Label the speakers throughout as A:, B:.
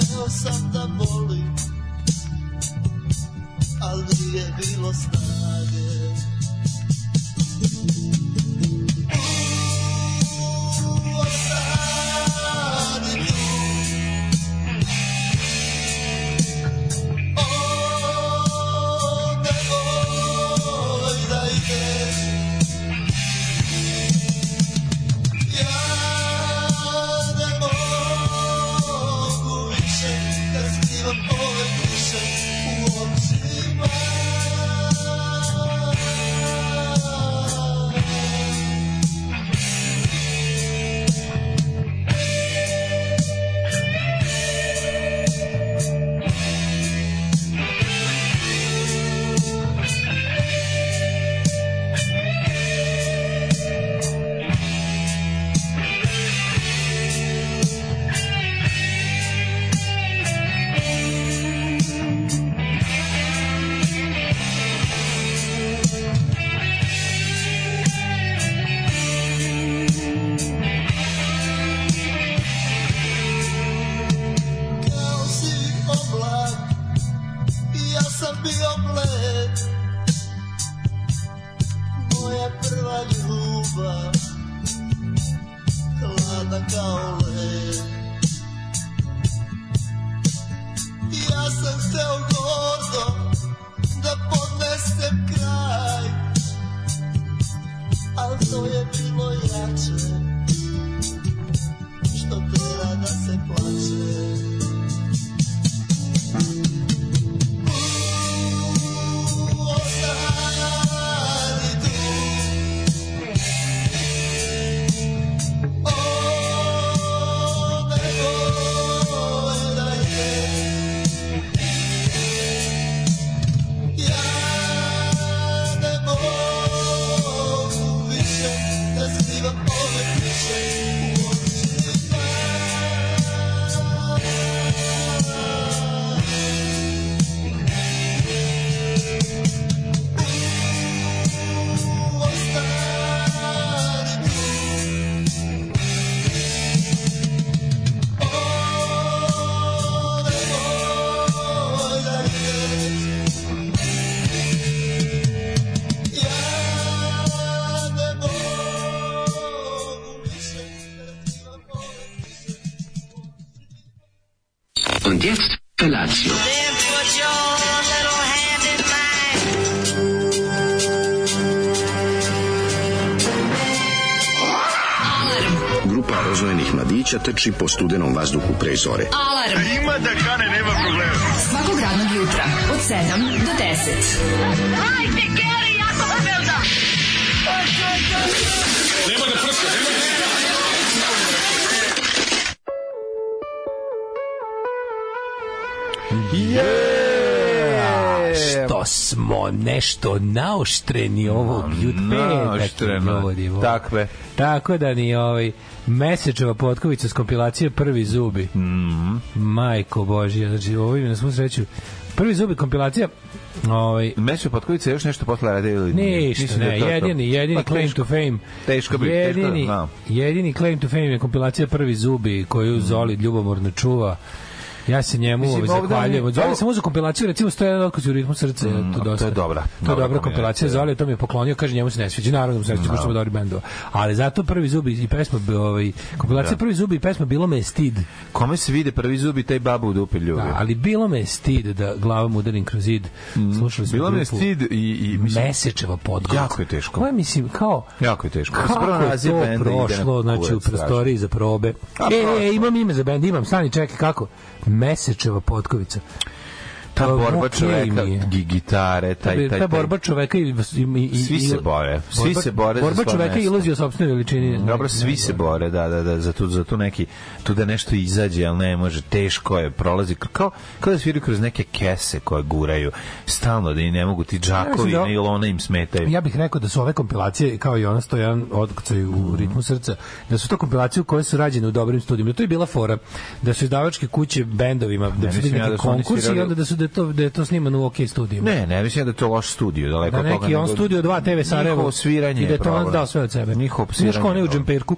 A: znao sam da boli Al nije bilo snage U, Ostani tu O, nemoj da ideš Ja ne mogu više da skrivam ove duše u očima. Kao si oblak, i ja sam bio bled. Moja prva ljubav, hladna kao led. Ja sam hteo gordo da podnesem kraj Al to je bilo jače Što tera da se plače U, ostani tu O, nemoj da ideš Ja ne mogu više da skrivam ove priče u očima. U, ostani tu. O, nemoj da ideš. Ja ne mogu više da imam ove priče.
B: Und jetzt Felatio.
C: Then put your little hand in mine.
D: Grupa rozvojenih mladića teči po studenom vazduhu pre zore.
E: Alarm. Ima da kane, nema problema. Svakog radnog jutra, od 7 do 10.
F: Što smo nešto naoštreni ovog jutra.
G: Naoštreno. Takve.
F: dakle, Tako da ni ovaj mesečeva potkovica s kompilacije Prvi zubi. Mm Majko Božja, znači ovo je na svu sreću. Prvi zubi kompilacija ovaj,
G: Meso Potkovica je još nešto posle radio ili nije?
F: Ništa,
G: Mislim da
F: ne,
G: je to to.
F: jedini, jedini
G: Pa
F: claim
G: teško.
F: to fame.
G: Teško bi, teško,
F: jedini,
G: da. Mm.
F: jedini claim to fame je kompilacija Prvi zubi koju Zoli ljubomorno čuva. Ja se njemu
G: Mislim,
F: ovaj
G: ovde
F: zahvaljujem.
G: mi-
F: Zoli
G: ovo- Mm,
F: sam uzeo kompilaciju, recimo 101 otkaz u ritmu srca, to, dosta.
G: to je dobra,
F: To je
G: dobra
F: dobra
G: kombinacija,
F: kompilacija,
G: da.
F: Zoli je to mi je poklonio, kaže njemu se ne sviđa, naravno mu se ne sviđa, pošto ima dobri bendova. Ali zato Prvi zubi i pesma, bi, ovaj, kompilacija
G: Da.
F: Prvi zubi i pesma Bilo me je stid.
G: Kome se vide prvi zubi, taj babu u dupe ljubi.
F: Da, ali bilo me je stid da glavom udarim kroz zid. Slušali smo
G: Mm. Bilo mi je
F: grupu
G: stid i, i mislim,
F: Mesečeva podgorica.
G: Jako je teško.
F: Koja je, mislim, kao,
G: jako je teško.
F: Kako
G: Prvo
F: je
G: naziv benda
F: to
G: ide na
F: prošlo, znači, u
G: kurac, strašno.
F: prostoriji za probe.
G: A,
F: E,
G: prošlo.
F: e, imam ime za bend, imam, stani, čekaj, kako? Mesečeva Potkovica.
G: Ta
F: Pa,
G: borba
F: okej
G: čoveka,
F: mi je.
G: gi- gitare, taj, taj, taj.
F: Ta borba čoveka i... i, i
G: Svi se bore, svi
F: borba-
G: se bore za
F: Borba
G: svoje
F: čoveka i
G: mesto.
F: iluzija o sopstvenoj veličini.
G: Dobro, svi se bore, da, da, da, za tu, za tu neki, tu da nešto izađe, ali ne može, teško je, prolazi, kr- kao, kao da sviraju kroz neke kese koje guraju, stalno da i ne mogu ti džakovi,
F: da-
G: ja, ili ona im smetaju.
F: Ja bih rekao da su ove kompilacije, kao i ona 101 otkocaj u ritmu srca, da su to kompilacije koje su rađene u dobrim studijima. To je bila fora, da su izdavačke kuće bendovima, da su
G: mislim
F: bili
G: ja
F: neki
G: da su oni
F: konkursi i
G: svirali-
F: onda da su da je to, da je to snimano u OK studijima.
G: Ne, ne, mislim da je to loš studio, daleko
F: Da
G: od toga.
F: neki on
G: nego-
F: studio 2 TV Sarajevo.
G: Njihovo sviranje
F: I da
G: je
F: je to on
G: problem.
F: dao sve od sebe.
G: Njihovo
F: Znaš
G: sviranje
F: kao onaj
G: je
F: u
G: problem.
F: džemperku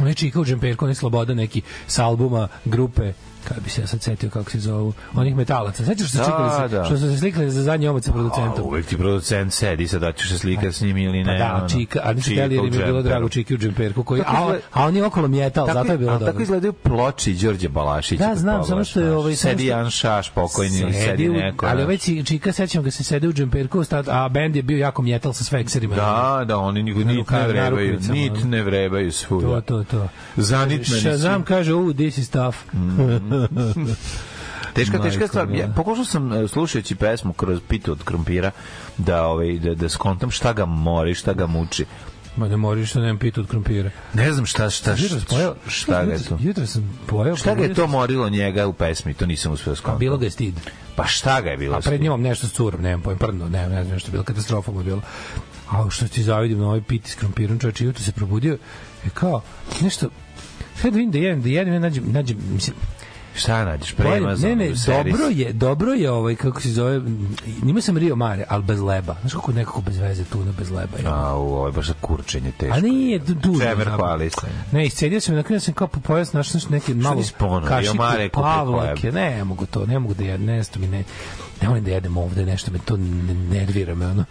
F: onaj čika u džemperku, onaj sloboda neki s albuma grupe kad bi se ja sad setio kako se zovu, onih metalaca. Sećaš se
G: Da,
F: čekali
G: da.
F: se, što su se slikali za zadnje omot sa producentom?
G: A, uvek ti producent sedi, sad da ćeš se slika s njim ili
F: Pa
G: ne.
F: da,
G: ono.
F: Čika, a niste hteli jer im je
G: u
F: bilo drago
G: džemperu.
F: Čiki u džemperku, koji,
G: Tako
F: a,
G: izgleda-
F: a on je okolo mljetal, zato je bilo
G: ali
F: dobro.
G: Tako izgledaju ploči Đorđe Balašića.
F: Da,
G: kad
F: znam,
G: pogledaš,
F: samo što je,
G: znaš.
F: ovaj, samo
G: Sedi
F: što-
G: Jan Šaš pokojni ili sedi
F: u-
G: neko. da.
F: ali
G: znaš.
F: ovaj Ci- Čika, sećam ga se sede u džemperku, sta- a bend je bio jako mljetal sa svekserima.
G: Da, da, oni nit
F: rukavi,
G: ne
F: na
G: vrebaju,
F: rukavicama,
G: nit
F: ono.
G: ne vrebaju svuda.
F: To, to, to.
G: Zanitmeni su.
F: Shazam kaže, oh, this is tough.
G: Teška, teška
F: Majko
G: stvar. Ja,
F: mila.
G: pokušao sam e, slušajući pesmu kroz pitu od krompira da, ovaj, da, da skontam šta ga mori, šta ga muči.
F: Ma ne moriš što nemam pitu od krompira.
G: Ne znam šta, šta, Da, šta,
F: Jutro sam pojeo.
G: šta ga je
F: jutros-
G: to.
F: Jutro sam pojeo.
G: Šta ga je
F: probudio
G: to morilo njega u pesmi, to nisam uspeo da
F: sam,
G: skontam.
F: Bilo ga je stid.
G: Pa šta ga je bilo?
F: A pred njom nešto s curom, nemam pojma, prdno, ne, ne znam nešto je bilo, katastrofa mu je bilo. A što ti zavidim na ovaj piti s krompirom, čovječe, jutro se probudio, je kao, nešto, sad vidim da jedem, da jedem, ja nađem, nađem, mislim,
G: Šta nađeš?
F: Pojede,
G: Premazano,
F: ne, ne,
G: seris.
F: dobro je, dobro je ovaj, kako se zove, nima sam Rio Mare, ali bez leba. Znaš kako nekako bez veze tuna bez leba je.
G: A, u, ovo je baš za kurčenje teško.
F: A nije tu tu.
G: Čemer hvali se.
F: Ne, iscedio sam, i na kraju sam kao po pojas našao sam neke malo
G: nisi ponovo,
F: kašiku
G: Jomare kupio
F: pavlake. Ne, ne mogu to, ne mogu da jedem, nešto mi ne... Ne volim da jedem ovde, nešto me to ne- nervira me, ono,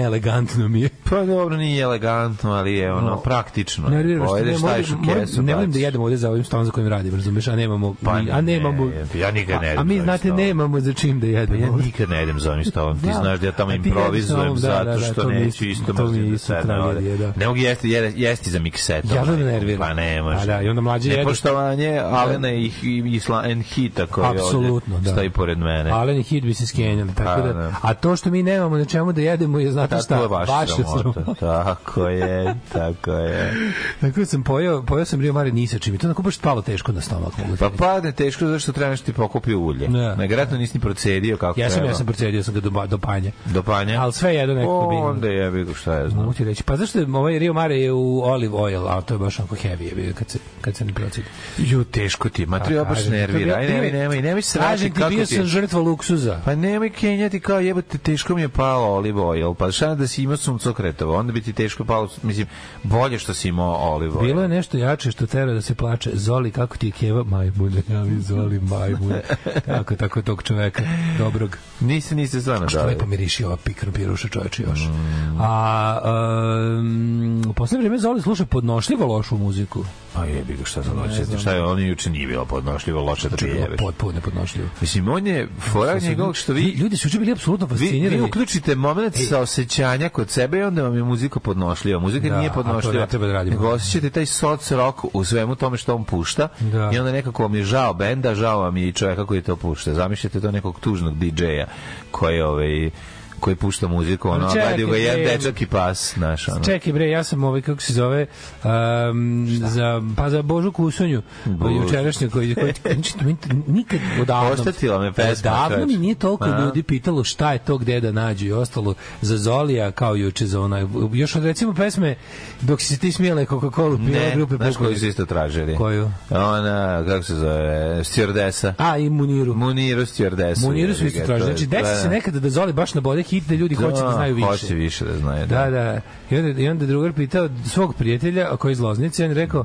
F: neelegantno mi je.
G: Pa dobro, nije elegantno, ali je ono,
F: No.
G: praktično.
F: Nervira me što ne,
G: Pojedeš,
F: moram,
G: staviš u
F: moram-
G: kesu,
F: ne volim da
G: baciš.
F: jedem ovde za ovim stolom za kojim radim, razumeš, a nemamo,
G: Pa
F: a nemamo,
G: ne, ja nikad ne
F: a, a
G: jedem za
F: mi,
G: ovim
F: znate,
G: stolom.
F: nemamo za čim da
G: Pa
F: jedemo.
G: ja
F: ovde.
G: nikad ne jedem za ovim stolom, ti
F: Da.
G: znaš da ja tamo
F: A ti jedeš
G: improvizujem
F: sa ovom, da,
G: zato
F: da, da,
G: što
F: to mi je
G: neću
F: isto-
G: isto
F: to mi je
G: mrzim da
F: isto
G: sedem.
F: tragedija,
G: ovde.
F: da.
G: Ne mogu jesti, jede- jesti za miksetom.
F: Jadno me nervira.
G: Pa ne
F: A
G: može.
F: da, i onda mlađi jede. Da.
G: Nepoštovanje Alena i, i, i Sla, Enhita koji
F: Apsolutno,
G: ovde
F: da.
G: stoji pored mene.
F: Alen i Hid bi se skenjali, tako
G: Pa,
F: da,
G: da.
F: A to što mi nemamo na čemu da jedemo je, znate
G: Tako
F: šta,
G: je vaša
F: vaša
G: sramota.
F: sramota.
G: Tako je, tako je.
F: Tako da sam pojeo, pojeo sam Rio Mare ni sa čim. I to onako baš palo teško na stomak. mogu ti
G: Pa
F: reći.
G: padne teško zato što treba nešto ti pokupi ulje.
F: Ne.
G: Ne, vjerojatno nisi ni procedio kako
F: ja sam,
G: treba.
F: ja sam procedio sam ga do, ba- do panja.
G: Do panja.
F: Ali sve jedno nekako
G: O,
F: bi-
G: Onda je, vidu šta je znam.
F: Mogu ti reći. Pa zašto je, ovaj Rio Mare je u olive oil, a to je baš onako heavy je bio kad se, kad se ne procedi.
G: Ju, teško ti, je, ma Pa, treba baš
F: Kažem ti, to
G: nervira.
F: bio-
G: Aj, nemoj, nemoj, nemoj se vraćati
F: Kažem ti,
G: kako ti
F: bio
G: je.
F: sam žrtva luksuza.
G: Pa nemoj kenjati kao jebote, teško mi je palo olive oil. Pa šta da si imao suncokretovo, onda bi ti teško palo, mislim, bolje što si imao olive oil.
F: Bilo je nešto jače što tera da se plače. Zoli, kako ti je keva? Majmune, ja mi zoli majmune. Tako, tako tog čoveka, dobrog.
G: Niste, niste stvarno
F: Što
G: dali.
F: lepo miriši ova pikrom piruša čoveče još. A um, u poslednje vreme Zoli sluša podnošljivo lošu muziku.
G: Pa jebi ga šta za noće. Šta je, on juče nije bilo podnošljivo, loše da ti
F: Bilo
G: jebeš.
F: potpuno nepodnošljivo.
G: Mislim, on je fora njegovog što vi...
F: da Ljudi su juče bili apsolutno
G: Vi, vi
F: fascinirani.
G: uključite moment
F: E.
G: sa osjećanja kod sebe i onda vam je muzika podnošljiva. Muzika
F: Da,
G: nije
F: a to
G: podnošljiva.
F: ne treba da radimo.
G: Nego osjećate taj soc rock u svemu tome što on pušta
F: Da.
G: i onda nekako vam je žao benda, žao vam je i čoveka koji to pušta. Zamišljate to nekog tužnog DJ-a koji ovaj koji pušta muziku, ono,
F: Čekaj,
G: radio ga jedan
F: bre.
G: dečak i pas, znaš, ono.
F: Čekaj bre, ja sam ovaj kako se zove um, za pa za Božu Kusonju,
G: Božu.
F: jučerašnju koji koji znači meni to nikad odavno.
G: Oštetila me pesma,
F: Odavno mi
G: čoveče.
F: nije toliko
G: A?
F: ljudi pitalo šta je to gde da nađu i ostalo za Zolija kao juče za onaj još od recimo pesme dok si se ti smijala Coca-Cola pila
G: Ne,
F: grupe
G: znaš
F: Pukolj.
G: koju su isto tražili?
F: Koju?
G: Ona, kako se zove, stjordesa.
F: A i Muniru.
G: Muniru stjordesu.
F: Muniru su
G: jebi
F: isto
G: ga,
F: tražili.
G: to je-
F: Znači, desi
G: da,
F: se
G: da.
F: nekada da Zoli baš na bolje hit da ljudi hoće da znaju više.
G: Hoće više da znaju.
F: Da, da. I onda, i onda je drugar pitao svog prijatelja, a koji je iz Loznice, on je rekao,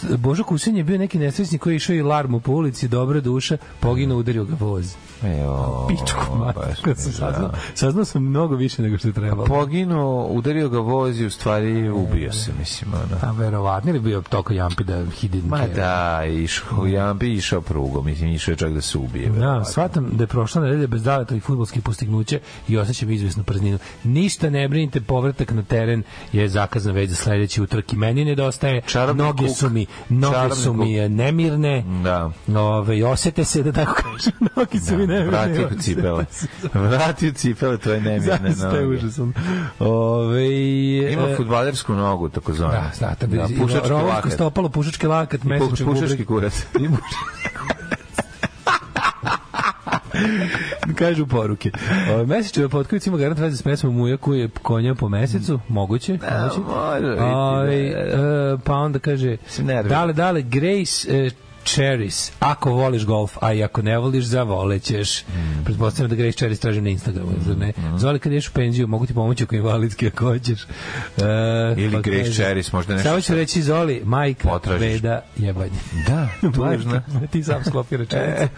F: "T- Božo Kusin je bio neki nesrećnik koji je išao i larmu po ulici, dobra duša, poginuo, udario ga voz.
G: Jo,
F: Pičku
G: baš
F: mater,
G: mi je
F: kad sam
G: žao.
F: saznao, saznao sam mnogo više nego što je trebalo.
G: Poginuo, udario ga voz i u stvari ubio se, mislim, ono.
F: A Pa, verovatno ili bio toliko jampi da he didn't
G: Ma
F: care.
G: da, išao, ja bi išao prugom, mislim, išao je čak da se ubije.
F: Ja,
G: verovatno.
F: shvatam da je prošla nedelja bez daveta i futbolskih postignuća i osjećam izvesnu prazninu. Ništa ne brinite, povratak na teren je zakazan već za sledeći utorak i meni nedostaje.
G: Čarobni
F: noge
G: kuk.
F: su mi, noge
G: Čarobni
F: su mi
G: kuk.
F: e, nemirne.
G: Da.
F: Ove, osete se da tako kažem, noge su mi nemirne.
G: Vrati u
F: osete
G: cipele.
F: se.
G: Vrati u cipele, to je nemirne
F: Zaista je
G: noge.
F: užasan. Ove,
G: Ima
F: e,
G: fudbalersku nogu, tako zvanu.
F: Da, da, da, da,
G: pušački
F: rovačko
G: lakat.
F: stopalo, pušački lakat,
G: Pu-
F: mesečak
G: Pušački
F: bubrik.
G: kurac.
F: Kažu poruke. Ove, mesečeve potkovice ima garant veze s pesmom Muja koji je konja po mesecu, moguće. moguće.
G: Da, može biti,
F: Ove,
G: da,
F: e, pa onda kaže,
G: nervira.
F: dale, dale, Grace, e, Cheris. Ako voliš golf, a i ako ne voliš, zavolećeš. Mm. Pretpostavljam da greš Cheris tražim na Instagramu. Mm. Ne? Zvali kad ješ u penziju, mogu ti pomoći oko invalidske ako hoćeš. Uh,
G: Ili grejš Cheris, možda nešto
F: Samo ću
G: što-
F: reći Zoli, majka,
G: Potražiš.
F: beda, jebanje.
G: Da, tužna.
F: Majka, ti sam sklopi rečenicu. E.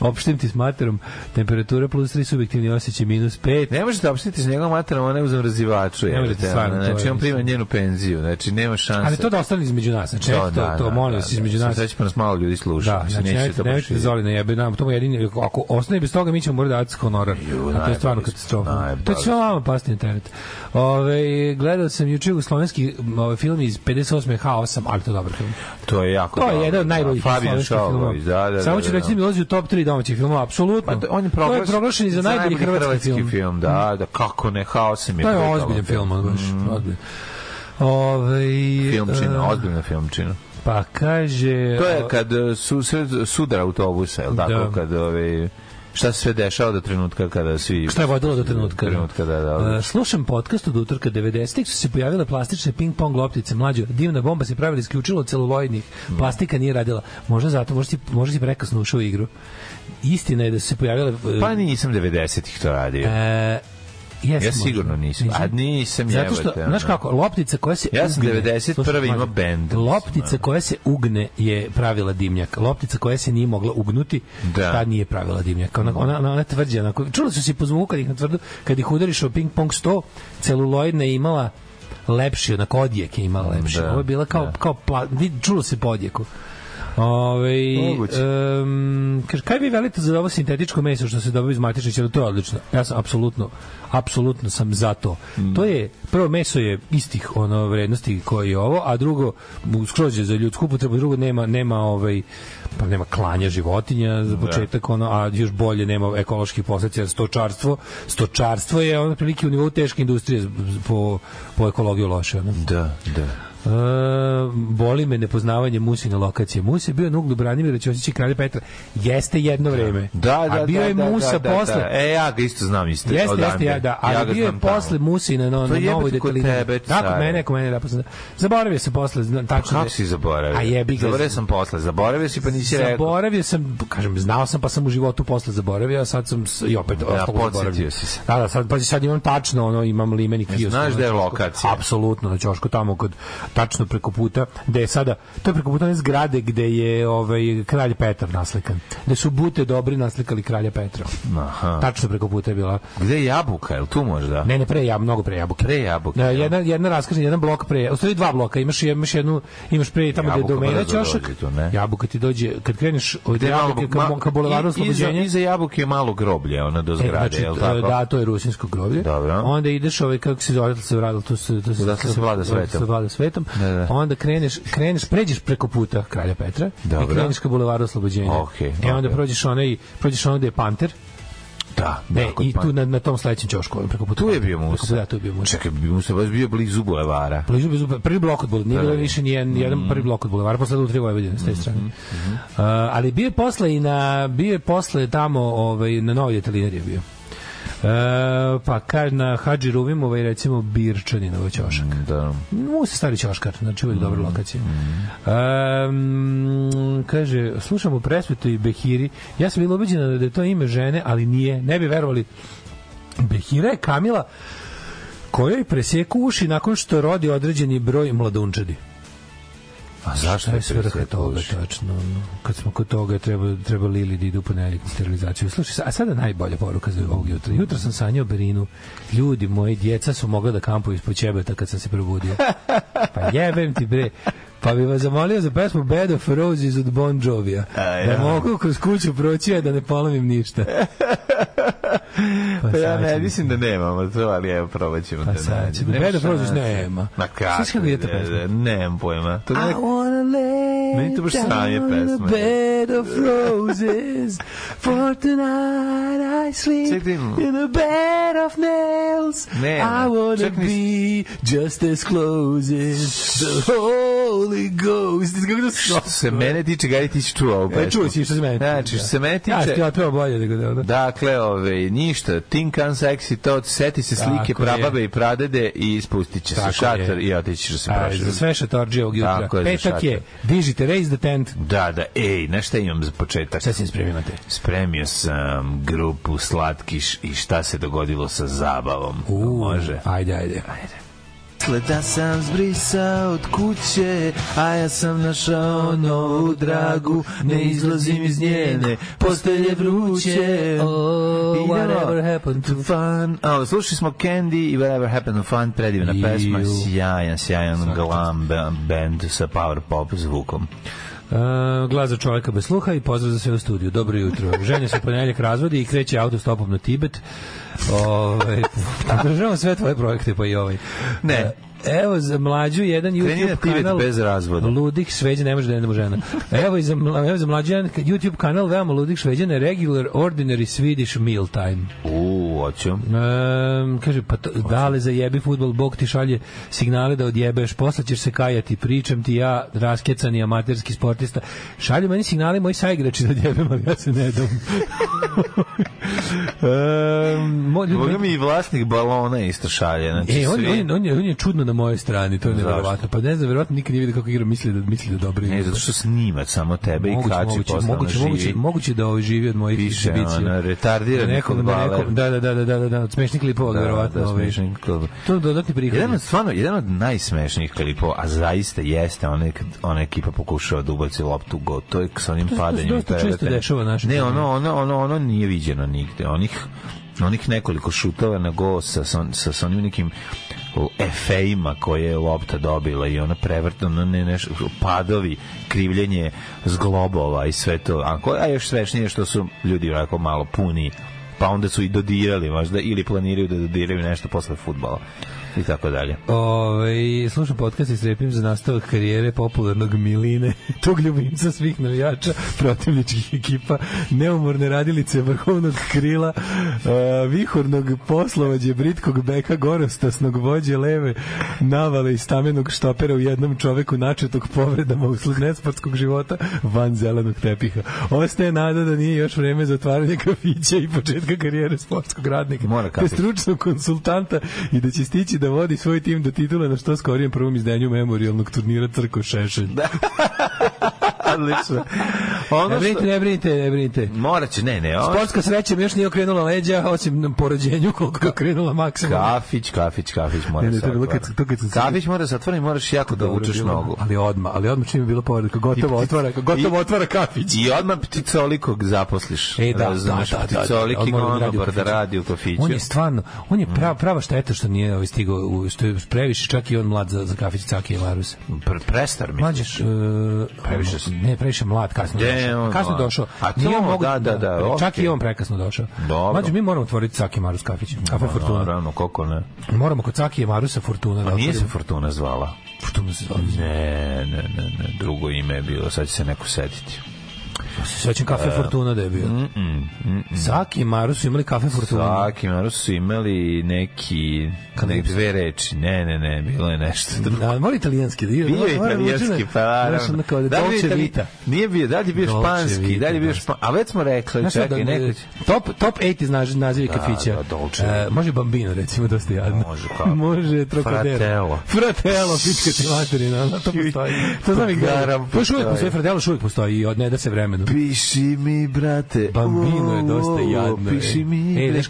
F: Opštim ti s materom, temperatura plus 3, subjektivni osjećaj minus 5.
G: Ne možete opštiti s njegovom materom, ona je u zamrzivaču.
F: Ne
G: Ne
F: možete, stvarno, to
G: Znači,
F: je,
G: on prima
F: mislim.
G: njenu penziju, znači, nema šanse.
F: Ali to da ostane između nas, znači to, to,
G: da,
F: to molim vas između nas.
G: Sada će pa nas malo ljudi sluša.
F: Da, znači nemojte, nemojte da Zoli ne jebe nam, to mu jedini, ako ostane bez toga, mi ćemo morati dati honorar.
G: Ju,
F: A to je stvarno
G: najbolji ste,
F: katastrofa.
G: najbolji
F: To će vam vama pasti na teret. Ove, gledao sam juče jugoslovenski m, ovaj film iz 58. H8, ali to je dobar film.
G: To je jako
F: To
G: dobro,
F: je jedan od
G: da.
F: najboljih
G: Fabian
F: jugoslovenskih
G: Šalović, da, da, da.
F: Samo ću
G: da,
F: reći da mi ulazi u top 3 domaćih filmova, apsolutno.
G: Pa to- on je
F: to je
G: proglašen,
F: proglašen i za najbolji hrvatski, film.
G: film. Da, da, kako ne, haos mi je. Mm.
F: To je
G: brutalno.
F: ozbiljan film, on baš, ozbiljan. Ove, E,
G: Filmčina, ozbiljna filmčina.
F: Pa kaže...
G: To je kad e, su sred sudar autobusa, je li tako?
F: Da.
G: Kad, ove, šta se sve dešava do trenutka kada svi...
F: Šta je vodilo do trenutka?
G: Trenutka, da, da.
F: E, slušam podcast od utorka 90-ih, su se pojavile plastične ping-pong loptice, mlađo, divna bomba se pravila isključilo od celuloidnih,
G: Mm.
F: plastika nije radila. Možda zato, možda si, možda si prekasno ušao u igru. Istina je da su se pojavile... e,
G: Pa nisam 90-ih to radio.
F: e, jesam
G: Ja
F: možda.
G: sigurno nisam. A nisam
F: Zato što,
G: jebote,
F: znaš
G: ono.
F: kako, loptica koja se
G: Ja sam
F: ugne...
G: 91.
F: Slušaj,
G: imao
F: mlađo,
G: bend.
F: Loptica koja se ugne je pravila dimnjak. Loptica koja se nije mogla ugnuti,
G: Da.
F: ta nije pravila dimnjak. Ona, ona, ona, ona tvrđa. Onako, čuli su se po zvuku kad ih na tvrdu, kad ih udariš o ping pong sto, celuloidna je imala lepši, onako odjek je imala lepši.
G: Da,
F: Ovo je bila kao,
G: da.
F: kao pla, vidi, čulo se po odjeku. Ove,
G: Moguće.
F: um, kaže, kaj vi velite za ovo sintetičko meso što se dobije iz matične ćelije? To je odlično. Ja sam apsolutno, apsolutno sam za to. To je, prvo meso je istih ono vrednosti koji je ovo, a drugo, u- skroz je za ljudsku upotrebu, drugo nema, nema ovaj, pa nema klanja životinja za početak, ono, a još bolje nema ekoloških posledica, jer stočarstvo, stočarstvo je ono prilike u nivou teške industrije z- z- po, po ekologiju loše. Ono.
G: Da, da.
F: E, boli me nepoznavanje Musine lokacije. Mus je bio na uglu Branimira Ćosića i Kralja Petra. Jeste jedno vreme.
G: Da, da,
F: a bio
G: da,
F: je
G: da, da,
F: Musa
G: da,
F: posle.
G: Da. E, ja ga isto znam isto.
F: Jeste, jeste,
G: odande.
F: ja, da, ali
G: ga
F: bio je
G: znam tamo.
F: posle Musina na,
G: To
F: na
G: jebate
F: novoj
G: kod
F: detaljini.
G: tebe,
F: Tako,
G: care.
F: mene, ako mene, da, posle. Zaboravio se posle, zna- tačno.
G: Kako
F: je.
G: si zaboravio?
F: A jebi ga.
G: Zaboravio sam posle, zaboravio si pa nisi rekao.
F: Zaboravio sam, kažem, znao sam pa sam u životu posle zaboravio, a sad sam s- i opet ostalo
G: Da, podsjetio
F: zaboravio.
G: si se.
F: Da, da, sad, pazi, sad imam tačno, ono, imam limeni kiosk.
G: znaš
F: ono,
G: da je
F: na Ćošku.
G: lokacija?
F: Apsolutno, na Ćošku, tamo kod, tačno preko puta, gde je sada, to je preko puta one zgrade gde je ovaj, kralj Petar naslikan. Gde su bute dobri naslikali kralja Petra.
G: Aha.
F: Tačno preko puta je bila.
G: Gde je jabuka, je li tu možda?
F: Ne, ne, pre ja, mnogo pre jabuke.
G: Pre jabuke,
F: Da,
G: jel?
F: jedna, jedna raskrsnica, jedan blok pre. U stvari dva bloka, imaš, imaš jednu, imaš pre tamo gde je
G: Jabuka
F: domena
G: brzo dođe
F: ćošak.
G: tu, ne?
F: Jabuka ti dođe, kad kreneš od
G: Gde je malo-
F: jabuke ka,
G: ma-
F: ka
G: i- iza-
F: bulevaru oslobođenja.
G: Iza jabuke je malo groblje, ona do
F: E,
G: zgrade, je li tako?
F: da, to je rusinsko groblje.
G: Dobro.
F: Onda ideš ovaj kako se zove, odatle se vradilo, tu se tu se
G: Odatle se vlada
F: odatle
G: svetom.
F: Se vlada svetom.
G: Da, da.
F: Onda kreneš, kreneš, pređeš preko puta Kralja Petra
G: Dobro.
F: i kreneš ka bulevaru Oslobođenja.
G: Okej,
F: e onda
G: dobro.
F: prođeš onaj, prođeš onaj gde je Panter.
G: Da,
F: Ne,
G: da, kod
F: E, i
G: pan-
F: tu na, na tom sledećem ćošku, ovaj, preko puta.
G: Tu je
F: Panter.
G: bio
F: Preko
G: Musa.
F: puta, Da, tu je bio Musa.
G: Čekaj, bi Musa baš bio blizu bulevara.
F: Blizu, blizu, prvi blok od bulevara, nije
G: Da,
F: bilo
G: da. Mhm,
F: više ni jedan, jedan prvi blok od bulevara, posle u tri Vojvodine s te strane. Uh, ali bio je posle i na, bio je posle tamo, ovaj, na novoj detalinariji je bio. E, pa kaže na Hadži Ruvim ovaj recimo Birčanin ovaj ćošak
G: Da.
F: mu se stari ćoškar znači uvijek dobra lokacija um, kaže slušam u presvetu i Behiri ja sam bila ubeđena da je to ime žene ali nije, ne bi verovali Behira je Kamila kojoj presjeku uši nakon što rodi određeni broj mladunčadi
G: A zašto
F: Šta je
G: je
F: svrha
G: presjekao
F: toga,
G: uši?
F: tačno? ono, Kad smo kod toga, treba, treba Lili da ide u ponedjeljak na sterilizaciju. Slušaj, sa- a sada najbolja poruka za ovog jutra. Jutro sam sanjao Berinu. Ljudi, moji djeca su mogla da kampuju ispod ćebeta kad sam se probudio. Pa jebem ti bre. Pa bi vas zamolio za pesmu Bed of Roses od Bon Jovija. Da mogu kroz kuću proći, a da ne polomim ništa.
G: Pa ja ne,
F: sad-
G: mislim da nemamo to, ali evo, probat ćemo
F: Pa
G: da
F: sad ćemo.
G: Nema
F: Bed of Roses
G: šanse.
F: nema.
G: Ma kako? da,
F: Sviš kako je ta pesma?
G: Ne, nemam pojma. To
F: I
G: ne,
F: wanna lay
G: Meni to baš
F: down
G: sranje
F: on the
G: pesma.
F: bed bed of roses. For tonight I sleep
G: Čekaj, imamo.
F: in a bed of nails.
G: Ne,
F: I wanna
G: čak nis-
F: be just as close as the Holy Ghost. Kako da se
G: Što se mene tiče, Gari, ti si čuo ovu
F: E,
G: pesmu.
F: čuo si što se mene da.
G: Znači, što se mene
F: Ja,
G: tiče...
F: ti otpeo bolje nego da... da.
G: Dakle, ove, ništa, Tin Can Sexy Todd, seti se slike
F: Tako je.
G: prababe i pradede i ispustit će se
F: Tako
G: šator
F: je.
G: i otići će se
F: A,
G: prošlo.
F: za sve šatorđe ovog jutra.
G: Tako je, za
F: Petak je, dižite, raise the tent.
G: Da, da, ej, znaš šta imam za početak?
F: Šta si spremio na te?
G: Spremio sam grupu Slatkiš i šta se dogodilo sa zabavom. Može.
F: Ajde, ajde.
G: Misle da sam zbrisao od kuće, a ja sam našao novu dragu, ne izlazim iz njene, postelje vruće.
F: Oh,
G: Idemo.
F: whatever happened to-
G: fun. A, slušali smo Candy i Whatever Happened to Fun, predivna
F: Iu.
G: pesma, sjajan, sjajan glam ba- band sa power pop zvukom.
F: Uh, glas za čoveka bez sluha i pozdrav za sve u studiju. Dobro jutro. Ženja se u ponedeljak razvodi i kreće autostopom na Tibet. Ove, podržavamo sve tvoje projekte, pa i ovaj.
G: Ne.
F: Uh, Evo za mlađu jedan
G: Kreni na
F: YouTube
G: Tibet
F: kanal
G: bez razvoda.
F: Ludih Šveđa ne može da jednom žena. Evo i za, mla- evo za mlađu jedan YouTube kanal veoma Ludih Šveđana Regular Ordinary Swedish Mealtime.
G: U, oću.
F: Um, kaže, pa to, dale zajebi futbol, Bog ti šalje signale da odjebeš, posle ćeš se kajati, pričam ti ja, raskecani amaterski sportista, šalju meni signale moji saigrači da odjebem, ali ja se ne dam. um, mo, ljudi,
G: Boga mi i vlasnik balona isto šalje. Znači,
F: E, on,
G: svi-
F: on, on, je, on je čudno na mojoj strani, to je nevjerovatno. Pa ne znam, verovatno nikad nije vidio kako igra, misli da, misli da dobro igra.
G: Ne, zato što snima samo tebe i kači
F: moguće,
G: posle
F: moguće,
G: ono
F: moguće,
G: živi.
F: moguće da ovo živi od mojih
G: Piše, ono, retardiranih
F: Na nekom, na
G: fudbaler.
F: nekom, da, da, da, da, da, da, da, od smešnih klipova, da, verovatno. ovaj.
G: smešan klub.
F: To je dodatni prihod.
G: Jedan od, stvarno, jedan od najsmešnijih klipova, a zaista jeste, ona, kad ona ekipa pokušava da ubaci loptu u go, to je s onim
F: To se- to se
G: padanjem. i
F: dosta
G: prevrtanjem.
F: često dešava našim
G: Ne, ono,
F: klubovima.
G: ono, ono, ono nije viđeno nigde. Onih, onih nekoliko šutova na go sa, sa, sa, sa onim nekim efejima koje je lopta dobila i ona prevrtano ne, ne, padovi, krivljenje zglobova i sve to. A, ko- a još svešnije što su ljudi onako malo puni pa onda su i dodirali možda ili planiraju da dodiraju nešto posle fudbala i tako dalje.
F: Ove, Ovaj, slušam podcast i strepim za nastavak karijere popularnog Miline, tog ljubimca svih navijača protivničkih ekipa, neumorne radilice vrhovnog krila, e, vihornog poslovađe, britkog beka, gorostasnog vođe leve, navale i stamenog štopera u jednom čoveku načetog povredama usled nesportskog života van zelenog tepiha. Ostaje nada da nije još vreme za otvaranje kafića i početka karijere sportskog radnika.
G: Mora
F: te
G: kafić.
F: stručnog konsultanta i da će stići da vodi svoj tim do titule na što skorijem prvom izdanju memorialnog turnira Crko Šešelj. Pa Da,
G: Odlično. Ono
F: ne brinite,
G: što...
F: ne brinite, ne brinite.
G: Morat će, ne, ne, ono
F: Sportska sreća mi još nije okrenula leđa, osim na porođenju koliko je okrenula maksimum.
G: Kafić, kafić, kafić mora
F: Ne, ne,
G: se
F: to je bilo
G: otvara.
F: kad- to kad sam-
G: Kafić mora se otvori, moraš jako da
F: Dobro je
G: vučeš
F: bilo,
G: nogu.
F: Ali odma, ali odma čim je bila povreda, kako gotovo
G: I-
F: otvara, kako gotovo
G: i-
F: otvara kafić.
G: I odmah pticolikog zaposliš.
F: E, da,
G: razumeš,
F: da, da, da,
G: pticolik
F: da,
G: i
F: on mora da radi u Mm.
G: konobar da
F: kafiću.
G: radi u kafiću.
F: On je stvarno, on je prava, prava šteta što nije ovaj stigao, u, što je previše, čak i on mlad za, za kafić Caki i Larusa.
G: Pre- prestar mi.
F: Mlađeš,
G: Previše si.
F: e, ne, previše mlad, kasno
G: Gde je
F: došao.
G: on
F: Kasno
G: mlad?
F: došao.
G: A to,
F: Nije
G: da, da, da,
F: Čak
G: okej.
F: i on prekasno došao.
G: Dobro.
F: Mlađe, mi moramo otvoriti Caki Marus kafić. Kafe Fortuna.
G: Naravno, koliko ne.
F: Moramo kod Caki Marusa Fortuna. da
G: A Pa nije se
F: otvorimo.
G: Fortuna zvala?
F: Fortuna se zove.
G: Ne, ne, ne, ne, drugo ime je bilo, sad će se neko setiti.
F: Se Sećam
G: E,
F: Kafe Fortuna da je bio.
G: mm,
F: Caki i Marus su imali Kafe Fortuna.
G: Svaki Maru Pa, su imali neki, nek dve reči, ne, ne, ne, bilo je nešto drugo.
F: Da, mora italijanski. Da,
G: Bio je
F: mora- mora-
G: italijanski,
F: mora-
G: pa naravno.
F: Znaš, ono kao da
G: Da li je
F: Dolce
G: itali-
F: Vita.
G: Nije bio, da li je bio
F: Dolce
G: španski,
F: Vita,
G: da li je bio
F: da.
G: španski, a već smo rekli,
F: Znaš, šta,
G: čekaj,
F: da-
G: neko će...
F: top, top 8 naziv, nazivi
G: Da,
F: kafića.
G: da, Dolce.
F: E, može Bambino, recimo, dosta jadno.
G: Može, kako.
F: može Trocadero.
G: Fratello.
F: Fratello, pička ti materina, ono, to postoji. To znam i gledam.
G: Garam,
F: To još uvijek
G: postoji.
F: postoji, Fratello još uvijek postoji i od ne da se vremenu.
G: Piši mi, brate.
F: Bambino je dosta
G: o,
F: jadno.
G: Piši
F: e.
G: mi,
F: e,
G: e,
F: znaš,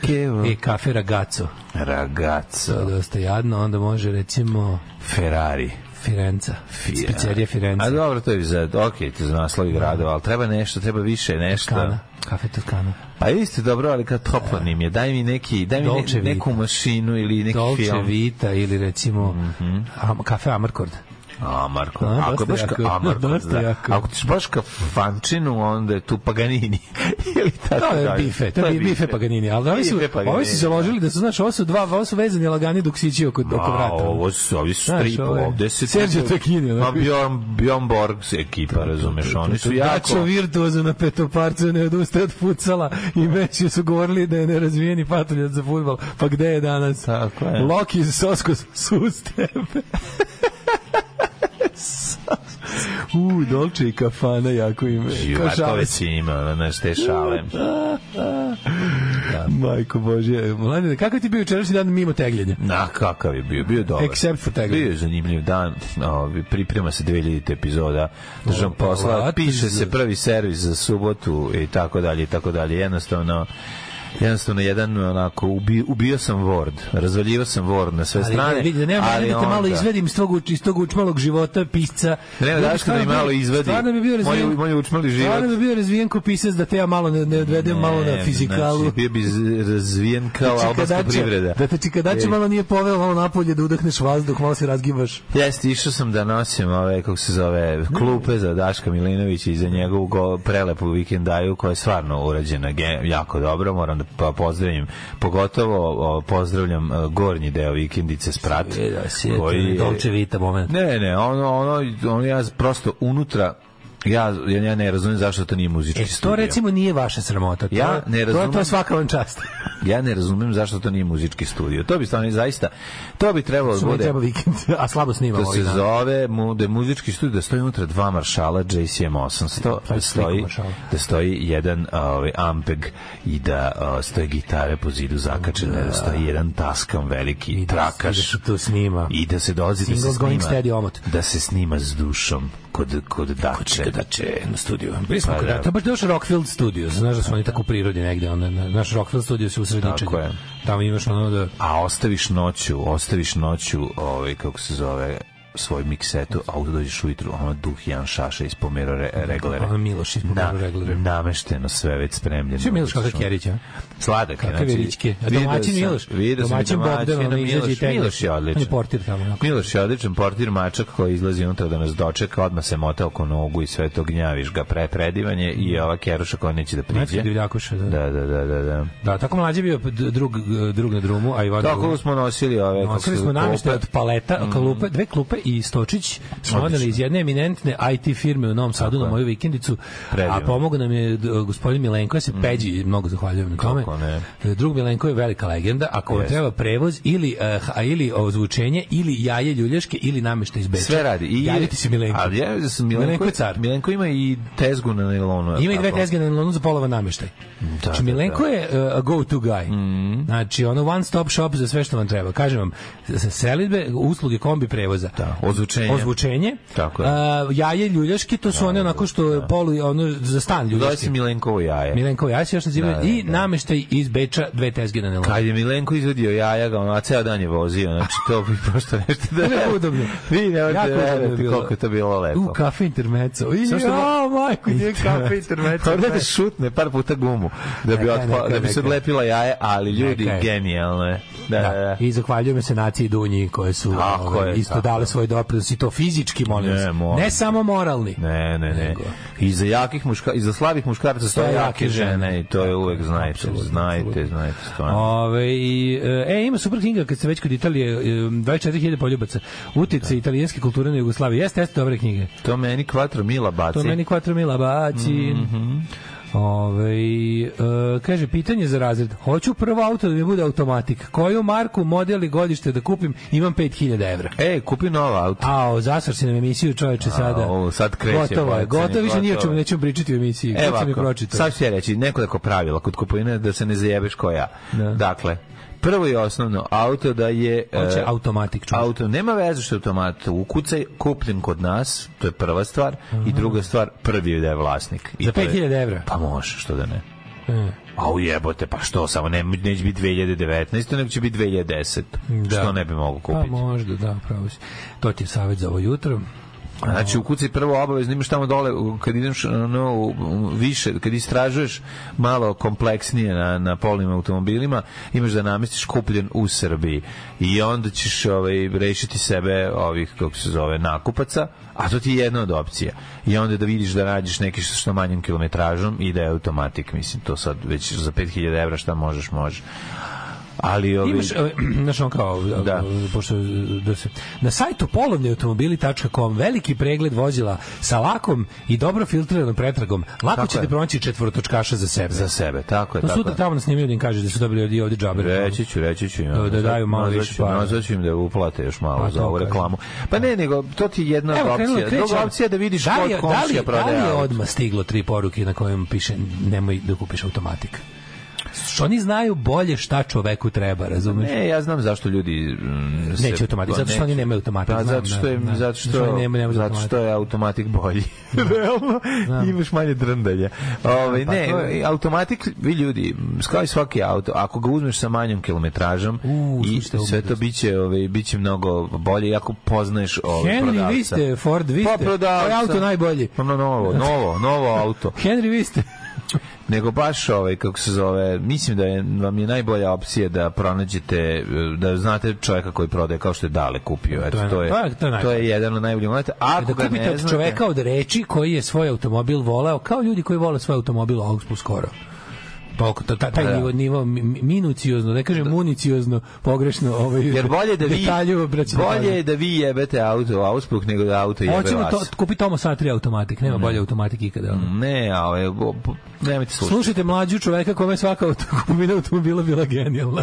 F: e, kafe ragazzo. To je
G: Ragazzo.
F: dosta jadno, onda može, recimo,
G: Ferrari.
F: Firenca. Pizzerija Firenca.
G: A dobro, to je za, ok, to je za naslovi gradova, ali treba nešto, treba više nešto.
F: Da. Kana. Kafe Turkana.
G: Pa isto dobro, ali kad toplo nim je, daj mi neki, daj mi ne-
F: Dolce Vita.
G: neku mašinu ili neki
F: Dolce
G: film. Mhm.
F: Vita ili recimo mm -hmm. Kafe Amarcord.
G: A, Marko,
F: A,
G: ako
F: dosta
G: je baš ka,
F: jako.
G: a, Marko,
F: Dosta
G: da.
F: jako.
G: Ako ćeš baš ka fančinu, onda je tu Paganini. Ili tako
F: To je
G: dalje.
F: bife, to je bife Paganini, ali ovi su,
G: Bife Paganini,
F: ovi su
G: da.
F: založili da su, znaš, ovo su dva, ovo su vezani lagani duksići oko, oko vrata.
G: A, ovo su, ovi su
F: Znaš,
G: strip,
F: ovo je
G: ovde se...
F: Sergio Tacchini,
G: Ma
F: onako.
G: Bjorn, Bjorn Borg
F: Da,
G: ekipa, razumeš, oni su jako...
F: Dakle, Dačo virtuozu na petoparcu ne odustaje od fucala i već su govorili da je nerazvijeni patuljac za futbal. Pa gde je danas?
G: Tako je.
F: Loki iz Sosko su uz tebe. U, Dolce i kafana jako ime. Kao šale.
G: Živatove si ima, znaš, te šale.
F: Majko Božje. Mladine, kakav ti bio jučerašnji dan mimo tegljenja?
G: Na, kakav je bio, bio je dobar.
F: Except for Tegel.
G: Bio je zanimljiv dan, ovi, priprema se 2000. epizoda držam
F: Opa,
G: posla,
F: vat
G: piše
F: za-
G: se prvi servis za subotu i tako dalje i tako dalje. Jednostavno, jednostavno jedan onako ubi, ubio sam Word, razvaljivao sam Word na sve strane.
F: Ali, vidi, da nema ali da te malo
G: onda-
F: izvedim iz tog, uč- iz tog učmalog života pisca.
G: Treba
F: Ja
G: da
F: bi
G: što da mi
F: stvarno
G: malo
F: bio-
G: izvadi.
F: Stvarno bi bio razvijen.
G: Moj, moj učmali život.
F: Stvarno bi bio razvijen ko pisac da te ja malo ne, ne odvedem malo na
G: Ne,
F: fizikalu.
G: Znači, bio bi z- razvijen kao
F: Da
G: albanska
F: čikadače-
G: privreda.
F: Da te čikadače
G: Ej.
F: malo nije poveo, malo napolje da udahneš vazduh, malo se razgibaš.
G: Jeste, išao sam da nosim ove, kako se zove, klupe za Daška Milinovića i za njegovu go, prelepu vikendaju koja je stvarno urađena ge, jako dobro, moram da pa pozdravim. Pogotovo o, pozdravljam e, gornji deo vikendice Sprat.
F: da,
G: koji je-
F: Vita moment.
G: Ne, ne, ono, ono, ono ja prosto unutra, ja, ja, ja ne razumijem zašto to nije muzički
F: E, to
G: studio.
F: recimo nije vaša sramota. To,
G: Ja
F: je-
G: ne
F: to, je- to je
G: razumem. Pa
F: svaka vam čast.
G: Ja ne razumem zašto to nije muzički studio. To bi stvarno zaista, to bi trebalo da
F: Samo mi
G: bude...
F: treba vikend, a slabo snimamo.
G: da
F: ovih
G: se
F: dana.
G: zove mu, da je muzički studij da stoji unutra dva maršala JCM 800
F: je
G: da
F: sliku
G: stoji,
F: maršala.
G: da stoji jedan ovaj Ampeg i da a, stoje gitare po zidu zakačene da stoji jedan taskan veliki
F: I da- i da
G: trakaš
F: se to snima.
G: i da se dolazi da se
F: Singles going steady
G: snima
F: omot.
G: da se snima s dušom kod kod dače dače
F: na studiju. Bili smo
G: Pa
F: kod
G: da.
F: da. to baš doš Rockfield studio, znaš da su oni tako u prirodi negde, onda na- naš Rockfield studio se usredičenje.
G: Tako je.
F: Tamo imaš ono da
G: a ostaviš noću ostaviš noću ovaj kako se zove svoj miksetu, a onda dođeš ujutru, ono duh Jan Šaša ispomero re, reglere.
F: ono Miloš iz
G: na,
F: na, regular.
G: namešteno sve već spremljeno.
F: Sve Miloš kakav Kjerić, a?
G: Sladak je. znači,
F: Kakve veličke. A domaćin Miloš.
G: Vidio sam
F: domaćin Bogdan, ono izađe i
G: Miloš,
F: tegne.
G: Miloš je odličan.
F: On je portir tamo. onako.
G: Miloš je odličan portir mačak koji izlazi unutra da nas dočeka, odmah se mota oko nogu i sve to gnjaviš ga pre predivanje i ova keruša koja neće da
F: Mm. Znači,
G: priđe.
F: divljakuša, da. da.
G: Da, da, da, da, da.
F: Da, tako mlađi je bio d- drug, drug na drumu, a Ivan
G: Tako da
F: drugu.
G: smo nosili ove... kako
F: da. Nosili
G: se-
F: smo namještaj
G: klupe. Mm.
F: od paleta, klupe, dve klupe i stočić smo odneli iz jedne eminentne IT firme u Novom Sadu na
G: je.
F: moju vikendicu,
G: Predivno. Mm.
F: a pomogao nam je d- e, gospodin Milenko, ja se peđi, mnogo zahvaljujem na tome. E,
G: Kako ne.
F: Drug Milenko je velika legenda, ako vam
G: Jeste.
F: treba prevoz ili, eh, a ili ozvučenje, ili jaje ljuljaške, ili namještaj iz Beča.
G: Sve radi. I,
F: Javite se Milenko.
G: Ali ja da sam Milenko,
F: Milenko je car.
G: Milenko da. ima i tezgu na nilonu.
F: Ima i dve
G: tako?
F: tezge na nilonu za polovan nameštaj. znači,
G: da,
F: Milenko
G: da. Mhm.
F: je uh, go to guy. Znači, ono one stop shop za sve što vam treba. Kažem vam, s- selidbe, usluge kombi prevoza.
G: Da, ozvučenje.
F: Ozvučenje.
G: Tako je. Da,
F: Uh, jaje ljuljaške, to su one onako što je polu, ono, za stan
G: Zove se
F: ljuljaški.
G: Milenkovo jaje.
F: Milenko ja se još nazivaju.
G: Da, da,
F: I
G: da.
F: nameštaj iz Beča, dve tezge na nilonu.
G: Kad je Milenko izvadio jaja, ga ono, a ceo dan je vozio, znači to bi pošto nešto da...
F: To je udobno.
G: Vi ne
F: Jako
G: možete
F: udobno je
G: verati
F: bilo.
G: koliko je to bilo lepo.
F: U, kafe intermezzo. I,
G: Samo što da-
F: jao, majko, gdje je kafe intermezzo.
G: Ovdje da šutne par puta gumu da bi,
F: Neka,
G: otpa,
F: neka,
G: da bi se
F: neka.
G: odlepila jaje, ali ljudi,
F: Neka je.
G: genijalno je. Da, da, da.
F: I zahvaljujem se naciji Dunji koje su
G: Tako
F: ovaj,
G: je,
F: isto
G: tako
F: dale svoj doprinos i to fizički, molim
G: Ne,
F: vas.
G: molim.
F: Ne samo moralni.
G: Ne, ne, ne.
F: Nego.
G: I za jakih muška, i za slabih muškaraca stoje
F: Stoje
G: jake
F: jake
G: žene
F: žene.
G: i to je uvek znajte,
F: apsolutno,
G: znajte,
F: apsolutno.
G: znajte stvarno.
F: Ove, i, e, ima super knjiga kad se već kod Italije, e, 24.000 poljubaca,
G: Da.
F: utjece italijanske kulture na Jugoslaviji. Jeste, jeste dobre knjige.
G: To meni kvatro mila baci.
F: To meni quattro mila baci.
G: Mhm.
F: Ove, e, kaže, pitanje za razred. Hoću prvo auto da mi bude automatik. Koju marku, model i godište da kupim? Imam 5000 evra.
G: E, kupi novo auto.
F: Ao, zasar si nam emisiju čoveče sada.
G: o, sad kreće
F: Gotovo je,
G: bacanje,
F: gotovo više ni o
G: gotovo
F: čemu
G: je.
F: nećemo pričati u emisiji.
G: E,
F: Evo, sam je
G: ovako,
F: pročitao.
G: sad ću ja reći nekoliko pravila kod kupovine da se ne zajebeš ko ja.
F: Da.
G: Dakle, prvo i osnovno, auto da je...
F: Hoće
G: e,
F: automatik čuo.
G: Auto, nema veze što je automat ukucaj, kupljen kod nas, to je prva stvar, i druga stvar, prvi je da je vlasnik. I
F: Za E.
G: to je-
F: 5000 evra.
G: Pa može, što da ne. A ujebote, pa što, samo ne, neće biti 2019, nego će biti 2010.
F: Da.
G: Što ne bi mogu
F: Pa
G: kupiti.
F: možda, da, pravo si. To ti je savjet za ovo jutro.
G: Znači, ukucaj prvo obavezno, imaš tamo dole, u- kad ideš ono, u- u- više, kad istražuješ malo kompleksnije na, na polnim automobilima, imaš da namestiš kupljen u Srbiji. I onda ćeš ovaj, rešiti sebe ovih, kako se zove, nakupaca, a to ti je jedna od opcija. I onda da vidiš da nađeš neki sa što manjom kilometražom i da je automatik, mislim, to sad već za 5000 evra šta možeš, možeš. Ali, ovaj,
F: Imaš, e, znaš on kao, da.
G: Da.
F: pošto, e, da se, na sajtu polovniautomobili.com veliki pregled vozila sa lakom i dobro filtriranom pretragom. Lako
G: Tako
F: ćete
G: je.
F: pronaći četvorotočkaša za sebe.
G: za sebe, tako je,
F: No
G: tako
F: sutra
G: je.
F: tamo nas snimaju da im kaže da su dobili od i ovde džabe.
G: Reći ću, reći ću. im,
F: Da- da daju malo
G: nazvat
F: više
G: ću-
F: para.
G: Nazvat ću im da uplate još malo
F: Pa
G: za
F: to
G: ovu
F: kažem.
G: reklamu. Pa ne, nego to ti je jedna od
F: Evo, krenulo,
G: opcija.
F: kreće.
G: Druga opcija je da vidiš
F: da li,
G: kod
F: je- da li,
G: komšija
F: da li
G: prodaje
F: je
G: auto.
F: odmah stiglo tri poruke na kojem piše nemoj da kupiš automatik. Što oni znaju bolje šta čoveku treba, razumeš?
G: Ne, ja znam zašto ljudi mm, se-
F: Neće automatik, zato što
G: neće.
F: oni nemaju automatik,
G: Pa
F: znam,
G: zato što
F: da,
G: je
F: da.
G: zato što
F: Zato što oni nemaju- nemaju
G: zato što je automatik bolji. Realno imaš manje drndalja. Ovaj
F: Pa
G: ne,
F: to je-
G: automatik vi ljudi, m, kao i svaki auto, ako ga uzmeš sa manjom kilometražom
F: U,
G: i
F: slušajte, ovo
G: sve to biće, ovaj biće mnogo bolje i ako poznaješ ovaj
F: Henry, vi
G: prodavca.
F: ste, Ford, vi
G: Pa,
F: ste.
G: prodavca.
F: Ovaj auto najbolji.
G: Pa, no, novo, novo, novo auto.
F: Henry, vi ste.
G: Nego baš ovaj kako se zove, mislim da je vam je najbolja opcija da pronađete eh, da znate čovjeka koji prodaje kao što je Dale kupio. Eto
F: To je- pa,
G: to je
F: to je- to
G: to
F: je najbolje.
G: je jedan od najboljih momenata. Ako
F: da
G: ga
F: kupite
G: ne
F: od
G: znate,
F: čoveka od reči koji je svoj automobil voleo, kao ljudi koji vole svoj automobil Augsburg skoro. Pa oko- ta- ta- taj
G: Da.
F: nivo, nivo mi- mi- minuciozno, ne kažem municiozno, pogrešno, ovaj,
G: jer bolje da vi
F: detaljivo, braći,
G: bolje
F: detaljivo.
G: je da vi jebete auto u auspuh nego da auto jebe
F: Hoćemo
G: vas.
F: to, kupi Tomo Satri automatik, nema bolje automatik ikada. ono.
G: Ne, a ovaj bo- bo- nemojte slušati.
F: Slušajte mlađu čoveka kome je svaka auto- kupovina automobila bila genijalna.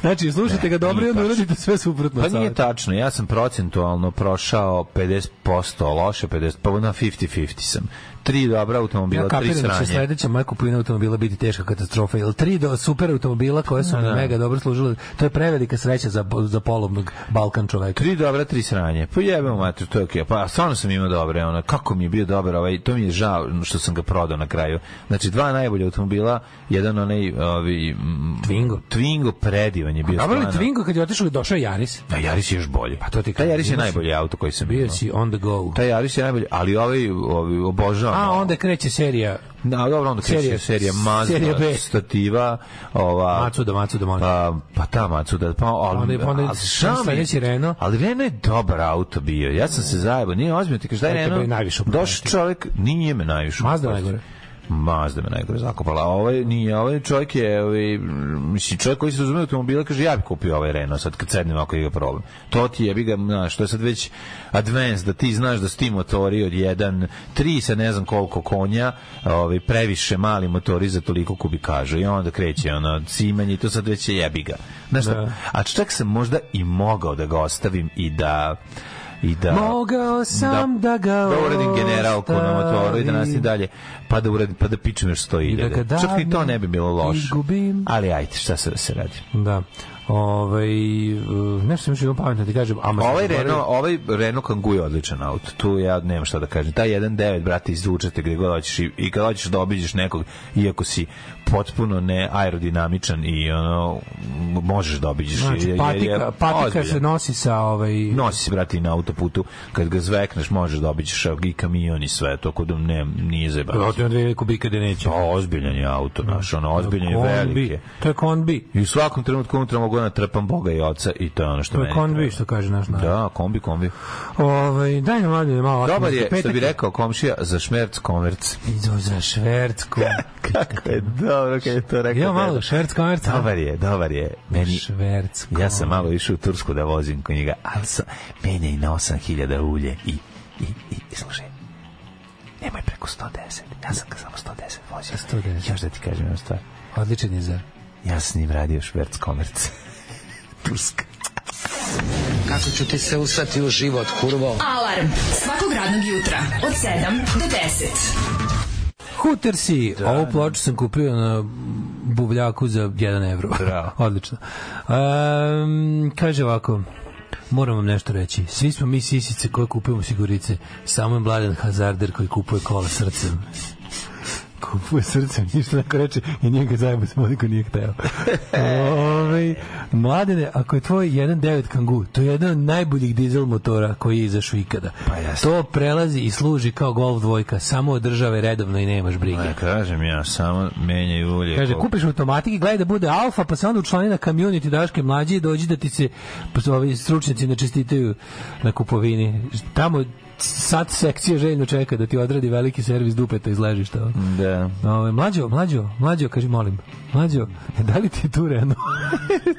F: Znači, slušajte ga dobro i
G: nije
F: onda
G: tačno.
F: uradite sve suprotno.
G: Pa nije
F: savetu.
G: tačno, ja sam procentualno prošao 50% loše, 50, pa na 50-50 sam. Tri dobra automobila,
F: Ja
G: tri
F: kapiram da će
G: sranje.
F: sledeća moja kupovina automobila biti teška katastrofa. Jel tri do super automobila koje
G: Da,
F: su mi mega dobro služile, to je prevelika sreća za, za polovnog Balkan čoveka.
G: Tri dobra, tri sranje. Pa jebemo mater, to je okej. Pa stvarno sam imao dobre, ono, kako mi je bio dobar, ovaj, to mi je žao što sam ga prodao na kraju. Znači, dva najbolja automobila, jedan onaj, ovi... mm,
F: Twingo.
G: Twingo predivan je bio.
F: Dobro li
G: stvarno.
F: Twingo kad je otišao i došao je Jaris?
G: Da, Jaris je još bolji. Pa
F: to ti
G: Taj
F: kažem,
G: Jaris je
F: bio si-
G: najbolji auto koji sam
F: Bio
G: imao.
F: si on the go.
G: Taj Jaris je najbolji, ali ovaj, ovaj obožavam.
F: A
G: ovo.
F: onda kreće serija
G: Da, dobro, onda kreće
F: Serija-
G: serija, serija Mazda,
F: serija B.
G: stativa, ova...
F: Macuda, Macuda, Macuda.
G: Pa, pa ta Macuda, pa ali,
F: Onda je- onda je
G: žao mi je-
F: sledeći Renault.
G: Ali Renault je dobar auto bio. Ja sam se zajebao, nije ozbiljno ti kažeš da je
F: Ali tebe je
G: Renault.
F: najviše upravo.
G: Došao čovjek, nije me najviše.
F: Mazda
G: upravo.
F: najgore.
G: Mazda me najgore zakopala. A ovaj nije, ovaj čovjek je, ovaj, mislim, čovjek koji se razume u automobile kaže ja bih kupio ovaj Renault sad kad sednem ako ga problem. To ti je, bi ga, znaš, to je sad već advanced, da ti znaš da su ti motori od 1, 3 sa ne znam koliko konja, ovaj, previše mali motori za toliko kubikažu i onda kreće ono cimanje i to sad već je jebi ga. Znaš, šta? a čak sam možda i mogao da ga ostavim i da i da
F: Mogao sam da ga
G: da uradim generalku na motoru i da nas i
F: ostavim.
G: dalje pa da uradim pa da pičem još 100
F: I da ga
G: Čak ni to ne bi bilo
F: davim i
G: loše.
F: gubim.
G: Ali ajde, šta se da se radi.
F: Da. Ovaj, e, nešto sam još imao pametno da ti kažem. Ama sam
G: Ovaj
F: zaboravio.
G: Renault, ovaj Renault Kangoo je odličan auto. Tu ja nemam šta da kažem. Taj 1.9, brate, izvučete gde god hoćeš i, i kad hoćeš da obiđeš nekog, iako si potpuno ne aerodinamičan i ono, možeš da obiđeš. jer- jer
F: Znači,
G: je
F: patika, patika
G: ozbiljan.
F: se nosi sa ovaj...
G: nosi se brate i na autoputu kad ga zvekneš možeš da obiđeš i kamion i sve to kod ne nije zajebano
F: Protiv dve kubike da neće.
G: Pa ozbiljan je auto naš, ono ozbiljan je
F: Da, Kombi.
G: velik je.
F: To je konbi.
G: I u svakom trenutku unutra mogu da trpam Boga i Oca i to je ono što
F: To
G: meni
F: je konbi,
G: treba.
F: što kaže naš narod.
G: Da, kombi, kombi.
F: Ovaj, daj nam mladine malo.
G: Dobar
F: atomski
G: je, što
F: petak.
G: bi rekao komšija, za šmerc konverc.
F: Idu za švercku.
G: Kako je dobro kad je to rekao. deda.
F: Ja malo švercka merca.
G: Dobar je, dobar je. Meni,
F: Švercko.
G: ja sam malo išao u Tursku da vozim kod njega, ali sam, mene i na 8000 ulje i, i, i, i slušaj, nemoj preko 110. Ja sam ga samo 110 vozio.
F: 110.
G: Još da ti kažem jednu stvar.
F: Odličan je zar.
G: Ja sam s njim radio šverc komerc. Turska.
B: Kako ću ti se usrati u život, kurvo?
E: Alarm svakog radnog jutra od 7 do 10.
F: Hootersi. Ovu ploču sam kupio na buvljaku za 1 evro.
G: Bravo.
F: Odlično. Um, kaže ovako, moram vam nešto reći. Svi smo mi sisice koje kupujemo sigurice. Samo je mladen hazarder koji kupuje kola srcem. kupuje srce, ništa tako reče i nije ga zajebao samo niko nije hteo. Ove, Ovaj, mladene, ako je tvoj 1.9 Kangoo, to je jedan od najboljih dizel motora koji je izašao ikada.
G: Pa jasno.
F: to prelazi i služi kao Golf dvojka, samo od države redovno i nemaš brige.
G: Ja Pa kažem ja, samo menjaj ulje.
F: Kaže,
G: koliko-
F: kupiš automatik i gledaj da bude alfa, pa se onda učlani na community Daške mlađe i dođi da ti se pa, ovi stručnjaci ne čestitaju na kupovini. Tamo sad sekcija željno čeka da ti odradi veliki servis dupeta iz ležišta.
G: Da.
F: Ove, mlađo, mlađo, mlađo, kaži molim. Mlađo, da li ti je tu Renault?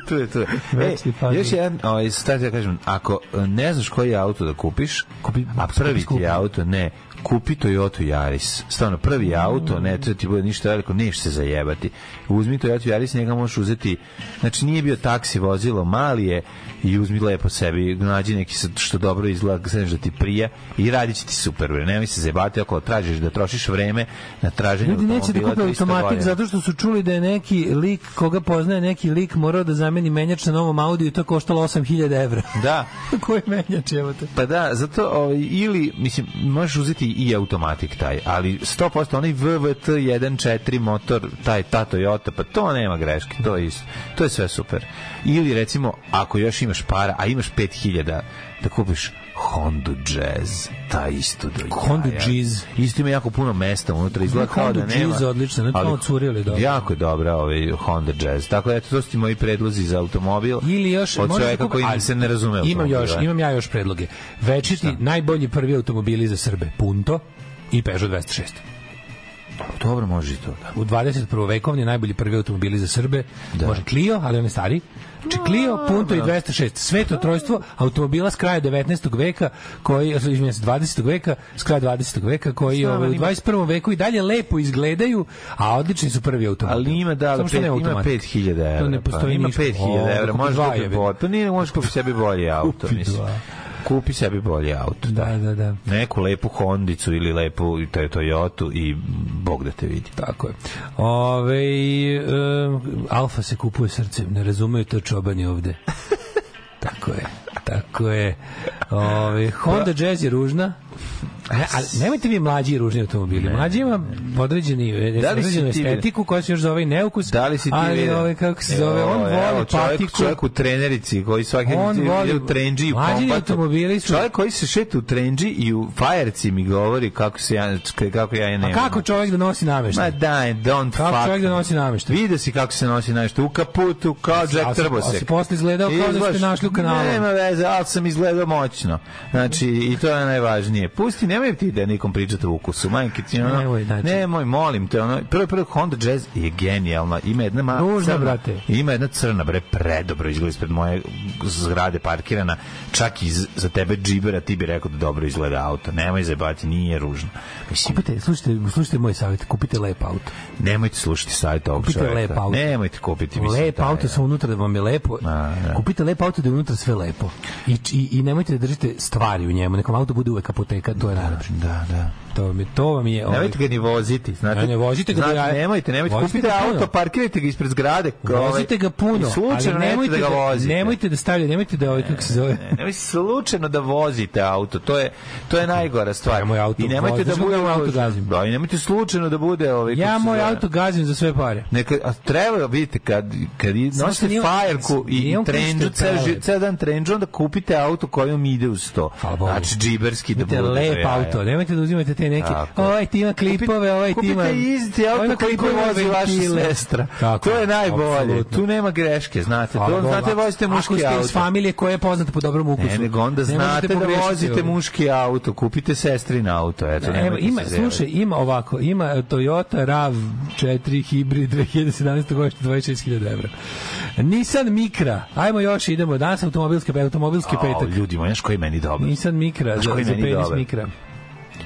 G: tu je, tu je.
F: Večni
G: E,
F: fazon.
G: još jedan, ovaj, sad ja kažem, ako e, ne znaš koji auto da kupiš,
F: Kupi-
G: a prvi ti
F: skupi.
G: je auto, ne, kupi Toyota Yaris. Stvarno,
F: Mm.
G: prvi auto, ne treba ti bude ništa veliko, neš se zajebati. Uzmi Toyota Yaris, njega možeš uzeti, znači nije bio taksi vozilo, mali je i uzmi lepo sebi, nađi neki sa- što dobro izgleda, znaš da ti prija i radit će ti super, bre. nemoj se zajebati ako tražiš da trošiš vreme na traženje
F: Ljudi neće da
G: automobila
F: kupe
G: 300
F: automatik
G: godina.
F: zato što su čuli da je neki lik, koga poznaje neki lik, morao da zameni menjač na novom Audiju i to koštalo 8000 evra.
G: Da,
F: Koji menjač, evo te?
G: Pa da, zato ovaj, ili, mislim, možeš uzeti i automatik taj, ali 100% onaj VVT 1.4 motor, taj ta Toyota, pa to nema greške, to je, isto, to je sve super. Ili recimo, ako još imaš para, a imaš 5000 da kupiš Honda Jazz, ta isto do
F: Honda
G: jaja.
F: Jazz.
G: Isto ima jako puno mesta unutra, izgleda kao da
F: Honda
G: nema.
F: Jazz je odlična, ne, to
G: ali
F: malo curi, ali dobro.
G: Jako je dobra ovaj Honda Jazz. Tako da, eto, to su ti moji predlozi za automobil.
F: Ili još
G: od
F: možeš da
G: čoveka
F: kupi-
G: koji
F: Ali,
G: se ne razume. u da.
F: Imam još,
G: automobile.
F: imam ja još predloge. Večiti najbolji prvi automobili za Srbe, Punto i Peugeot 206. Pa
G: Dobro, može i to, da.
F: U 21. vekovni najbolji prvi automobili za Srbe
G: Da.
F: može Clio, ali on je stari. Znači Clio, Punto i 206. Sveto trojstvo automobila s kraja 19. veka, koji, izvinjam se, 20. veka, s kraja 20. veka, koji ovaj, u 21. veku i dalje lepo izgledaju, a odlični su prvi automobili.
G: Ali ima da,
F: Samo što
G: pet,
F: nema
G: ima
F: automatik.
G: 5000 evra.
F: To ne
G: pa.
F: postoji
G: Ima
F: ništa.
G: 5000
F: O,
G: evra,
F: kupi
G: možeš
F: dva,
G: kupiti
F: jebi.
G: bolje. Pa nije, možeš kupiti sebi bolji auto,
F: Kupi
G: mislim.
F: dva.
G: Kupi sebi bolji auto.
F: Da, da, da.
G: Neku lepu Hondicu ili lepu taj Toyotu i Bog da te vidi.
F: Tako je. Ove, um, alfa se kupuje srcem, ne razumeju to čobani ovde. tako je. Tako je. Ove, Honda
G: Pa-
F: Jazz je ružna. A, ali nemojte vi mlađi i ružni automobili. Mlađi ima određeni,
G: Da
F: da
G: li si
F: određenu
G: ti vidio?
F: estetiku koja se još zove i neukus.
G: Da li si ti
F: ali
G: vidio?
F: ove, kako se zove, on
G: Evo,
F: voli
G: evo, čovjek,
F: patiku.
G: Čovjek u trenerici koji svaki
F: On
G: ide
F: voli-
G: u trenđi i u
F: Mlađi
G: kompatu.
F: automobili su-
G: Čovjek koji se šeta u trenđi i u fajerci mi govori kako se ja kako ja je
F: A
G: nemam.
F: kako čovjek da nosi
G: Ma
F: nameštaj?
G: daj, don't
F: Kako
G: fuck.
F: čovjek da
G: me.
F: nosi nameštaj?
G: Vidio si kako se nosi namještaj. U kaputu, kao
F: a
G: Jack
F: si-
G: Trbosek.
F: a si posle izgledao kao da ste
G: Izgledaš-
F: našli u kanalu.
G: Nema veze, ali sam izgledao moćno. Znači, i to je najvažnije. Pusti, nemoj ti da nikom pričate o ukusu. Majke ti, ono,
F: Nemoj, znači.
G: nemoj, molim te. Ono, prvo, prvo, Honda Jazz je genijalna. Ima jedna ma,
F: Ružna,
G: crna-
F: brate.
G: Ima jedna crna, bre, predobro izgleda ispred moje zgrade parkirana. Čak i z- za tebe džibera ti bi rekao da dobro izgleda auto. Nemoj zajebati, nije ružno. Mislim,
F: Kupite, slušajte, slušajte moj savjet, kupite lep auto.
G: Nemojte slušati savjet ovog
F: Kupite
G: čovjeka.
F: lep auto.
G: Nemojte kupiti. mislim,
F: Lep
G: taj,
F: auto sa unutra da vam je lepo.
G: A, da.
F: Kupite lep auto da je unutra sve lepo. I, i, i nemojte da držite stvari u njemu. Nekom auto bude uvek apoteka, to je najlepše.
G: Da, da.
F: To vam je, to vam je ovaj,
G: Nemojte ga ni voziti, znate.
F: Ne, ne, vozite ga do
G: Znate,
F: jaja.
G: nemojte, nemojte.
F: Vozite
G: Kupite
F: ga puno.
G: auto, parkirajte ga ispred zgrade. ovaj,
F: Vozite ga puno,
G: i Slučajno
F: ali nemojte
G: da ga vozite.
F: nemojte da stavljate, nemojte da ovaj kako se zove.
G: Ne, nemojte slučajno da vozite auto, to je to je najgora stvar.
F: Ja moj auto
G: I nemojte
F: vozim,
G: da
F: znaš
G: bude
F: kako ja auto gazim?
G: Da, i nemojte slučajno da bude ovaj
F: Ja
G: kako se
F: moj
G: zove.
F: auto gazim za sve pare.
G: Neka, a treba, vidite, kad, kad i-
F: Samo što
G: nosite
F: nije on-
G: fajerku i,
F: nije
G: i
F: on
G: trendžu,
F: kućni
G: ceo, ži-
F: prelep.
G: ceo dan trendžu, onda kupite auto kojom ide uz to.
F: Hvala Bogu.
G: Znači, džiberski da bude.
F: Kupite
G: do
F: lep
G: jaja.
F: auto, nemojte da uzimate te neke,
G: Tako je.
F: ovaj ti ima klipove, ovaj ti ima...
G: Kupite isti
F: ovaj
G: auto
F: ima
G: koji
F: klipove,
G: vozi vaša
F: ventile.
G: sestra.
F: Tako
G: to je najbolje.
F: apsolutno.
G: Tu nema greške, znate.
F: Hvala
G: To,
F: Bogu.
G: znate, vozite
F: Ako
G: muški
F: ste iz
G: auto.
F: familije koja je poznata po dobrom ukusu.
G: Ne, nego onda
F: možete
G: znate da
F: pogrešiti
G: vozite
F: ovdje.
G: muški auto, kupite sestrin auto, eto.
F: Evo,
G: nemojte se
F: ima,
G: zezati.
F: slušaj, ima ovako, ima e, Toyota RAV4 hibrid 2017. godište 26.000 evra. Nissan Micra, ajmo još, idemo, danas automobilski, automobilski
G: Au,
F: petak.
G: ljudi moji, znaš koji je meni dobro?
F: Nissan Micra,
G: Znaš
F: za,
G: koji
F: za
G: meni
F: penis
G: dobar?
F: Micra.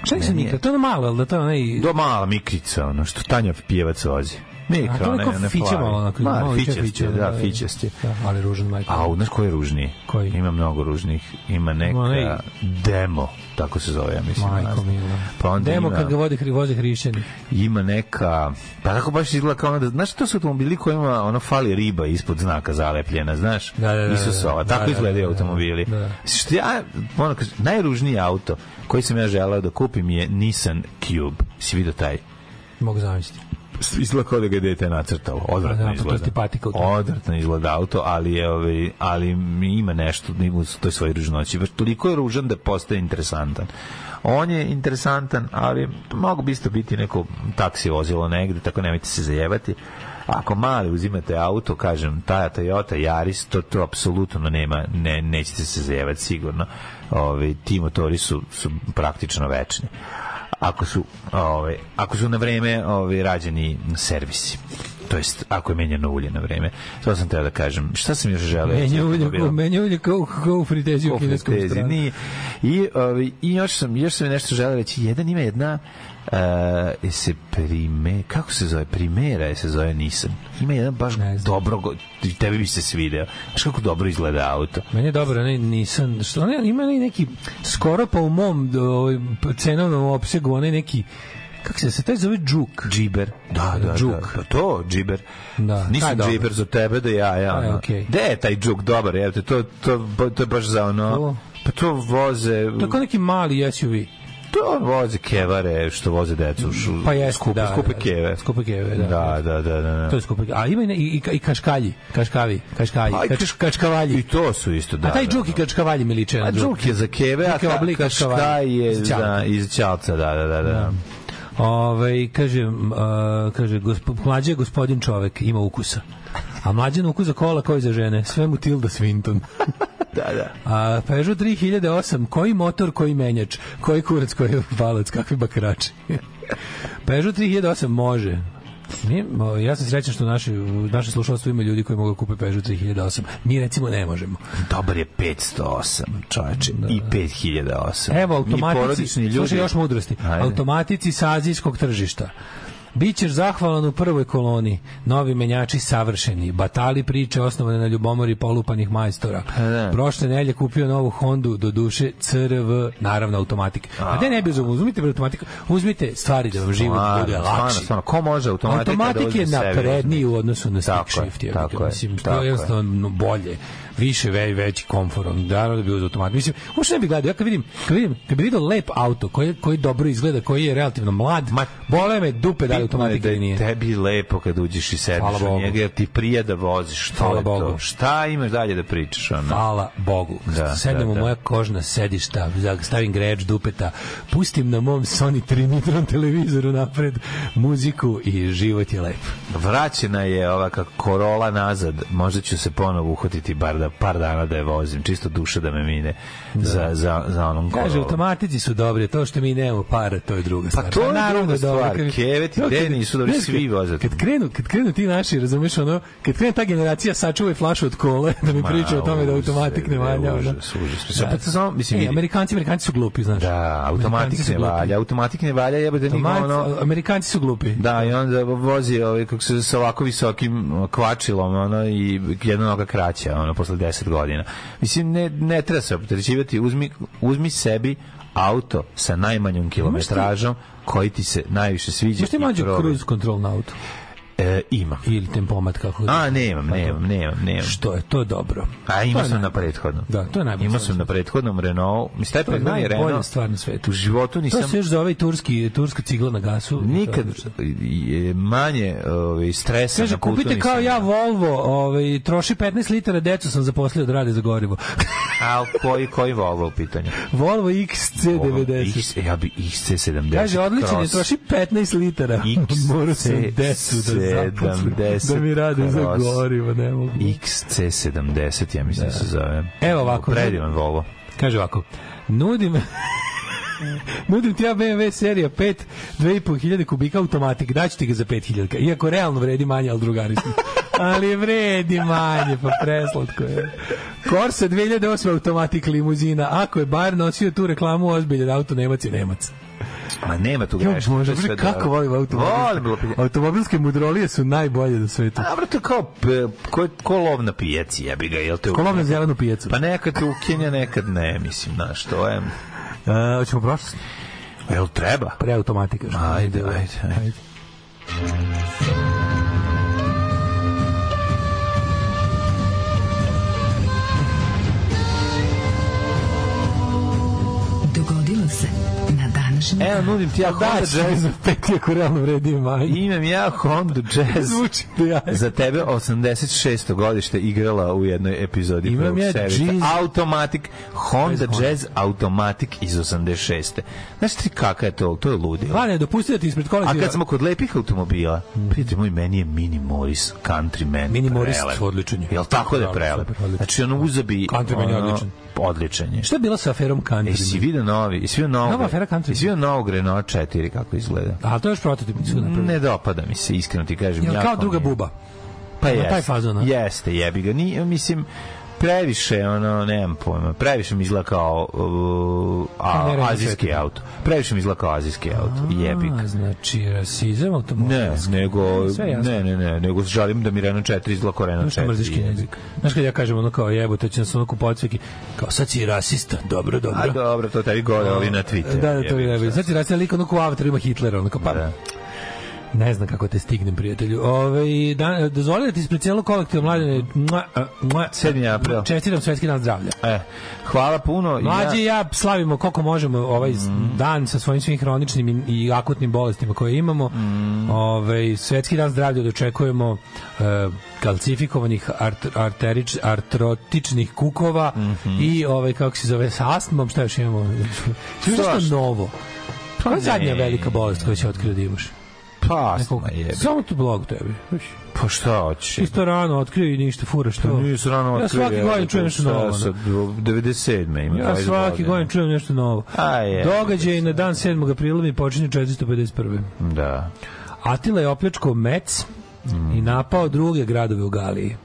F: Šta je Nissan
G: Meni je-
F: Micra? To je ono malo, ali da to je onaj...
G: Do mala mikrica, ono što Tanja Pjevac vozi. Mikra,
F: A to je
G: ona
F: neko
G: ona
F: fiće
G: plavi.
F: malo, onako,
G: Ma,
F: malo
G: fićast je,
F: fiće,
G: da,
F: da,
G: fićast je.
F: Da, ali ružan majko.
G: A, znaš koji je ružniji?
F: Koji?
G: Ima mnogo ružnih. Ima neka
F: Ima onaj-
G: demo, tako se zove, ja mislim.
F: Majko mila.
G: Pa onda
F: Demo
G: ima-
F: kad ga vode, hri- voze hrišćani.
G: ima neka pa tako baš izgleda kao ono da znaš to su automobili kojima ono fali riba ispod znaka zalepljena znaš
F: Da, da, da, da.
G: Isusova
F: Da,
G: tako
F: da, da,
G: izgledaju
F: da, da.
G: automobili
F: Da.
G: što ja ono kaže najružniji auto koji sam ja želeo da kupim je Nissan Cube si video taj
F: Mogu zamisliti.
G: izgleda kao da ga je dete nacrtalo.
F: Pa
G: Odvratno
F: da, pa to
G: izgleda.
F: ste patika u tome.
G: Odvratno izgleda auto, ali, je, ovaj, ali ima nešto u toj svojoj ružnoći. Baš toliko je ružan da postaje interesantan. On je interesantan, ali mogu bi isto biti neko taksi vozilo negde, tako nemojte se zajevati. Ako mali uzimate auto, kažem, ta Toyota Yaris, to, to apsolutno nema, ne, nećete se zajevati sigurno. Ovi, ti motori su, su praktično večni ako su ovaj ako su na vreme ovaj rađeni servisi to jest ako je menjano ulje na vreme to sam teo da kažem šta sam još želeo
F: Menja ulje,
G: Bilo-
F: ko, menja ulje kao, kao u fritezi u
G: Kofu
F: kineskom
G: tezi,
F: restoranu.
G: nije. I, ovaj, I još sam, još sam nešto želeo reći. Jedan ima jedna uh, se prime, kako se zove? Primera je se zove Nissan. Ima jedan baš
F: Ne znam.
G: dobro, go- tebi bi se svideo. Znaš kako dobro izgleda auto.
F: Meni je dobro, ne, nisam, što ne, ima onaj neki, skoro pa u mom do, ovaj, p- cenovnom opsegu, onaj neki, kako se, se taj zove džuk.
G: Džiber. Da, da,
F: Džuk.
G: da. Pa to, džiber.
F: Da, taj
G: Nisam
F: dobro.
G: džiber za tebe, da ja, ja.
F: Taj
G: Ono.
F: okej.
G: Gde je taj džuk dobar, evo te, to, to, to je baš za ono...
F: To?
G: Pa to voze...
F: To je kao neki mali SUV.
G: To voze kevare, što voze decu. Šu,
F: Pa jeste,
G: skupe,
F: da,
G: Skupe
F: da,
G: keve.
F: skupe keve, da.
G: Da, da, da, da. da.
F: To je skupo. A ima i, ne- i, i kaškalji, kaškavi, kaškalji,
G: Aj,
F: kač,
G: kaš-
F: kačkavalji.
G: Pa I to su isto, da.
F: A taj
G: da,
F: džuk i
G: da.
F: kačkavalji mi liče na
G: A
F: džuk.
G: džuk je za keve, a
F: Džuk je
G: ka-
F: oblik
G: kaška
F: kaškavanja.
G: je
F: ovaj Iz Ćalca.
G: za, iz Ćalca, da, da, da. da.
F: Ove, Ovaj, kaže, m, a, kaže gospo, mlađe je gospodin čovek, ima ukusa. A mlađe ukus za kola koji za žene, sve mu Tilda Swinton.
G: Da, da.
F: A Peugeot 3008, koji motor, koji menjač, koji kurac, koji balac, kakvi bakarači. Peugeot 3008 može. Mi, o, ja sam srećan što naši, naše slušalstvo ima ljudi koji mogu da kupe Peugeot 3008. Mi recimo ne možemo.
G: Dobar je 508, čoveče, i 5008.
F: Da, Evo,
G: Mi
F: automatici,
G: porodični
F: ljudi...
G: ljudi.
F: slušaj još mudrosti,
G: Ajde.
F: automatici sa azijskog tržišta. Bićeš zahvalan u prvoj koloni, novi menjači savršeni, batali priče osnovane na ljubomori polupanih majstora.
G: da.
F: Prošle nelje kupio novu Hondu, do duše CRV, naravno automatik. A gde ne bi uzmeo, uzmite bre automatiku, uzmite stvari da vam život
G: Stvarno,
F: bude
G: stvarno,
F: lakši.
G: stvarno, ko može automatika da
F: Automatik
G: uzme
F: je
G: sebi,
F: napredniji
G: uzme?
F: u odnosu na stick
G: Tako je,
F: shift. Je,
G: tako je,
F: mislim, to
G: tako
F: je
G: je.
F: jednostavno bolje. Više ve, veći komfor. On Naravno da bi uz automat. Mislim, uopšte ne bi gledao. Ja kad vidim, kad vidim, kad bi vidio lep auto koji, koji dobro izgleda, koji je relativno mlad,
G: Ma,
F: bole me dupe da li
G: Bitno je
F: automatik
G: da
F: ili
G: je
F: nije.
G: tebi lepo kad uđeš i
F: Hvala
G: sediš
F: Bogu.
G: u njega, jer ti prija da voziš. Što
F: Hvala
G: je to?
F: Bogu.
G: Šta imaš dalje da pričaš? Ono?
F: Hvala Bogu. Da,
G: Da,
F: Sednem
G: da,
F: u
G: da.
F: moja kožna sedišta, stavim greč dupeta, pustim na mom Sony 3 nitron televizoru napred muziku i život je lep.
G: Vraćena je ova kako korola nazad. Možda ću se ponovo uhvatiti bar da par dana da je vozim, čisto duša da me mine za za za onom korolom.
F: Kaže, automatici su dobri, to što mi nemamo para, to je druga stvar.
G: Pa to je
F: naravno
G: druga
F: da je dobro,
G: stvar,
F: kad bi-
G: kevet i
F: No,
G: gde
F: kad-
G: nisu dobri,
F: znaš,
G: svi
F: kad-
G: voze.
F: Kad krenu, kad krenu ti naši, razumeš, ono, kad krene ta generacija, sačuvaj flašu od kole, da mi
G: Ma,
F: priča o tome da
G: užas,
F: automatik
G: bre,
F: ne valja. ono.
G: užas, užas. Mislim, pa to samo, mislim,
F: E,
G: vidi.
F: Amerikanci, Amerikanci su glupi, znaš.
G: Da, automatik
F: Amerikanci
G: ne
F: su glupi.
G: valja, automatik ne valja, jebote niko
F: Automat-
G: ono...
F: Amerikanci su glupi.
G: Da, i onda vozi ovaj, kako se sa ovako visokim kvačilom ono, i jedna noga kraća ono, posle 10 godina. Mislim, ne, ne treba se opterećivati. Uzmi, uzmi sebi auto sa najmanjom kilometražom koji ti se najviše sviđa.
F: Možete
G: i
F: mlađu
G: probaj.
F: cruise control na auto?
G: E, imam.
F: Ili tempomat, kako ga
G: A, nemam, nemam, nemam, nemam.
F: Što je to dobro.
G: A ima
F: To je
G: sam
F: naj-
G: na prethodnom.
F: Da, to je najbolje.
G: Ima sam na prethodnom Renault. Mislim, taj
F: To je
G: prethodni
F: najbolja
G: Renault.
F: stvar na svetu.
G: U životu
F: To
G: Pa nisam
F: se još zove i turski, turska cigla na gasu.
G: nikad
F: To je odlično.
G: je manje ovaj, stresa
F: da, Kaže,
G: na putu
F: kupite kao
G: nisam
F: ja
G: imao.
F: Volvo, ovaj, troši 15 litara, decu sam zaposlio da rade za gorivo.
G: A koji, koji Volvo u pitanju?
F: Volvo XC90.
G: X, ja bi XC70.
F: Kaže, odličan je,
G: cross.
F: troši 15 litara. Morao sam decu da zaposlim, da mi rade za
G: cross.
F: gorivo, ne mogu.
G: XC70, ja mislim da. se zove.
F: Evo ovako.
G: Predivan Volvo.
F: Kaže ovako, nudim... Nudim ti ja BMW serija 5, 2500 kubika automatik, daću ti ga za 5000, iako realno vredi manje, ali drugari smo. Ali vredi manje, pa preslatko je. Corsa 2008 automatik limuzina, ako je bar nosio tu reklamu ozbiljan auto, Nemac je Nemac.
G: Ma nema tu
F: Jo,
G: greška.
F: bože,
G: to je sve
F: bre, kako
G: dobro.
F: volim automobilske.
G: Volim.
F: Automobilske mudrolije su najbolje na svetu.
G: A, brate, kao p- ko, ko lov na pijaci, jebi ga, jel te... u-
F: Kolom na zelenu pijacu.
G: Pa nekad te ukinja, nekad ne, mislim, znaš, to je...
F: E, hoćemo prošlost?
G: Jel treba?
F: Pre automatika. što
G: Ajde,
F: ide.
G: ajde, ajde.
E: Dogodilo se na dan
G: Evo, E, nudim ti ja
F: da,
G: Honda Jazz.
F: za petlje ako realno vredi manje.
G: Imam ja Honda Jazz.
F: Zvuči da ja.
G: Za tebe 86. godište igrala u jednoj epizodi
F: Imam
G: prvog
F: ja
G: servisa.
F: Jazz.
G: Automatic, Honda
F: Bez Honda.
G: Jazz Automatic iz 86. Znaš ti kaka je to? To je ludilo.
F: Vane, dopusti da ti ispred kola.
G: A kad smo kod lepih automobila, prijatelj moj, meni je Mini Morris Countryman
F: Mm. Mini Morris,
G: prelep.
F: odličan je.
G: Jel tako da je
F: Da,
G: prelep?
F: super, odličan.
G: Znači, ono uzabi...
F: Countryman je
G: ono,
F: odličan.
G: Odličan je.
F: Šta je bila sa aferom
G: E, si
F: Country?
G: vidio novi, i vidio novog,
F: Nova afera Countryman.
G: jesi vidio novog Renault 4 kako izgleda?
F: A to je još prototip. nisu ga napravili.
G: Ne dopada mi se, iskreno ti kažem.
F: Mm. Jel
G: jako
F: kao
G: mi
F: druga
G: je.
F: buba?
G: Pa
F: Na
G: jeste,
F: taj fazon, a?
G: jeste, jebi ga. Ni, mislim, previše, ono, nemam pojma, previše mi izgleda kao uh,
F: A, ne,
G: a,
F: Renault
G: azijski
F: 4.
G: auto. Previše mi izgleda kao azijski auto, jebi ga.
F: A, znači, rasizam
G: Ne,
F: automobilski.
G: nego,
F: Sve jasno.
G: ne, ne, ne, nego žalim da mi Renault 4 izgleda kao Renault
F: Znaš što
G: 4.
F: mrziš kinezi? Znaš kad ja kažem ono kao jebo, to će nas ono kupovati sveki, kao sad si rasista, dobro, dobro.
G: A dobro, to tebi gore, ali na Twitteru.
F: Da, da, to
G: jebi
F: je
G: ga.
F: jebo. Sad si rasista, lik ono ko u avataru ima Hitlera, ono kao pa...
G: Da.
F: Ne znam kako te stignem, prijatelju. Ove, da, dozvoli da ti ispred cijelog kolektiva mladine... Mua, a, mua,
G: 7. Mhm. april.
F: Čestitam svetski dan zdravlja.
G: E, hvala puno. i Mm.
F: Mlađi i ja slavimo koliko možemo ovaj dan sa svojim svim hroničnim i, i akutnim bolestima koje imamo.
G: Mm.
F: Ovaj svetski dan zdravlja dočekujemo e, kalcifikovanih art, arterič, artrotičnih kukova
G: Mhm.
F: i ovaj kako se zove sa astmom, šta još imamo? Sve
G: Svašta.
F: što novo. Koja je
G: Pa ne.
F: zadnja velika bolest koju si otkrio da imaš?
G: Pa, astma jebi.
F: Samo tu blog tebi. Uš,
G: Pa šta hoće?
F: Isto rano otkrio i ništa furaš to.
G: Pa Nisu rano
F: Ja
G: otkrio,
F: svaki
G: je,
F: godin
G: to
F: čujem nešto
G: šta
F: novo. ono.
G: sad, 97. ima
F: Ja
G: 20
F: svaki
G: godina.
F: godin čujem nešto novo.
G: A je.
F: Događaj na dan 7. aprila mi počinje 451.
G: Da.
F: Atila je opljačkao Mec i napao druge gradove u Galiji.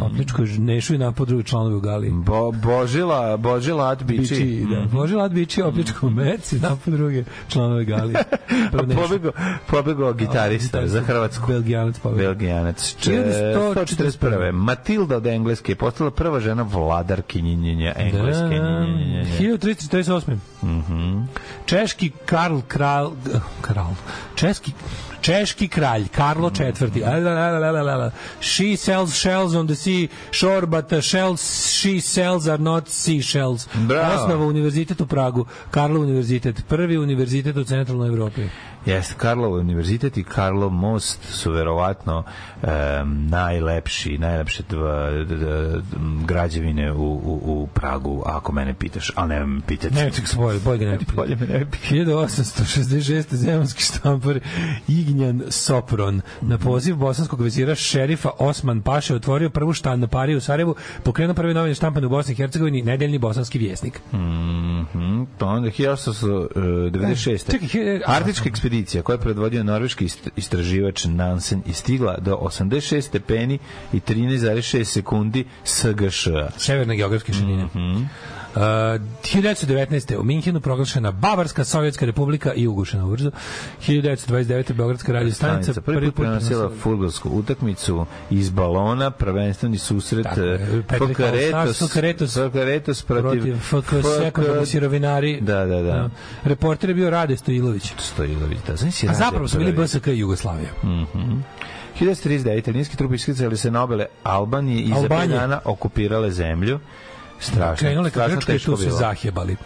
F: Opljačkao je Nešu i napao druge članove u Galiji.
G: Bo, božila, božila Atbići.
F: Bići, da. Bože Lad Bići je opljačkao Mec i napao druge članove Galije. Prvo Nešu.
G: Pobegao, pobegao gitarista za Hrvatsku.
F: Belgijanac pobegao.
G: Belgijanac. Če-
F: 1141.
G: 141. Matilda od Engleske je postala prva žena vladar kinjenjenja Engleske.
F: Da,
G: Njenjenjenja.
F: 1348. Mhm. Češki Karl Kral... Kral... Češki... Češki kralj, Karlo IV. A, la, la, la, la, la, la. She sells shells on the sea shore, but the shells she sells are not sea shells.
G: Bravo.
F: Osnova univerzitet u Pragu, Karlo univerzitet, prvi univerzitet u centralnoj Evropi.
G: Jeste, Karlov univerzitet i Karlov most su verovatno em, najlepši, najlepše dva, d- d- građevine u, u, u Pragu, ako mene pitaš, ali nemoj me pitati.
F: Ne, ček svoj, bolje ga ne pitaj.
G: Bolje me ne pitaš.
F: 1866. zemunski štampar Ignjan Sopron na
G: Mhm.
F: poziv bosanskog vezira šerifa Osman Paše otvorio prvu štampariju u Sarajevu, pokrenuo prve novine štampane u Bosni i Hercegovini, nedeljni bosanski vjesnik.
G: Mhm, pa onda 1896.
F: E, Čekaj, he- a-
G: Arktička ekspedicija koja je predvodio norveški ist- istraživač Nansen i stigla do 86 stepeni i 13,6 sekundi SGŠ.
F: Severne geografske širine. Mm
G: Mhm.
F: -hmm. Uh, 1919. u Minhenu proglašena Bavarska Sovjetska republika i ugušena ubrzo. 1929. Beogradska radio stanica
G: Stanica prvi put prenosila fudbalsku utakmicu iz balona, prvenstveni susret
F: Tako je,
G: eh,
F: Petri
G: FK
F: Kalostar,
G: Retos-
F: FK Retos
G: FK Retos
F: protiv
G: protiv
F: FK sekundarni sirovinari. Uh,
G: Da, da, da.
F: Reporter je bio Rade Stojilović.
G: Stojilović, da, znaš si
F: A
G: Rade
F: zapravo su bili
G: prvi.
F: BSK i Jugoslavija.
G: 1939. italijanski trupi iskrcali se na obale Albanije i za pet
F: Albanije.
G: dana okupirale zemlju. Strašno.
F: Krenuli ka
G: strašno
F: Grčkoj i
G: teško
F: tu se
G: bilo.
F: zahjebali.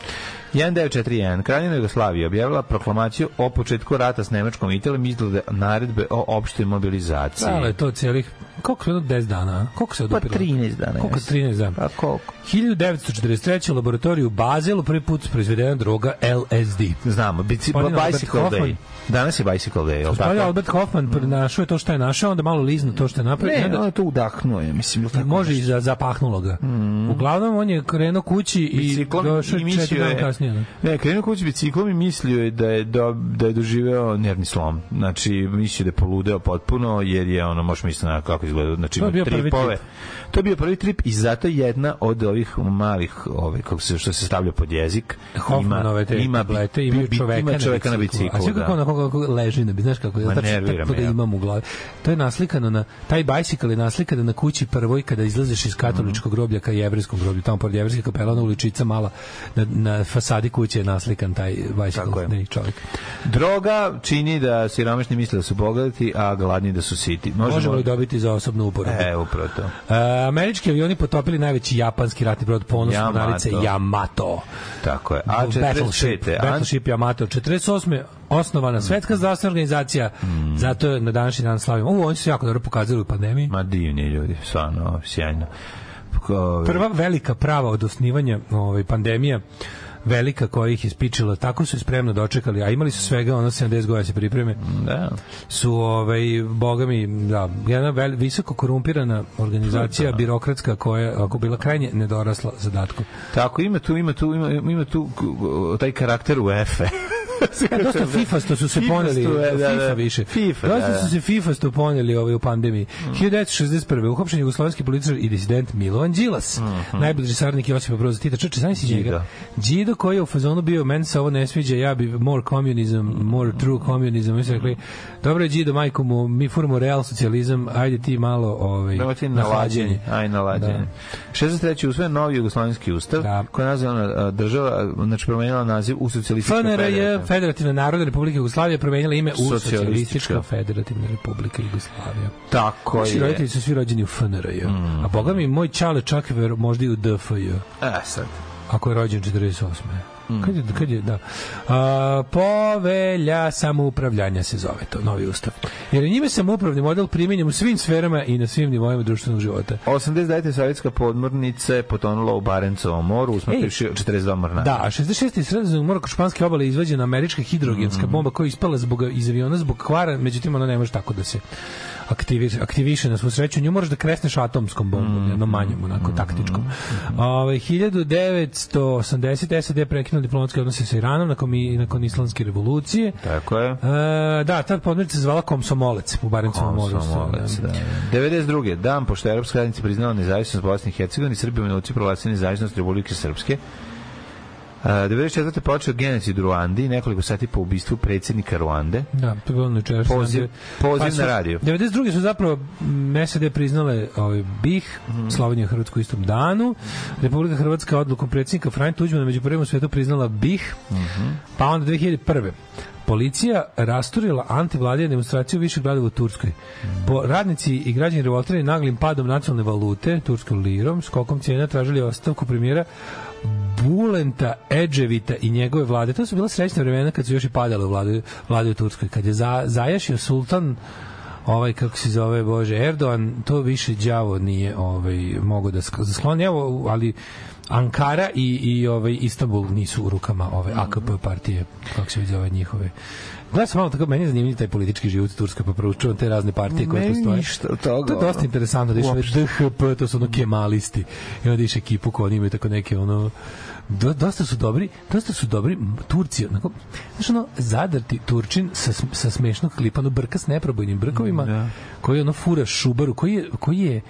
G: 1941. Kraljevina Jugoslavija objavila proklamaciju o početku rata s Nemačkom i Italijom izglede naredbe o opštoj mobilizaciji.
F: Stalo je to cijelih, koliko je ono 10 dana? a? Koliko se
G: Pa
F: odupilo?
G: 13 dana.
F: Koliko
G: jesu.
F: 13 dana?
G: Pa koliko?
F: 1943. u laboratoriju u Bazelu prvi put proizvedena droga LSD.
G: Znamo, bici,
F: Pa, Albert
G: bicycle
F: Hoffman.
G: day. Danas je bicycle day, je li
F: Pa je
G: tako?
F: Albert Hoffman pronašao je to što je našao, onda malo liznu to što je napravio. i
G: Ne,
F: onda-
G: on je to udahnuo je, mislim. je li
F: I
G: tako
F: može i
G: nešto?
F: za, zapahnulo ga. Uglavnom, on je krenuo kući i
G: Mhm. Biciklom
F: došao
G: i
F: četiri
G: mislio
F: dana
G: je...
F: kasnije. da.
G: Ne, krenuo kući biciklom i mislio je da je, do, da je doživeo nervni slom. Znači, mislio da je poludeo potpuno, jer je ono, možeš misliti na kako izgleda, znači,
F: To je bio
G: ima
F: prvi
G: tripove.
F: trip.
G: To je bio prvi trip i zato jedna od ovih malih, ove, kako se, što se stavlja pod jezik,
F: Hoffmanove te
G: ima,
F: tablete,
G: bi-
F: imaju
G: bi-
F: čoveka,
G: ima čoveka na biciklu.
F: A sve kako
G: da.
F: onako kako leži na biciklu, znaš kako,
G: Ma,
F: ja tačno
G: nervira
F: tako
G: me,
F: ga
G: ja.
F: imam u glavi. To je naslikano na, taj bajsikl je naslikan na kući prvoj kada izlaziš iz katoličkog groblja ka jevrijskom groblju, tamo pored jevrijske kapela, ona uličica mala, na, na fasadi kuće je naslikan taj bajsikl,
G: Tako je.
F: ne čovjek.
G: Droga čini da siromašni misle da su bogati, a gladni da su siti.
F: Možemo li dobiti za osobnu uporabu.
G: E, upravo to.
F: E, američki avioni potopili najveći japanski ratni brod ponos
G: Yamato.
F: mornarice Yamato.
G: Tako je. A
F: Battleship,
G: 45. A
F: Battleship Yamato. 48. osnovana svetska zdravstvena organizacija, zato je na današnji dan slavimo. U, oni su se jako dobro pokazali u pandemiji.
G: Hmm. Ma divni ljudi, stvarno, sjajno. Ko-
F: Prva velika prava od osnivanja ovaj, pandemije velika koja ih je spičila, tako su je spremno dočekali, a imali su svega ono 70 godina se pripreme,
G: Da.
F: su ovaj, bogami, da, jedna vel, visoko korumpirana organizacija,
G: Da.
F: birokratska koja je ako bila krajnje nedorasla zadatku.
G: Tako, ima tu, ima tu, ima, ima tu k- o, taj karakter u Efe.
F: E, dosta FIFA sto su se
G: Fifasto,
F: poneli,
G: e, da,
F: FIFA
G: da.
F: više.
G: FIFA,
F: dosta
G: da, da. Mm.
F: su se FIFA sto poneli ovaj, u pandemiji. 1961. uhapšen jugoslovenski političar i disident Milovan Đilas,
G: Mhm.
F: najbliži saradnik Josipa Broza Tita. Čoče, znaš si njega? Đido koji je u fazonu bio, meni se ovo ne sviđa, ja bi more communism, more true communism. Mi su rekli, dobro je Đido, majko mu, mi furamo real socijalizam, ajde ti malo ovaj, Da.
G: Prvo ti
F: na
G: nalađenje.
F: hlađenje.
G: Aj, nalađenje. 63. usvojen novi jugoslovenski ustav,
F: Da.
G: koja je nazvana a, država, znači promenila naziv u socijalistička
F: FNR je
G: federacija.
F: Federativna narodna republika Jugoslavija promenila ime u
G: Socijalistička.
F: Socijalistička federativna republika Jugoslavija.
G: Tako
F: Naši roditelji
G: je.
F: su svi rođeni u FNRJ. A boga mi, moj čale čak je vero- možda i u DFJ,
G: E, sad.
F: ako je rođen 48. Kad je, kad je, da. A, povelja samoupravljanja se zove to, novi ustav. Jer je njime samoupravni model primenjen u svim sferama i na svim nivoima društvenog života.
G: 89. sovjetska podmornica je potonula u Barencovom moru, usmrtivši 42 mornara.
F: Da, a 66. iz sredozemnog mora kod španske obale izvađena američka hidrogenska bomba koja je ispala zbog, iz aviona zbog kvara, međutim ona ne može tako da se aktiviše, aktiviše na svu sreću. Nju moraš da kresneš atomskom bombom, jednom manjom, onako taktičkom. Ovaj, Ove, 1980. SAD prekinula diplomatske odnose sa Iranom nakon, i- nakon islamske revolucije.
G: Tako je.
F: E, da, ta podmornica se zvala Komsomolec u Barencovom moru.
G: Komsomolec, da. 92. dan pošto je Europska radnica priznala nezavisnost Bosne i Hercegovine, Srbija u noći proglasila nezavisnost Republike Srpske. Uh, 94. počeo genocid u Ruandi, nekoliko sati po ubistvu predsjednika Ruande.
F: Da, to je bilo na jučerašnji dan. Pa
G: Poziv- poziv
F: su-
G: na radio.
F: 92. su zapravo mm, SAD priznale ovaj, BiH,
G: Mhm.
F: Slovenija i Hrvatsku u istom danu. Republika Hrvatska odlukom predsjednika Franj Tuđmana među prvim u svetu priznala BiH,
G: Mhm.
F: pa onda 2001. Policija rasturila antivladine demonstraciju više gradova u Turskoj. Po radnici i građani revoltirani naglim padom nacionalne valute, turskom lirom, skokom cijena tražili ostavku premijera Bulenta Edževita i njegove vlade. To su bila srećna vremena kad su još i padale vlade, vlade u Turskoj. Kad je za, zajašio sultan ovaj kako se zove bože Erdogan to više đavo nije ovaj mogu da sk- skloni evo ali Ankara i i ovaj Istanbul nisu u rukama ove
G: Mhm.
F: AKP partije kako se vidi zove njihove Gledam sam malo tako, meni je zanimljiv taj politički život u Turskoj, pa proučavam te razne partije koje
G: Meni
F: postoje.
G: ništa od toga,
F: To je dosta
G: ono.
F: interesantno, da išle DHP, to su ono kemalisti. I onda iš ekipu koja oni imaju tako neke ono do, dosta su dobri, dosta su dobri m, Turci, onako, znaš ono, zadrti Turčin sa, sm- sa smešnog klipa, ono brka s neprobojnim
G: Mm,
F: brkovima,
G: da.
F: koji ono fura šubaru, koji je, koji je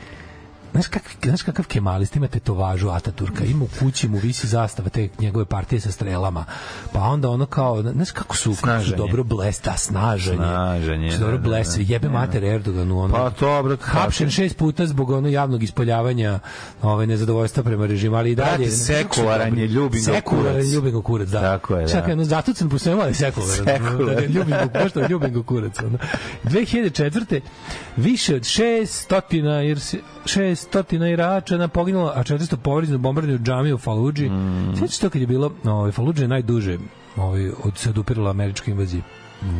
F: Znaš, kak, znaš kakav kemalist ima tetovažu Ataturka, ima u kući mu visi zastava te njegove partije sa strelama pa onda ono kao, znaš kako su, kako su
G: Snaženje.
F: dobro blesta, snažanje
G: Snaženje,
F: su dobro
G: da, da, da.
F: blesti, jebe mater Erdoganu ono,
G: Pa to, bro,
F: hapšen šest puta zbog ono javnog ispoljavanja ove nezadovoljstva prema režimu, ali i dalje.
G: Brate, sekularan je Ljubinko
F: Sekularan je
G: Kurac.
F: Ljubinko Kurac, da.
G: Tako je, da.
F: Čak, no, zatucan po svemu, ali sekularan.
G: Sekularan.
F: Da, da, Ljubinko, pošto je Ljubinko Kurac. Ono. 2004. više od 600 jer se 600 Iračana poginulo, a 400 povređeno bombardanje u džami u Faludži. Mm. Sveći to kad je bilo, ovaj, Faludža je najduže ovaj, od se odupirala američkoj invaziji.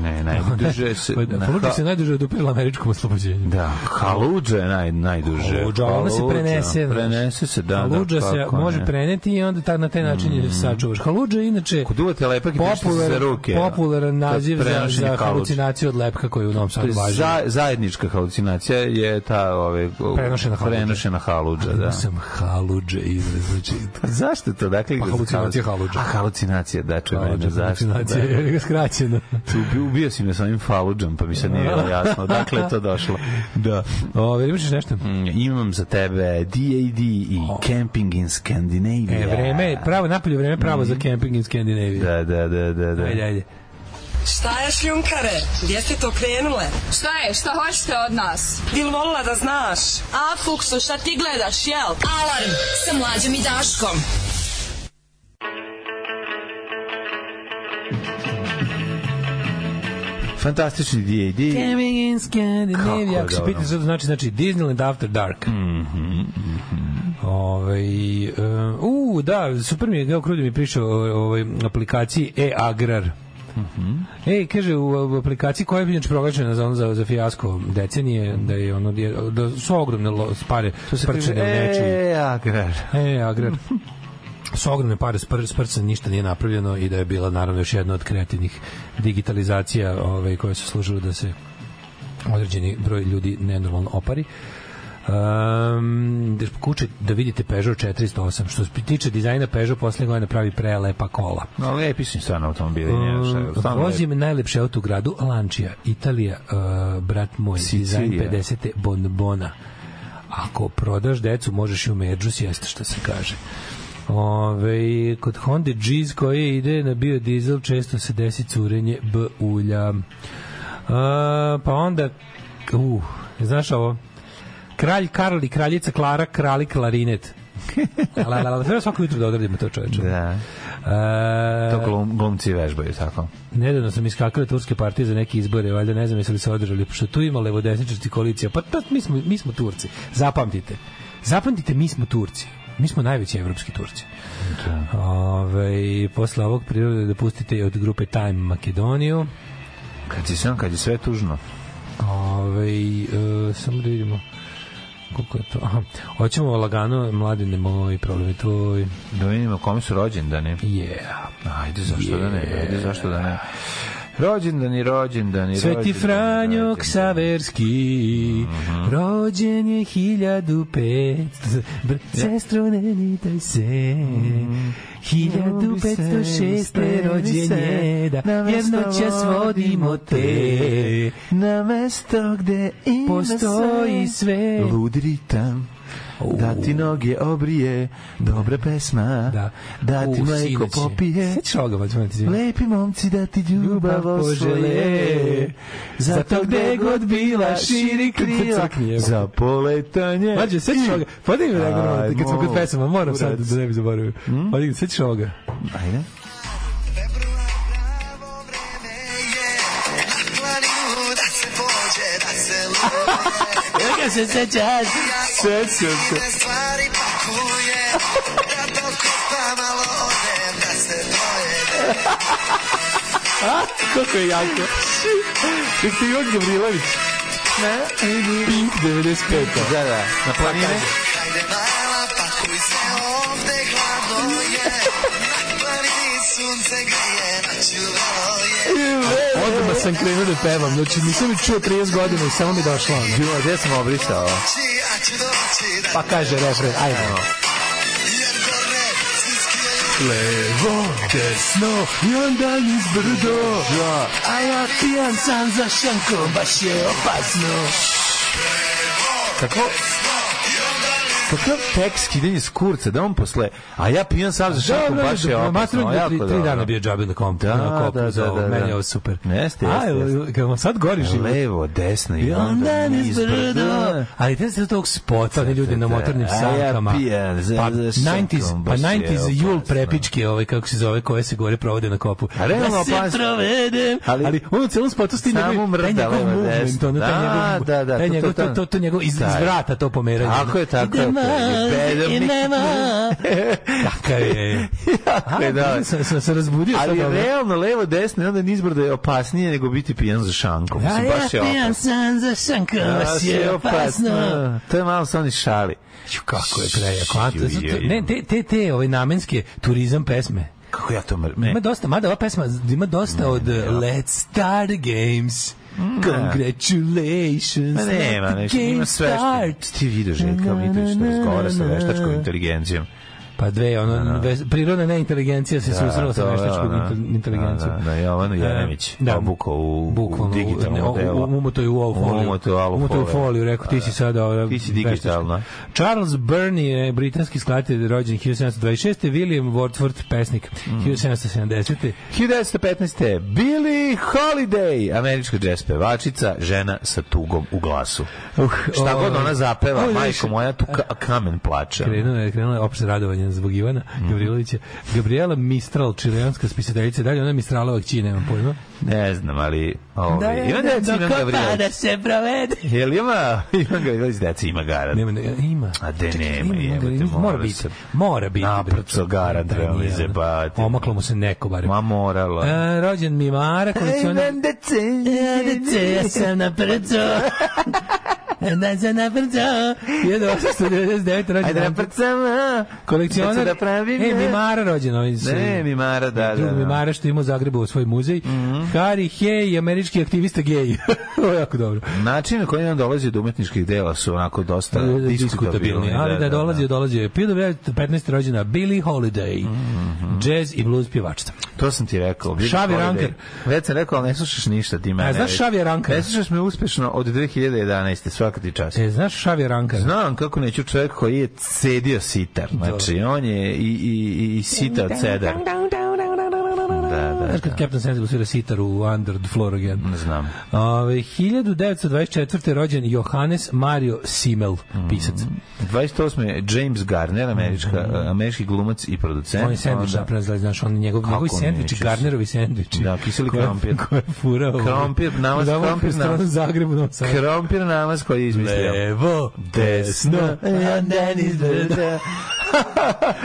G: Ne, najduže se... na-
F: Faludža Pa, da, se najduže odupirala američkom oslobođenju.
G: Da, Haludža je naj, najduže.
F: Haludža, ona se
G: Haludža,
F: prenese. znaš.
G: Prenese se, da.
F: Haludža
G: da,
F: se
G: kako
F: može
G: ne. Mm.
F: preneti i onda ta, na taj način je sačuvaš. Haludža je inače
G: Kod uvate lepak i pišete se za
F: popularan,
G: ruke. da.
F: popularan
G: To je
F: naziv za,
G: prenošenje
F: za
G: haludže.
F: halucinaciju od lepka koju u Novom
G: To
F: Sadu
G: je
F: važi.
G: za, zajednička halucinacija je ta ove, o-
F: Prenošena haludža.
G: prenošena haludža da.
F: Ja sam haludže izraz, znači
G: Zašto to? Dakle,
F: Pa halucinacija haludža.
G: A halucinacija, da čuvena,
F: haludže,
G: zašto? Da.
F: halucinacija, jer je skraćeno.
G: Tu ubi- ubio si me sa ovim faludžom, pa mi se nije bilo jasno. Dakle, je to došlo. Da.
F: Ove, imaš još nešto?
G: Imam za tebe DAD i Camping in Scandinavia.
F: E, vreme, je pravo, napolje vreme, pravo za camping in Scandinavia.
G: Mm. Da, da, da, da. da.
F: Ajde, ajde.
H: Šta je šljunkare? Gdje ste to krenule?
E: E, Šta je? Šta hoćete od nas?
H: Bil volila da znaš?
E: A, Fuksu, šta ti gledaš, jel? Alarm sa mlađom i Daškom.
G: Fantastični D.A.D.
F: Coming in Scandinavia. Ako se
G: dobro. Mhm,
F: pitaš što to znači, znači Disneyland After Dark. Mm -hmm. Ove, uh, u, da, super mi je, evo Krudi mi piše o ovoj aplikaciji e-agrar.
G: Mhm.
F: Ej, kaže u, u aplikaciji koja je inače proglašena za ono za za fijasko decenije da je ono dje- da su ogromne lo, spare sprčene u nečiji.
G: E, agrar.
F: E, agrar. S ogromne pare spr, sprca ništa nije napravljeno i da je bila naravno još jedna od kreativnih digitalizacija ove, koje su služile da se određeni broj ljudi nenormalno opari. Um, da kuće da vidite Peugeot 408 što se tiče dizajna Peugeot poslednje godine pravi prelepa kola
G: No, lepi su im stvarno automobili. Mm,
F: Mm, Vozim najlepše auto u gradu Lančija, Italija, uh, brat moj,
G: Sicilija.
F: dizajn 50. bonbona. Ako prodaš decu, možeš i u među sjesti, što se kaže. Ove, kod Honda G's koje ide na biodizel često se desi curenje B ulja. Uh, pa onda, uh, znaš ovo? Kralj Karl i kraljica Klara, krali klarinet. la, la, la, treba svako jutro da odradimo to čoveče.
G: Da.
F: E,
G: To glum, glumci vežbaju, tako.
F: Nedavno sam iskakale turske partije za neke izbore, valjda ne znam jesu li se održali, pošto tu ima levodesničarski koalicija. Pa, pa mi, smo, mi smo Turci, zapamtite. Zapamtite, mi smo Turci. Mi smo najveći evropski Turci. Da. Ove, posle ovog prirode da pustite i od grupe Time Makedoniju.
G: Kad si sam, kad je sve tužno.
F: Ove, e, samo da vidimo koliko je to. Aha. Hoćemo lagano, mladine moj, problemi tvoj.
G: Da vidimo kome su rođendani.
F: Yeah.
G: Ajde, zašto da ne? Ajde, zašto da ne? Rođendani, rođendani,
F: Sveti
G: rođendani,
F: Franjo Mhm.
G: rođendani.
F: Ksaverski Rođen je 1500 Br- Sestro ne nitaj se Mhm. 1506 rođen je Da jednoćas vodimo te
G: Na mesto gde ima
F: Postoji sve.
G: Lud ritam Da ti noge obrije Dobra pesma
F: Da,
G: da ti
F: U,
G: mleko
F: sinoć je.
G: popije
F: Sjećaš ovoga, pa ću vam ti zivati.
G: Lepi momci da ti ljubav
F: Ljubav
G: osvoje
F: požele.
G: Zato gde god bila širi krila
F: Crkni, evo.
G: Za poletanje
F: Mađe, sećaš ovoga? Podi mi
G: Aj,
F: da kad smo kod
G: molim,
F: pesama, moram sad
G: kurac.
F: da ne bi zaboravio. Podi, sećaš ovoga?
G: Ajde
A: Februar, pravo vreme je Na planinu da se pođe, da se love
F: Ovoga se sećaš?
G: Sećam se
A: Sve stvari pakuje Da do kopa malo odem, da se dojede
G: Kako je jako. Tek ti Ivan Gavrilović. Ne? Pink 95. Da, da. Na planine.
A: Hajde mala, pakuj se ovde, hladno je Na planini sunce grije, načuvalo je
F: Odmah sam krenuo da pevam, znači nisam mi čuo 30 godina i samo mi došlo. ono.
G: Bilo, gde sam obrisao?
A: Či, a ću doći da
F: Pa kaže refren, ajde.
A: jer gore Svi skijaju
G: Levo, desno, i onda niz brdo. Da.
F: A ja pijan sam za šankom, baš je opasno.
G: Kako? Kakav tek skidanje s kurca, da on posle, a ja pijan sam za šakom, baš je opasno,
F: da tri,
G: jako
F: tri dana
G: dobro.
F: bio džabe na kompu,
G: Da,
F: na kopu,
G: da,
F: za
G: da,
F: ovo,
G: da,
F: meni
G: da.
F: je ovo super.
G: Jeste, jeste,
F: A, evo,
G: jeste.
F: kad vam sad goriš
G: Levo, desno i onda niz brdo.
F: Ali te se tog spota, ne ljudi na
G: da.
F: motornim
G: A ja
F: sankama.
G: pijan za-
F: pa
G: za šankom,
F: 90s, pa
G: baš je
F: 90s jul
G: opasno.
F: prepičke, ovaj, kako se zove, koje se gore provode na kopu.
G: A realno
F: da se
G: opasno.
F: provedem. Ali,
G: Ali-
F: ali on u celom spotu stigne
G: Samo mrda levo, desno. Da, da, da,
F: Taj
G: to, to,
F: njegov, to,
G: to.
F: to, to njegov iz, iz
G: Taj.
F: vrata to pomeranje.
G: Tako je, tako je,
F: Idemo,
G: to je. Bedem nikad.
F: idemo. Kakav je.
G: Jako je,
F: A,
G: da.
F: Sam, sam se razbudio. sad
G: Ali
F: dobro.
G: realno levo desno i onda nizbrdo je opasnije nego biti pijan za šankom.
F: A
G: Mislim, baš je
F: ja pijan
G: opasno.
F: sam za šankom, vas je opasno.
G: To je malo sa oni šali.
F: Ju, kako je prejako. A,
G: Ju, ju, ju.
F: ne, te, te, te ove namenske turizam pesme.
G: Kako ja to mrme?
F: Ima dosta, mada ova pesma ima dosta od uh, Let's Start the Games. Congratulations.
G: Ma Pa nema,
F: let the
G: nešto, ima
F: games
G: sve
F: start.
G: što... Ti vidio Željka Mitrović što razgovara sa veštačkom inteligencijom.
F: Pa dve, ono, ve- prirodna neinteligencija se susrela sa
G: Da, to,
F: veštačkom
G: da, da.
F: intel- inteligencijom.
G: Da, da, da, Jovanu
F: E,
G: Jeremić
F: da.
G: obukao u- u
F: Bukvalno,
G: digitalno
F: ne, o-
G: delo.
F: u- Umuto je u ovu foliju.
G: Umuto je u ovu
F: Umuto je u
G: foliju. Da,
F: foliju, rekao, ti si sada... ova
G: Ti si
F: veštačka.
G: digitalna.
F: Charles Burney, je britanski skladatelj rođen 1726. William Wordsworth, pesnik
G: Mm.
F: 1770.
G: 1915. Billie Holiday, američka jazz pevačica, žena sa tugom u glasu.
F: Uh,
G: Šta god
F: o,
G: ona zapeva,
F: o,
G: majko moja, tu ka- kamen plače.
F: Krenulo je, krenulo je opšte radovanje izvinjam zbog Ivana
G: Mm.
F: Gavrilovića. Gabriela Mistral, čileanska spisateljica, dalje ona Mistrala vakcine, nemam pojma.
G: Ne znam, ali... Ovaj, ima deca, Ivan Gavrilović.
F: da se provede.
G: Jel ima Ivan Gavrilović deca, ima garant.
F: Nema, ne, ima.
G: A de
F: Čekaj,
G: nema,
F: ima,
G: jebote,
F: ima, mora
G: mora da
F: biti.
G: se.
F: Mora biti.
G: Naprco
F: bre,
G: garant,
F: da,
G: treba mi
F: nije, ono.
G: zajebati.
F: Omaklo mu se neko, barem.
G: Ma da moralo.
F: E, rođen mi je Mara, kolekcioner... Dece, ja sam na prcu. Da sam na prcu. 1899. rođen.
G: Ajde na
F: Anton-
G: prcama.
F: Kolekcioner.
G: Da pravim.
F: E, Mimara rođen. Ovaj, s-
G: Ne, Mimara, da, da.
F: Drug
G: da. Mhm.
F: Mimara što ima u Zagrebu svoj muzej. Harry Hay, američki aktivista gej. Ovo je jako dobro.
G: Način na koji nam dolazi do umetničkih dela su onako dosta
F: Pa, Da, diskutabilni,
G: Da, diskutabilni.
F: ali da je dolazio, dolazio je. 15. rođena Billie Holiday,
G: Mhm,
F: jazz i blues pjevačica.
G: To sam ti rekao.
F: Šavi
G: Holiday.
F: Ranker.
G: Već sam rekao, ali ne slušaš ništa ti mene.
F: A, E, znaš
G: već.
F: Šavija Rankera?
G: Ne slušaš me uspešno od 2011. svaka ti čast.
F: E, znaš Šavi Rankar?
G: Znam kako neću čovjek koji je cedio sitar. Znači, on je i, i, i, i sitao cedar. Da, da,
F: Znaš kad
G: da.
F: Captain Sensible svira sitar u Under the Floor Again?
G: Znam.
F: Ove, 1924. rođen Johannes Mario Simmel,
G: Mhm.
F: pisac.
G: 28. je James Garner, američka, američki glumac i producent.
F: On je Mhm. sandvič
G: E,
F: da.
G: Onda-
F: napravio, zna- znaš, on njegov, njegovi
G: Kako
F: sandviči,
G: nećeš?
F: Garnerovi sandviči.
G: Da, kiseli
F: Koje-
G: krompir.
F: Koje je furao.
G: Krompir, namaz,
F: Da, ovo je
G: krompir,
F: u stranu
G: namaz.
F: Zagrebu, u Novom Sadu.
G: Krompir namaz koji je izmislio.
F: Levo, desno, a dan izgleda.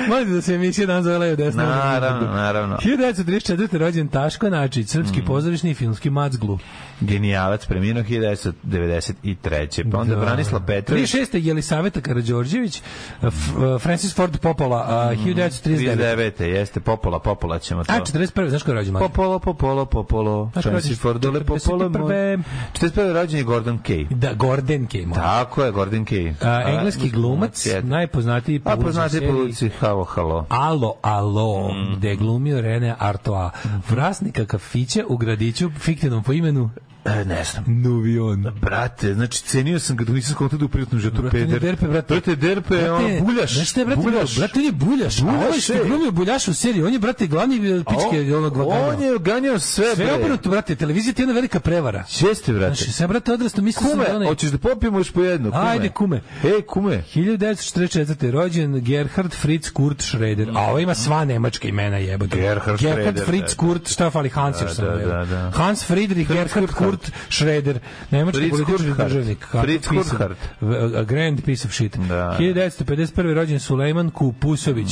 F: Možete da se emisija dan zove levo, desno.
G: Naravno, Mm. naravno.
F: 1934. rođen Taško Načić, srpski pozorišni i filmski macglu.
G: Genijalac, preminuo 1993. Pa onda Branislav Petrović,
F: 36. Jelisaveta Karadžorđević, f- eh, Francis Ford eh, Popola,
G: Mm,
F: a, 1939.
G: 39. jeste Popola, Popola ćemo to.
F: A, 41. Znaš ko je rođen? Mlađe?
G: Popolo, Popolo, Popolo.
F: Znaš, rođen-
G: Francis Fordole, Popolo.
F: 41..
G: 41. rođen je Gordon Kay.
F: Da, Gordon Kay. Da.
G: Tako je, Gordon Kay.
F: A, engleski glumac,
G: je.
F: najpoznatiji po
G: Da, A
F: ulozi
G: poznate
F: seriji
G: po ulici Halo, Halo.
F: Alo, alo, mm.
G: Mhm.
F: gde je glumio Rene Artois, vlasnika kafića u gradiću fiktivnom po imenu
G: E, ne znam.
F: Nuvion.
G: Brate, znači cenio sam ga dok nisam kontakt da u prijatnom žetu
F: Brate, ne
G: peder.
F: derpe, brate.
G: Brate, derpe, ono, buljaš.
F: Znaš šta je, brate, buljaš. brate, on je buljaš. buljaš a ovaj što je
G: ej.
F: glumio buljaš u seriji, on je, brate, glavni eh,
G: A on-
F: pičke onog vagana.
G: On je ganjao sve,
F: Sve
G: bre.
F: obrnuto, brate, televizija ti je jedna velika prevara.
G: Jeste, brate.
F: Znači, sve, brate, odrasno mislim sam da
G: Kume,
F: onaj...
G: hoćeš da popijemo još po jednu?
F: Ajde, kume.
G: Ej, kume.
F: 1944. rođen Gerhard Fritz Kurt Schroeder. A ovo ima sva nemačka imena jebote.
G: Gerhard Schroeder,
F: Fritz
G: da.
F: Kurt, šta fali Hans još
G: Da,
F: samo,
G: da,
F: jebote.
G: da, da.
F: Hans Friedrich Gerhard Kurt Schroeder, nemački
G: Fritz
F: politički
G: Kurthard.
F: državnik.
G: Fritz
F: Kako pisan.
G: Kurthard.
F: V- a Grand piece of shit.
G: Da.
F: 1951. rođen Sulejman Kupusović,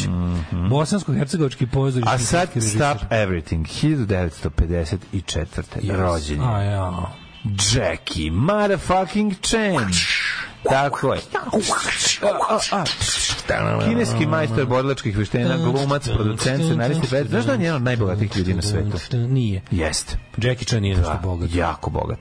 F: bosansko-hercegovački pozorišni
G: Mhm. A sad
F: filmski režiser.
G: Stop Everything, 1954.
F: Yes.
G: e, rođen.
F: A, ja.
G: Jackie, motherfucking Chan. Tako je. A, a, a. Kineski majstor borilačkih veštenja, glumac, producent, scenarist i predstavnik. Znaš da on je jedan od najbogatijih ljudi na svetu?
F: Nije.
G: Jeste.
F: Jackie Chan nije
G: Da,
F: nešto bogat.
G: Jako bogat.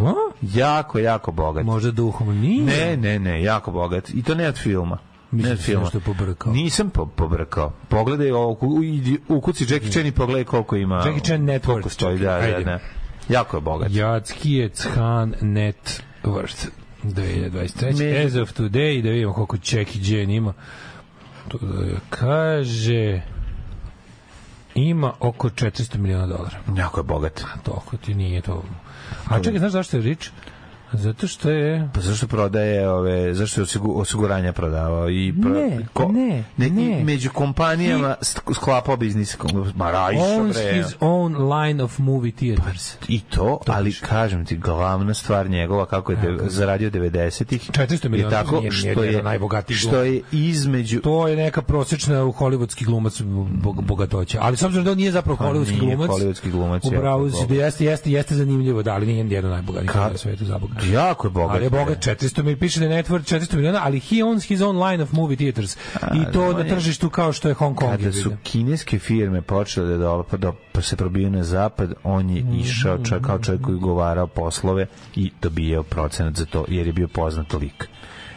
F: A?
G: Jako, jako bogat.
F: Možda duhom nije.
G: Ne, ne, ne, jako bogat. I to ne od filma.
F: Mislim
G: ne od
F: da si
G: filma.
F: nešto pobrkao.
G: Nisam po, pobrkao. Pogledaj ovo, u, ukuci Jackie Chan i pogledaj koliko ima.
F: Jackie Chan net
G: koliko
F: worth,
G: stoji, da,
F: čekaj,
G: da,
F: ajde.
G: da. Jako je bogat.
F: Jackijec Han Net Worth 2023.
G: Među-
F: As of today, da vidimo koliko Čeki Džen ima. To da kaže ima oko 400 miliona dolara.
G: Jako je bogat.
F: Toliko ti nije to. A čekaj, znaš zašto je rič? Zato što je...
G: Pa zašto prodaje ove, zašto je osigu- osiguranja prodavao i pro,
F: Ne, ne,
G: i
F: ne.
G: među kompanijama sk- sklapao biznis kom- ma rajša
F: Owns
G: bre.
F: his own line of movie theaters.
G: I to, ali kažem ti, glavna stvar njegova kako je de, zaradio 90-ih
F: 400 miliona,
G: je tako
F: nije- nije
G: što
F: jedan
G: je
F: od najbogatijih
G: što je između
F: To je neka prosečna u hollywoodski glumac bog, bogatoća. Ali s obzirom da on nije zapravo
G: Pa
F: hollywoodski
G: nije
F: glumac.
G: hollywoodski glumac,
F: Upravo
G: jako
F: si
G: je
F: da jeste, jeste, jeste zanimljivo, da, ali nije jedan najbogatiji
G: Ka-
F: na svetu za Boga.
G: jako je bogat.
F: Ali je
G: bre.
F: bogat 400 mi piše da je network 400 miliona, ali he owns his own line of movie theaters. I to
G: da, on
F: na
G: je-
F: tržištu kao što je Hong Kong.
G: Kada su kineske firme počele da dola, pa do, pa se probijaju na zapad, on
F: Mhm.
G: je išao čak, kao čovjek koji je ugovarao poslove i dobijao procenat za to, jer je bio poznat lik.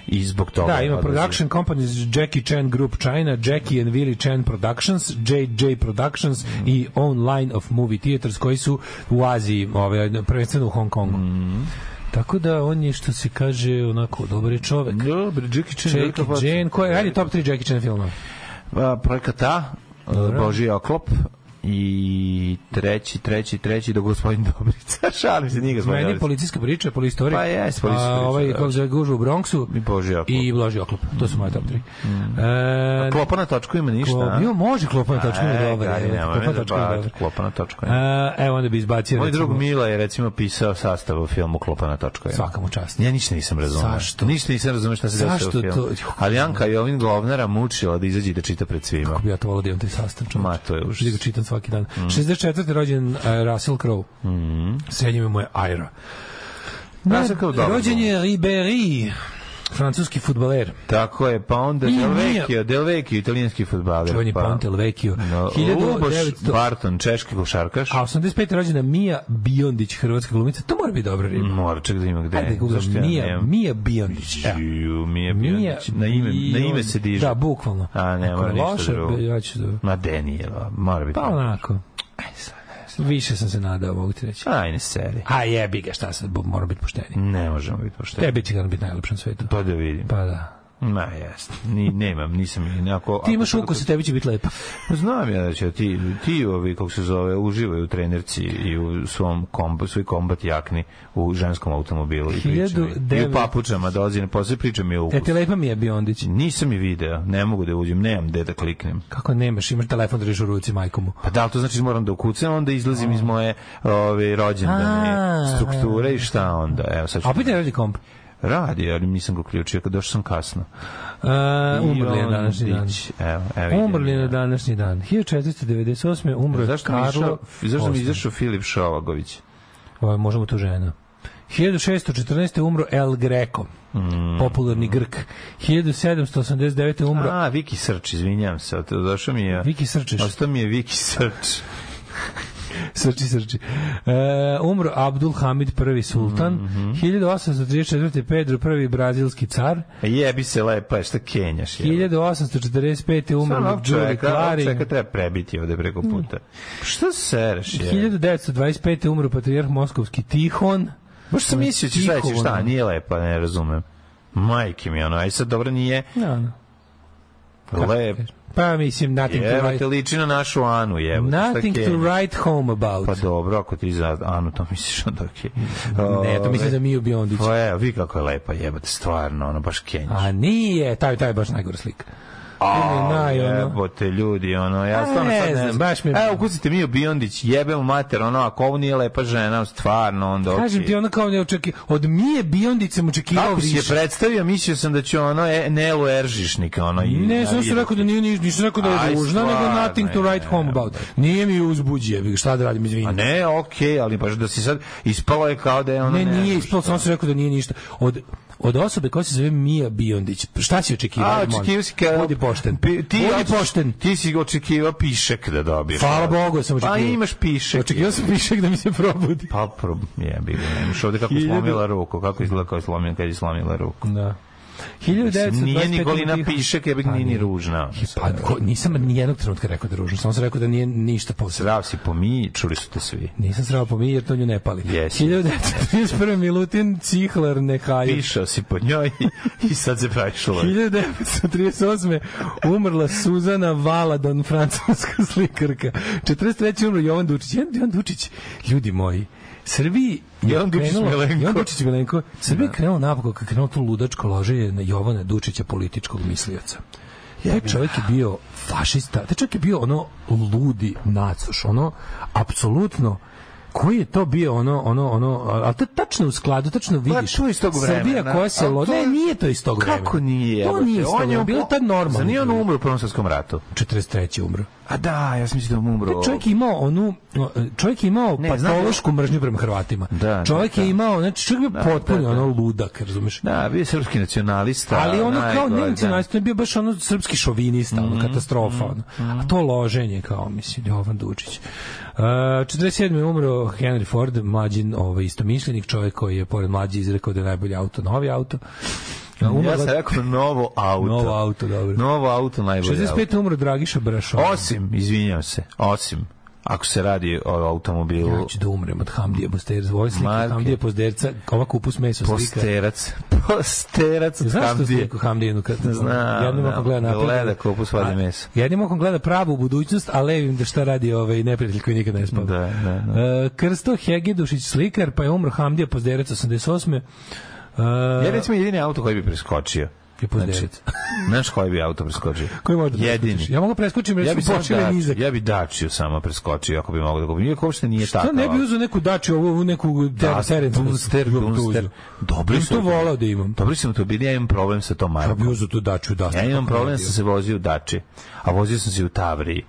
G: I zbog toga...
F: Da,
G: je
F: ima
G: odlazio.
F: production companies Jackie Chan Group China, Jackie and Willie Chan Productions, JJ
G: Mm.
F: Productions i Online of Movie Theaters koji su u Aziji, ovaj, prvenstveno u Hong Kongu.
G: Mm.
F: Tako da on je što se kaže onako dobar je čovek.
G: Dobro, Jackie Chan. pa-
F: Jackie
G: velika faca.
F: Chan, koji je top 3 Jackie Chan filmova?
G: A, projekat A, Boži oklop, i treći, treći, treći do gospodin Dobrica. Šalim se, nije gospodin
F: Meni je
G: Dobrica.
F: policijska priča, polistorik.
G: Pa jes, policijska
F: A,
G: priča,
F: Ovaj,
G: da.
F: kako se zove, gužva u Bronxu.
G: I Božji oklop.
F: I Boži oklop. To su moje top 3. E,
G: Klopa na točku ima ništa.
F: Ko,
G: a?
F: bio može klopa na točku,
G: E,
F: je da dobar.
G: Gari,
F: je,
G: nemoj
F: klopa
G: me
F: na točku je
G: zabavati,
F: dobar.
G: klopa na točku je.
F: E, evo onda bi izbacio.
G: Moj
F: recimo,
G: drug Mila je recimo pisao sastav u filmu Klopa na točku. je.
F: Svaka mu čast.
G: Ja ništa nisam razumeo.
F: Zašto?
G: Ništa nisam razumeo šta se
F: Zašto
G: desilo u filmu.
F: to-
G: Ali Anka je ovim glavnara mučila da izađe i da čita pred svima.
F: Kako bi ja to volao da imam taj sastav, čovječ.
G: Ma, to je užas. Mm.
F: Da ga čitam svaki dan. 64. rođen uh, Russell Crowe. Mm -hmm. Srednje ime mu je Ira.
G: Russell Crowe, Pa dobro.
F: Rođen je Ribéry, francuski futbaler.
G: Tako je, pa onda
F: I
G: Del
F: nije-
G: Vecchio, Del Vecchio, italijanski fudbaler.
F: Čuveni
G: pa,
F: Ponte Vecchio.
G: No,
F: 1900
G: Luboš Barton, češki košarkaš.
F: A 85. rođena Mija Biondić, hrvatska glumica. To mora biti dobra riba.
G: Mora čak da ima gde.
F: Ajde, googlaš.
G: Zašto ja
F: Mija,
G: nemam?
F: Mija Biondić. Evo.
G: Ju, Mija Biondić. Na ime, na ime se diže.
F: Da, bukvalno.
G: A, ne
F: Ako
G: mora
F: je
G: ništa
F: loše,
G: drugo.
F: be- Ja ću da...
G: Ma Denijeva, mora biti.
F: Pa onako. Više sam se nadao, mogu ti reći.
G: Ajne seri.
F: A jebi ga, šta sad, bu- moram biti pošteni.
G: Ne možemo biti pošteni.
F: Tebi će ga biti najlepši na svetu.
G: Mm. Pa da vidim.
F: Pa da.
G: Ma jeste. Ni, nemam, nisam. Ako,
F: Ti imaš
G: ako-
F: ukus i tebi će biti lepo.
G: Znam ja da će ti, ti ovi, kako se zove, uživaju u trenerci i u svom kombo, svoj kombat jakni u ženskom automobilu i pričaju. I
F: 1900
G: u papučama dolazi na posle priča mi o
F: E,
G: ukusu.
F: te lepa mi je Biondić.
G: Nisam i video, ne mogu da uđem, nemam gde da kliknem.
F: Kako nemaš, imaš telefon držiš u ruci majkomu.
G: Pa da li to znači da moram da ukucam, onda izlazim iz moje ove, rođendane
F: A.
G: strukture i šta onda? Evo, sad ću...
F: A opet ne radi komp. E,
G: Radi, ali nisam ga uključio, kad došao sam kasno.
F: Uh, umrli je na današnji dan.
G: Dić, Evo, evo
F: Umrli je
G: idem,
F: na
G: ja.
F: današnji dan. 1498. umro je
G: Zašto mi je
F: Karlo
G: išao, zašto mi je
F: Osmi.
G: izašao Filip Šovagović?
F: Ovo, možemo to žena. 1614. umro El Greco,
G: Mm.
F: popularni Grk. 1789. umro
G: A, Viki Srč, izvinjam se. od- Došao mi je...
F: Viki Srčeš.
G: Ostao mi je Viki Srč.
F: Srči, srči. E, umro Abdul Hamid I sultan.
G: Mhm,
F: 1834. Pedro I brazilski car.
G: A E, Jebi se lepa, je, šta kenjaš? je?
F: 1845. umro
G: Samo
F: Mac
G: ovog
F: Julie
G: čoveka, ovog
F: Clary.
G: čoveka treba prebiti ovde preko puta. Šta sereš? Je?
F: 1925. umro patrijarh moskovski Tihon.
G: Možda sam mislio da ćeš
F: Tihon.
G: reći šta, nije lepa, ne razumem. Majke mi, ono, aj sad dobro nije
F: Da, da.
G: lep.
F: Pa mislim, nothing to
G: Evo te
F: write,
G: liči na našu Anu, jevo.
F: nothing to write home about.
G: Pa dobro, ako ti za Anu to misliš, onda okej.
F: ne, to mislim da
G: Ove,
F: za Miju Biondić.
G: Pa evo, vi kako je lepa, jebate, stvarno, ono, baš kenjaš.
F: A nije, taj, taj je baš najgora slika. A, naj, ono.
G: Jebote ljudi, ono, ja
F: A,
G: stvarno
F: ne
G: sad ne
F: znam,
G: znam.
F: baš mi je-
G: Evo, kucite mi u Biondić, jebem mater, ono, ako ovo nije lepa žena, stvarno, onda okej.
F: Kažem ti, ono kao ne očekio, od Mije Biondić sam očekivao
G: Kako si je
F: više.
G: predstavio, mislio sam da će ono e, Nelu Eržišnika, ono... i-
F: Ne,
G: a,
F: sam se
G: ide-
F: rekao da nije niš, nisam rekao da
G: Aj,
F: je dužna, nego
G: stvarno,
F: nothing to write
G: ne,
F: home
G: ne.
F: about. Nije mi uzbuđio, bih, šta da radim,
G: A
F: izvini.
G: ne, okej, ali baš da si sad... Ispalo je kao da je ono...
F: Ne, nije,
G: znam
F: ispalo,
G: šta.
F: sam se rekao da nije ništa. Od, od osobe koja se zove Mija Biondić, šta si očekivao?
G: A,
F: molim?
G: očekivao si kao...
F: Budi pošten.
G: Pi-
F: Ti Budi
G: oč-
F: pošten.
G: Ti si očekivao pišek da dobiješ.
F: Hvala Bogu, sam
G: Pa
F: očekivao.
G: imaš pišek.
F: Očekivao sam više da mi se probudi.
G: Pa, pro, jebi ga, nemaš ovde kako je
F: Hiljadu-
G: slomila ruku, kako izgleda kao je slomila, kad je slomila ruku.
F: Da.
G: Nije
F: 1925.
G: Nikolina
F: Tihon-
G: Pišek, jebik, nije ni ružna.
F: Pa, ko, nisam nijednog trenutka rekao da je ružno, samo sam rekao da nije ništa posebno.
G: Zdrav si po mi, čuli su te svi.
F: Nisam srao po mi jer to nju ne pali.
G: Jesi.
F: 1931. Milutin Cihlar Nehajev.
G: Pišao si po njoj i sad se praviš loš.
F: 1938. umrla Suzana Valadon, francuska slikarka. 43. umro Jovan Dučić. Jovan, Jovan Dučić, ljudi moji, Srbiji je
G: Jovan Dučić
F: krenulo-
G: Milenko. Da.
F: Jovan Dučić Milenko. Srbiji je krenulo napako kad krenulo to ludačko loženje na Jovana Dučića, političkog mislioca.
G: E,
F: Taj čovjek je bio fašista, taj čovjek je bio ono ludi nacoš, ono apsolutno koji je to bio ono ono ono al to je tačno u skladu tačno vidiš
G: to je Pa iz tog vremena.
F: Srbija koja se
G: Ali
F: lo...
G: to je-
F: ne nije to iz tog vremena
G: Pa Kako nije?
F: to
G: jebote?
F: nije iz tog
G: On je
F: vremena bilo je tad normalno
G: Zar nije on umro u Prvom svetskom ratu?
F: 43. umro
G: A da, ja sam mislio da je umro.
F: Taj Pa čovjek je imao onu čovjek je imao
G: Ne, znam-
F: patološku mržnju prema Hrvatima.
G: Da,
F: čovjek
G: da,
F: je
G: da.
F: imao, znači čovjek je bio
G: Da,
F: potpuno
G: da, da.
F: ono ludak, razumeš?
G: Da, bio je srpski nacionalista.
F: Ali ono kao
G: najgore,
F: ne
G: da. Mhm,
F: nacionalista, on je bio baš ono srpski šovinista, ono katastrofa. Ono. A to loženje kao, mislim, Jovan Dučić. Uh, 47. je umro Henry Ford, mlađi ovaj, istomišljenik, čovjek koji je pored mlađi izrekao da je najbolji auto, novi auto. Uh,
G: Ja
F: Umrla
G: sam rekao novo auto.
F: Novo auto, dobro.
G: Novo auto najbolje. auto.
F: 65. umro Dragiša Brašova.
G: Osim, izvinjam se, osim. Ako se radi o automobilu,
F: Ja ću da umrem od Hamdija Posterca, ovo je slika
G: Marke.
F: Hamdija Posterca, ova kupus meso da slika.
G: posterac, posterac od
F: Znaš što
G: Hamdije.
F: sliku Hamdijinu? Kad,
G: Znam,
F: jednim okom
G: znam.
F: gleda napred.
G: Gleda kupus, vadi
F: a
G: meso.
F: Jednim okom gleda pravu budućnost, a levim da šta radi ovaj neprijatelj koji nikad ne spava.
G: Da, da,
F: E, Krsto Hegedušić slikar, pa je umro Hamdija Pozderac 88. Uh,
G: Ja recimo jedini auto koji bi preskočio.
F: je Pozderac.
G: Znaš koji bi auto preskočio?
F: Koji može da
G: znači, Jedini.
F: preskočiš? Ja mogu preskočiti, jer
G: Ja bi,
F: su
G: samo
F: počeli
G: Dačiju-
F: nizak.
G: ja bi dačio samo preskočio ako bi mogao da kupim. Iako uopšte nije
F: Ja
G: tako.
F: ne bi uzeo neku daču, ovu ovu neku ter, teren.
G: Dunster, Dunster. Dobri
F: Dobri
G: su
F: to
G: automobili.
F: volao da imam.
G: Dobri su to bili, ja imam problem sa tom
F: Ja bi
G: markom.
F: uzeo tu daču, da.
G: Ja imam problem, sam se vozio u Dači, a vozio sam se u Tavriji.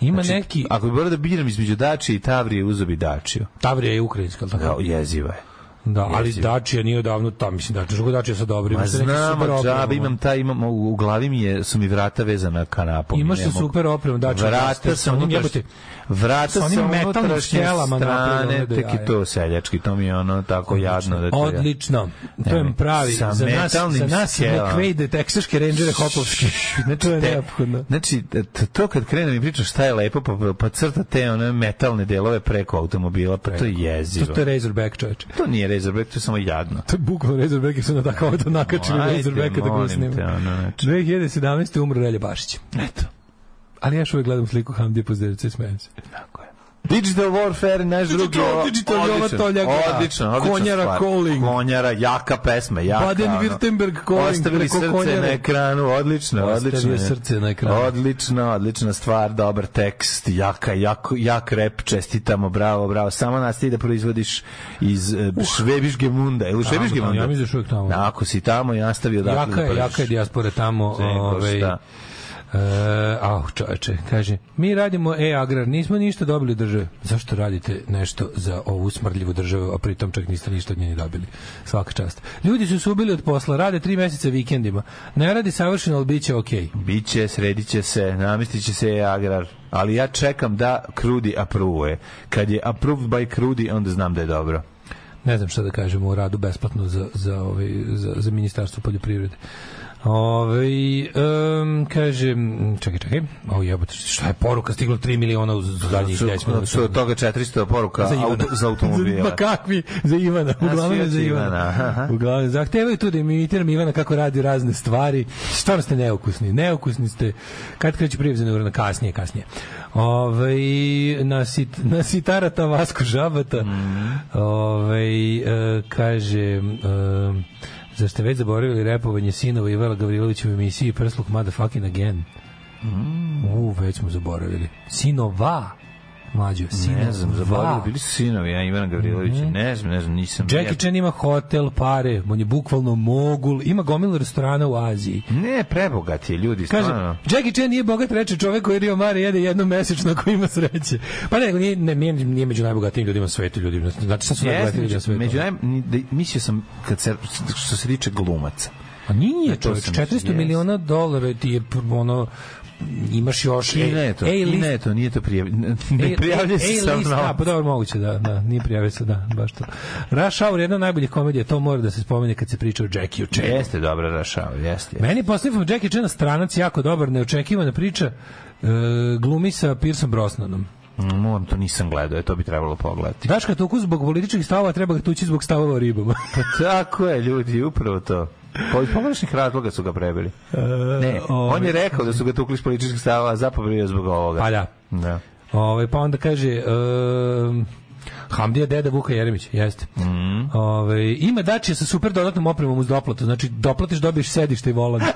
F: Ima
G: Znači,
F: neki...
G: Ako bi morao da biram između Dači i Tavrije, uzo bi Dačiju.
F: Tavrija je ukrajinska, ali
G: Da,
F: tako?
G: jeziva je.
F: Da, ali
G: Jesi.
F: Dačija nije odavno tam, mislim, Dačija, što Dačija sa dobrim.
G: Ma
F: Ima se neki
G: znam,
F: super oprema.
G: džabe, imam taj, imam, u, u glavi mi je, su mi vrata vezana kanapom.
F: Imaš
G: ne
F: se
G: mogu.
F: super opremu, da, čuo
G: Vrata
F: sam,
G: sa
F: onim
G: unutrašnje,
F: jebote,
G: vrata
F: sa onim
G: sa
F: metalnim
G: unutrašnje
F: skelama napred, ono
G: strane,
F: da
G: tek je
F: jaja.
G: to seljački, to mi je ono tako jadno. Da to ja-
F: Odlično. To
G: Nemoj.
F: je pravi.
G: Sa
F: za nas, za
G: metalnim
F: nas
G: skelama.
F: McVade, teksaške rangere hopovske. to je
G: te-
F: neophodno.
G: Znači, t- to kad krenem i pričam šta je lepo, pa, pa crta te one metalne delove preko automobila, pa to je
F: To,
G: jezivo.
F: to je Razorback, čoveče.
G: To nije Razorback, to je samo jadno.
F: To je bukvalno Razorback, jer su na tako auto nakačili
G: Ajde,
F: Razorbacka da ga
G: molim
F: snima.
G: te, ono, znači.
F: 2017. umro Relja Bašić. Eto. Ali ja još uvek gledam sliku Hamdije Pozderica i smijem se.
G: Tako je. Digital Warfare, naš drugi...
F: Digital- Digital Jova
G: odličan,
F: Toljaka.
G: Odličan, odličan
F: Konjara
G: stvar.
F: Calling.
G: Konjara, jaka pesma, jaka.
F: Baden-Württemberg Calling
G: Ostavili
F: preko
G: srce
F: Konjara.
G: na ekranu, odlično,
F: Ostavio
G: odlično. je.
F: srce na ekranu.
G: Odlično, odlična stvar, dobar tekst, jaka, jako, jak rep, čestitamo, bravo, bravo. Samo nas ti da proizvodiš iz uh, Švebišgemunda, ili Švebišgemunda?
F: ja mislim da još uvek tamo.
G: Da, ako si tamo i nastavio da...
F: Jaka je, jaka je dijaspora tamo. Ovaj,
G: da.
F: Uh, au, čoveče, kaže, mi radimo e-agrar, nismo ništa dobili od države. Zašto radite nešto za ovu smrdljivu državu, a pritom čak niste ništa od nje ni dobili? Svaka čast. Ljudi su se ubili od posla, rade tri meseca vikendima. Ne radi savršeno, ali bit će okej.
G: Biće, sredit će se, namestit će se agrar. Ali ja čekam da Krudi apruvuje. Kad je approved by Krudi, onda znam da je dobro.
F: ne znam šta da kažemo o radu besplatno za, za, ovaj, za, za ministarstvo poljoprivrede. Ove, um, kaže, m, čekaj, čekaj, o jebote, šta je poruka, stiglo 3 miliona u za zadnjih 10 minuta.
G: Su od toga 400 poruka
F: Za Ivana.
G: auto, za
F: Ma
G: automobile.
F: kakvi, za Ivana, uglavnom je
G: svi
F: za
G: od
F: Ivana.
G: Ivana, aha.
F: Uglavnom, zahtevaju tu da imitiram Ivana kako radi razne stvari. Stvarno ste neukusni, neukusni ste. Kad kreće prijevze na urana? Kasnije, kasnije. Ove, na, sit, na sitara ta vasko žabata.
G: Mhm.
F: Ove, e, kaže... E, Zar ste već zaboravili repovanje sinova Ivela Gavrilovića u emisiji Prsluk Motherfucking Again?
G: Mhm.
F: U, već smo zaboravili. Sinova! Mlađo, sinova.
G: Ne znam, zaboravili, bili su sinovi, ja Ivana Gavrilovića, ne znam, ne znam, nisam.
F: Mhm. Jackie Chan ima hotel, pare, on je bukvalno mogul, ima gomilu restorana u Aziji.
G: Ne, prebogat je, ljudi,
F: Kaže,
G: stvarno.
F: Jackie Chan nije bogat, reče čovek koji Rio Mare jede jednom mesečno ako ima sreće. Pa ne, nego nije, ne, nije, nije među najbogatijim ljudima na svetu, ljudi. Znači, sad su najbogatiji ljudi na
G: Jeste,
F: svetu.
G: među naj... ni- da- Mislio sam, kad se, što se tiče glumaca.
F: A nije,
G: E, to
F: čovek,
G: sam
F: 400
G: mislio,
F: miliona dolara ti je, ono, imaš još...
G: Kina je E, to,
F: ej,
G: Kina
F: list-
G: je to, nije to prijavljeno. Ne prijavljaju se
F: sam
G: sam
F: na... Pa dobro, moguće, da, da, nije prijavio se, da, baš to. Rush Hour je jedna od najboljih komedija, to mora da se spomene kad se priča o Jackie Chanu.
G: Jeste dobro rašao, jeste.
F: Meni je posljedno Jackie Chan stranac jako dobar, neočekivana priča, e, glumi sa Pearsom Brosnanom.
G: Moram, to nisam gledao, e, to bi trebalo pogledati.
F: Daš ga tuku zbog političkih stavova, treba ga tući zbog stavova o ribama.
G: Tako je, ljudi, upravo to. Po iz pogrešnih razloga su ga prebili. Ne, on je rekao da su ga tukli iz političkih stava, a zapobrili je zbog ovoga.
F: Pa da.
G: Da.
F: Ove, pa onda kaže... E, Hamdija deda Vuka Jeremić, jeste.
G: Mhm.
F: Ove, ima dačije sa super dodatnom opremom uz doplatu, znači doplatiš dobiješ sedište i volan.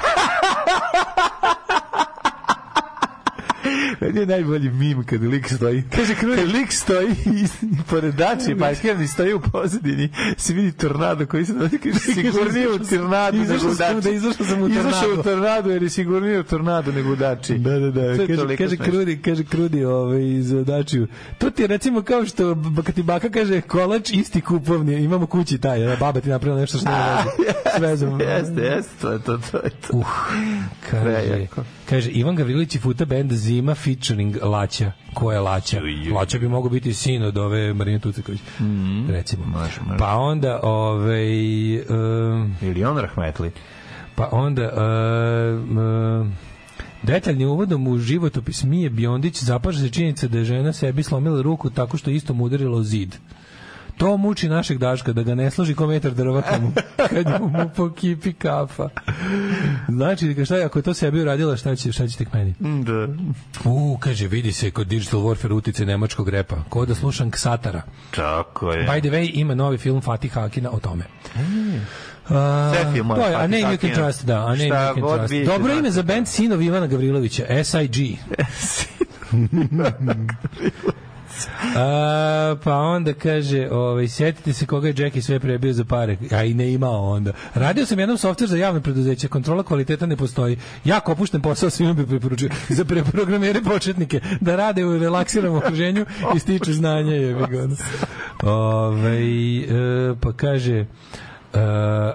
G: Meni je najbolji mim kad lik stoji. Kaže, kad lik stoji iz- pored dači, parkiran i stoji u pozadini, se vidi tornado koji se dođe, kaže, sigurnije u tornado nego
F: Izašao
G: u
F: sam,
G: dači.
F: da, izašao sam u
G: Izašao
F: tornado.
G: u tornado jer je sigurnije u tornado nego u dači.
F: Da, da, da.
G: To je
F: Kaže,
G: toliko
F: kaže
G: smešno.
F: krudi, kaže krudi ovaj, iz Dačiju. To ti je recimo kao što b- kad ti baka kaže kolač isti kupovni, imamo kući taj, a baba ti napravila nešto što nema veze. S vezom.
G: Jeste, jeste, to je to, to je to.
F: Uh, kaže,
G: Prejako.
F: kaže Ivan Gavrilić i Futa band Zima featuring Laća. Ko je Laća? Laća bi mogao biti sin od ove Marine Tucaković. Recimo.
G: Mhm. Može, može.
F: Pa onda ovaj um,
G: Ili on rahmetli.
F: Pa onda... Uh, uh, e, Detaljni uvodom u životopis Mije Biondić zapaža se činjenica da je žena sebi slomila ruku tako što je istom udarila o zid. To muči našeg Daška, da ga ne složi kometar drva kad mu, kad mu pokipi kafa. Znači, šta, je, ako je to sebi uradila, šta će, šta će tek meni?
G: Da.
F: U, kaže, vidi se kod Digital Warfare utice nemačkog repa. Ko da slušam Ksatara.
G: Tako je. Mm.
F: By the way, ima novi film Fatih Hakina o tome. Uh,
G: Sve filmove
F: to je, A
G: Fatih
F: Name You Can
G: Hakina.
F: Trust, da. A
G: Šta
F: Name You Can
G: god
F: Trust.
G: vidite,
F: Dobro
G: da.
F: ime za band sinovi Ivana Gavrilovića, SIG. A, pa onda kaže, ovaj, sjetite se koga je Jackie sve prebio za pare, a i ne imao onda. Radio sam jednom softver za javne preduzeće, kontrola kvaliteta ne postoji. Jako opušten posao svima bi preporučio za preprogramere početnike, da rade u relaksiranom okruženju i stiču znanja. Je, Ove, e, pa kaže, Uh,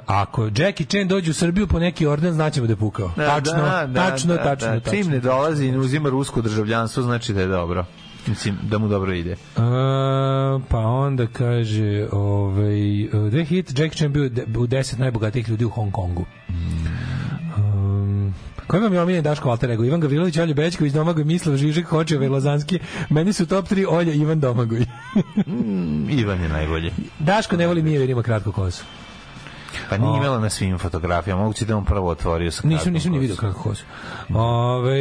F: ako Jackie Chan dođe u Srbiju po neki orden, znaćemo da je pukao.
G: Da,
F: tačno,
G: da, da,
F: tačno,
G: da,
F: tačno,
G: da.
F: tačno.
G: Čim ne dolazi i ne uzima rusko državljanstvo, znači da je dobro. Mislim, da mu dobro ide.
F: E, pa onda kaže ovaj, e, 2000 Jackie Chan bio je de- u 10 najbogatijih ljudi u Hong Kongu. Um, koji vam je omiljen Daško Alter Ego? Ivan Gavrilović, Olje Bečković, Domagoj, Mislav, Žižek, Hočever, Lazanski. Meni su top 3 Olje, Ivan, Domagoj.
G: Ivan je najbolji.
F: Daško ne voli nije jer ima kratku kosu.
G: Pa nije imala na svim fotografijama, moguće da je on prvo otvorio sa
F: Nisam,
G: kartom
F: nisam ni
G: kosu.
F: vidio kako kosu. Ove,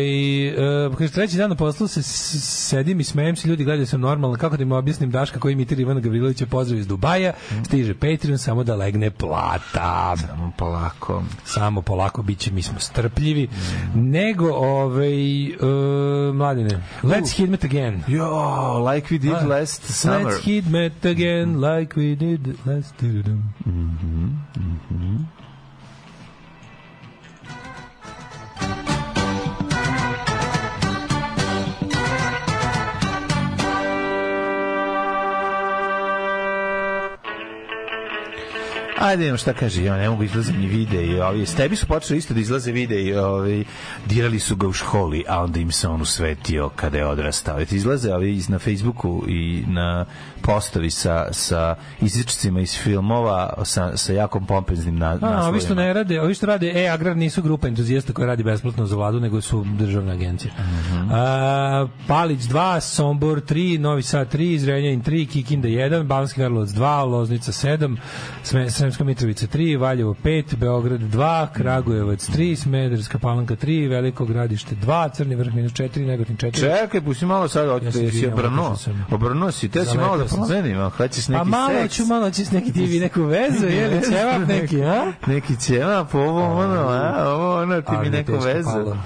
F: e, kaže, treći dan na poslu se s- sedim i smejem se, ljudi gledaju sam normalno, kako da im objasnim Daška koji imitira Ivana Gavrilovića, pozdrav iz Dubaja, stiže Patreon, samo da legne plata.
G: Samo polako.
F: Samo polako bit će, mi smo strpljivi. Nego, ovaj, e, mladine, let's hit it again.
G: Jo, like we
F: Da.
G: did last summer.
F: Let's hit met again like we did last dum.
G: Ajde, vidimo šta kaže, ja ne mogu izlaze ni vide i ovi, s tebi su počeli isto da izlaze vide i ovi, dirali su ga u školi, a onda im se on usvetio kada je odrastao. Et izlaze ovi iz, na Facebooku i na postavi sa, sa izličicima iz filmova sa, sa jakom pompeznim na,
F: A, ovi što
G: naslovima.
F: ne rade, ovi što rade E Agrar nisu grupa entuzijasta koja radi besplatno za vladu, nego su državne agencije.
G: Mhm.
F: A, Palić 2, Sombor 3, Novi Sad 3, Zrenjanin 3, Kikinda 1, Banski Karlovac 2, Loznica 7, Sme- Sremska Mitrovica 3, Valjevo 5, Beograd 2, Kragujevac 3, Smederska Palanka 3, Veliko Gradište 2, Crni Vrh minus 4, Negotin 4.
G: Čekaj, pusti malo sad,
F: Ja se
G: očite, jesi
F: izvinjam,
G: obrnuo.
F: otišao sam.
G: Obrnuo si, te si
F: Zaletio
G: malo da
F: sam.
G: promenim, a hoćeš neki
F: Pa malo
G: seks.
F: ću, malo ću s neki ti neku vezu, je li ćevap neki, a?
G: Neki ćevap, ovo ono, a, ovo ono, ti
F: ali
G: mi
F: mi je
G: neko
F: teško
G: vezu.
F: palo.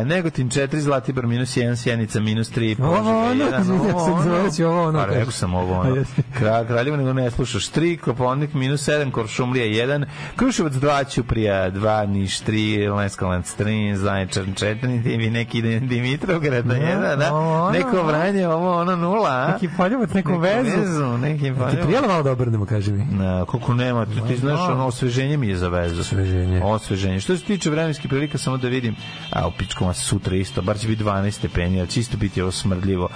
G: E, Negotin 4, Zlatibor minus 1, Sjenica minus 3,
F: Ovo ono,
G: jedan,
F: izvinjam se, zoveš je ovo ono,
G: Pa rekao
F: kažeš.
G: sam ovo
F: A
G: ono.
F: jesi.
G: Kralj, Kraljevo nego ne slušaš. 3, Koponik minus 7, Koršumlija 1, Kruševac 2, Ćuprija 2, Niš 3, Lenskalac 3, Zaječar 4, ti mi neki Dimitrovgrad na 1,
F: ovo
G: da?
F: ono,
G: Neko
F: a?
G: vranje, ovo ono 0, a?
F: Neki poljubac, neku vezu.
G: neki pa-
F: Ti
G: poljubac.
F: prijelo malo da obrnemo, kaži mi.
G: Na, koliko nema, ti, ti znaš, ono, osveženje mi je za vezu.
F: da. Osveženje.
G: Osveženje. Što se tiče vremenske prilika, samo da vidim, a u pičku vas sutra isto, bar će biti 12 stepeni, ali će isto biti ovo smrdljivo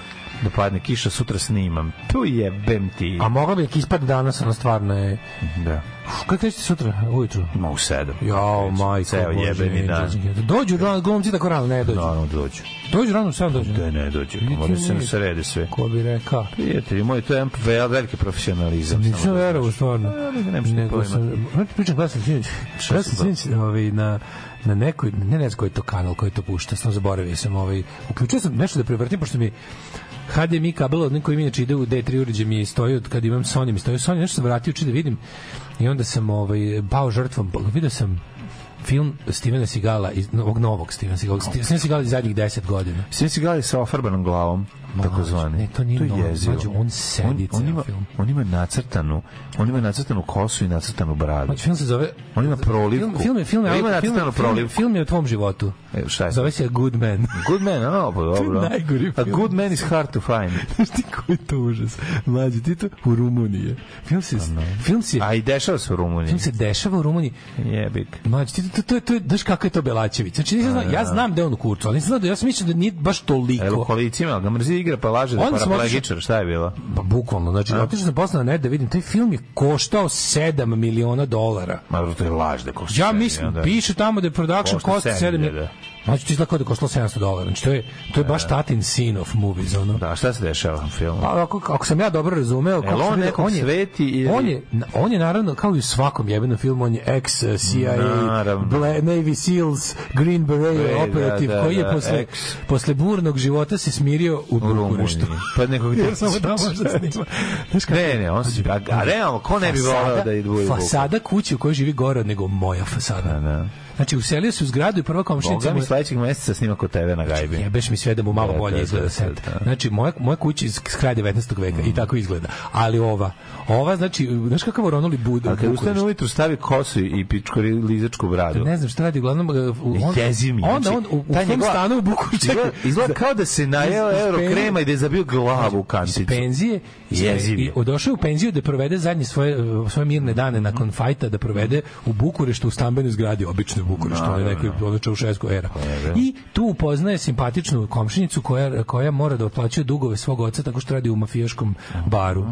G: da padne kiša, sutra snimam. Tu jebem ti.
F: A mogla bi neki ispad danas, ono stvarno je.
G: da.
F: Uf, Kako krećete sutra, ujutru?
G: Ma u sedam.
F: Jao,
G: Kreću.
F: majko,
G: Ceo
F: Bože,
G: jebeni dan.
F: ne, Dođu rano, glumci tako rano, ne dođu.
G: Naravno dođu.
F: Dođu rano, sam dođu.
G: Da ne dođu.
F: Niti
G: Moraju se
F: mi.
G: srede sve.
F: Ko bi rekao?
G: Prijatelji moji, to je jedan ve- veliki profesionalizam. samo
F: Nisam
G: da
F: verovo,
G: znaš.
F: stvarno.
G: nemaš ni pojma.
F: sam, Znate, pričam, gledam sam sinoć, gledam sam sinoć ovaj, na, na nekoj, ne ne znam koji je to kanal, koji to pušta, sam zaboravio sam, ovaj, uključio sam nešto da prevrtim, pošto mi HDMI kabel od nekoj mi inače ide u D3 uređaj mi stoji od kad imam Sony mi stoji Sony nešto sam vratio či da vidim i onda sam ovaj, pao žrtvom vidio sam film Stevena Sigala iz ovog novog Stevena Sigala Steven Sigala iz zadnjih 10 godina
G: Svi si gledali sa ofarbanom glavom, takozvani.
F: ne, to nije
G: je
F: normalno.
G: jezivo.
F: Mlađo, on sedi
G: on
F: ceo
G: ima,
F: film.
G: On ima nacrtanu, on ima nacrtanu kosu i nacrtanu bradu.
F: Znači, film se zove
G: On ima prolivku.
F: Film, film, je- film, je-
G: Ima
F: film,
G: nacrtanu
F: film, film,
G: prolivku.
F: film je o tvom životu.
G: E, šta je?
F: Zove se Good Man.
G: Good man, no, pa dobro.
F: najgori
G: A
F: film.
G: good man is hard to find.
F: Znaš ti koji je to užas? Mlađi, ti to u Rumuniji. je. Film se, film se,
G: A i dešava se u Rumuniji.
F: film se dešava u Rumuniji.
G: Jebik.
F: Mlađi, ti to, to, to, to, je- znaš kako je to Belačević. Znači, nisam znao, ja znam da je on u kurcu, ali nisam znao da, ja sam mislio da nije baš
G: Evo u
F: toliko.
G: kolicima, ali ga mrzi igra, pa laže da je
F: Onda sam
G: paraplegičar, šta je bilo?
F: Pa bukvalno, znači, otišao sam posle na net da vidim, taj film je koštao 7 miliona dolara.
G: Ma, to je laž da košta.
F: Ja
G: sedam
F: mislim,
G: miliona.
F: piše tamo da je production
G: Košta
F: cost
G: sedam
F: 7
G: hiljada.
F: miliona. Mlađe, to izgleda kao da je koštalo 700 dolara. Znači, to je, to je baš tatin sin of movies, ono.
G: Da, šta se dešava u filmu?
F: Pa, ako, ako sam ja dobro razumeo,
G: Jel
F: kako sam
G: on
F: bio-
G: nekog sveti ili-
F: on je, na- on je naravno, kao i u svakom jebenom filmu, on je ex eh, CIA,
G: Naravno.
F: Bla, Navy Seals, Green Beret,
G: Beret, da,
F: operativ,
G: da,
F: koji je
G: da,
F: posle,
G: ex.
F: posle burnog života se smirio u
G: U Rumuniji.
F: Bukureštu.
G: Pa nekog
F: Jer samo da možda snima. Znaš kako-
G: Ne, ne, on se... A, a realno, ko ne bi volao da ide u Bukureštu?
F: Fasada kuće u kojoj živi gore od nego moja fasada.
G: Da, da.
F: Znači, uselio se u zgradu i prva komšinica...
G: Boga mi
F: mu-
G: sledećeg meseca snima kod tebe na gajbi.
F: Jebeš mi sve da mu malo
G: Da,
F: bolje
G: da,
F: izgleda
G: da,
F: set.
G: da, Mm. da.
F: Znači, moja, moja kuća iz s kraja 19. veka i tako izgleda. Ali ova, ova, znači, znaš kakav oronuli bud,
G: Ali kad
F: Bukurešt?
G: ustane ujutru stavi kosu i pičko lizačku bradu.
F: Ne znam šta radi, uglavnom... e, u- On,
G: Jezi mi.
F: Onda
G: znači,
F: on u, u
G: ta
F: tom
G: njegova-
F: stanu u Bukureštu...
G: Izgleda, izgleda kao da se najeo
F: Iz- iz
G: euro
F: penzije-
G: krema i da je zabio glavu u kanticu.
F: iz penzije iz-
G: Jeziv je.
F: i odošao je u penziju da provede zadnje svoje svoje mirne dane nakon fajta da provede u Bukureštu u stambenoj zgradi obično u Bukureštu ali nekoj ono čaušesku era i tu upoznaje simpatičnu komšinicu koja koja mora da otplaćuje dugove svog oca tako što radi u mafijaškom baru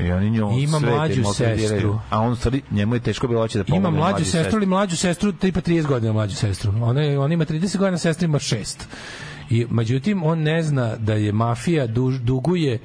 G: I oni nju
F: Ima
G: svete,
F: mlađu
G: maltretiraju.
F: sestru.
G: A on u stvari, njemu je teško bilo hoće da pomogne
F: Ima mlađu
G: mlađoj
F: sestru ili mlađu sestru, tipa 30 godina mlađu sestru. Ona, je, ona ima 30 godina, sestra ima 6. I, međutim, on ne zna da je mafija duž, duguje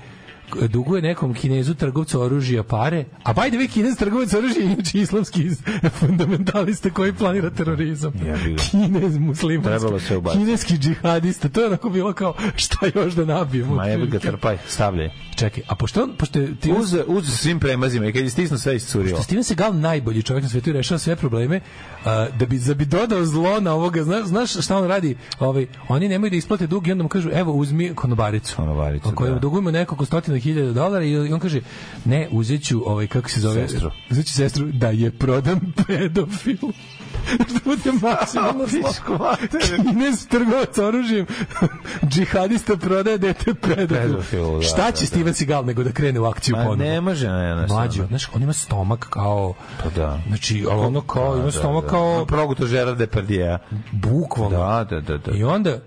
F: duguje nekom kinezu trgovcu oružja pare, a by the way, kinez trgovac oružja je inače islamski iz- fundamentalista koji planira terorizam.
G: Jebi ga.
F: Kinez muslimanski.
G: Trebalo se ubaciti.
F: Kineski džihadista. To je onako bilo kao, šta još da nabijemo?
G: Ma jebi ga trpaj, stavljaj.
F: Čekaj, a pošto, on, pošto je Steven-
G: Uz, uz svim premazima i kad je stisno sve iscurilo.
F: Što Steven Seagal najbolji čovjek na svijetu i rešava sve probleme a, da bi da bi dodao zlo na ovoga zna, znaš šta on radi ovaj oni nemaju da isplate dug i onda mu kažu evo uzmi konobaricu
G: Konobaricu,
F: Ako
G: da.
F: dugujemo nekoliko stotina hiljada dolara i on kaže ne uzeću ovaj kako se zove
G: Sestru.
F: uzeću sestru da je prodam pedofilu da bude maksimalno
G: Pičku
F: zlo
G: mater.
F: Kines trgovac oružjem džihadista prodaje dete pedofilu
G: Pedofilu, da,
F: šta
G: da,
F: će
G: da.
F: Steven Seagal nego da krene u akciju
G: Ma
F: ponovo
G: ne može, ne, ne, ne.
F: Mlađo, znaš, on ima stomak kao...
G: Pa da. Pa
F: Znači, ali ono kao, ima stomak kao
G: Proguto Gerard Depardieu.
F: bukvalno.
G: Da, da, da, da.
F: I onda,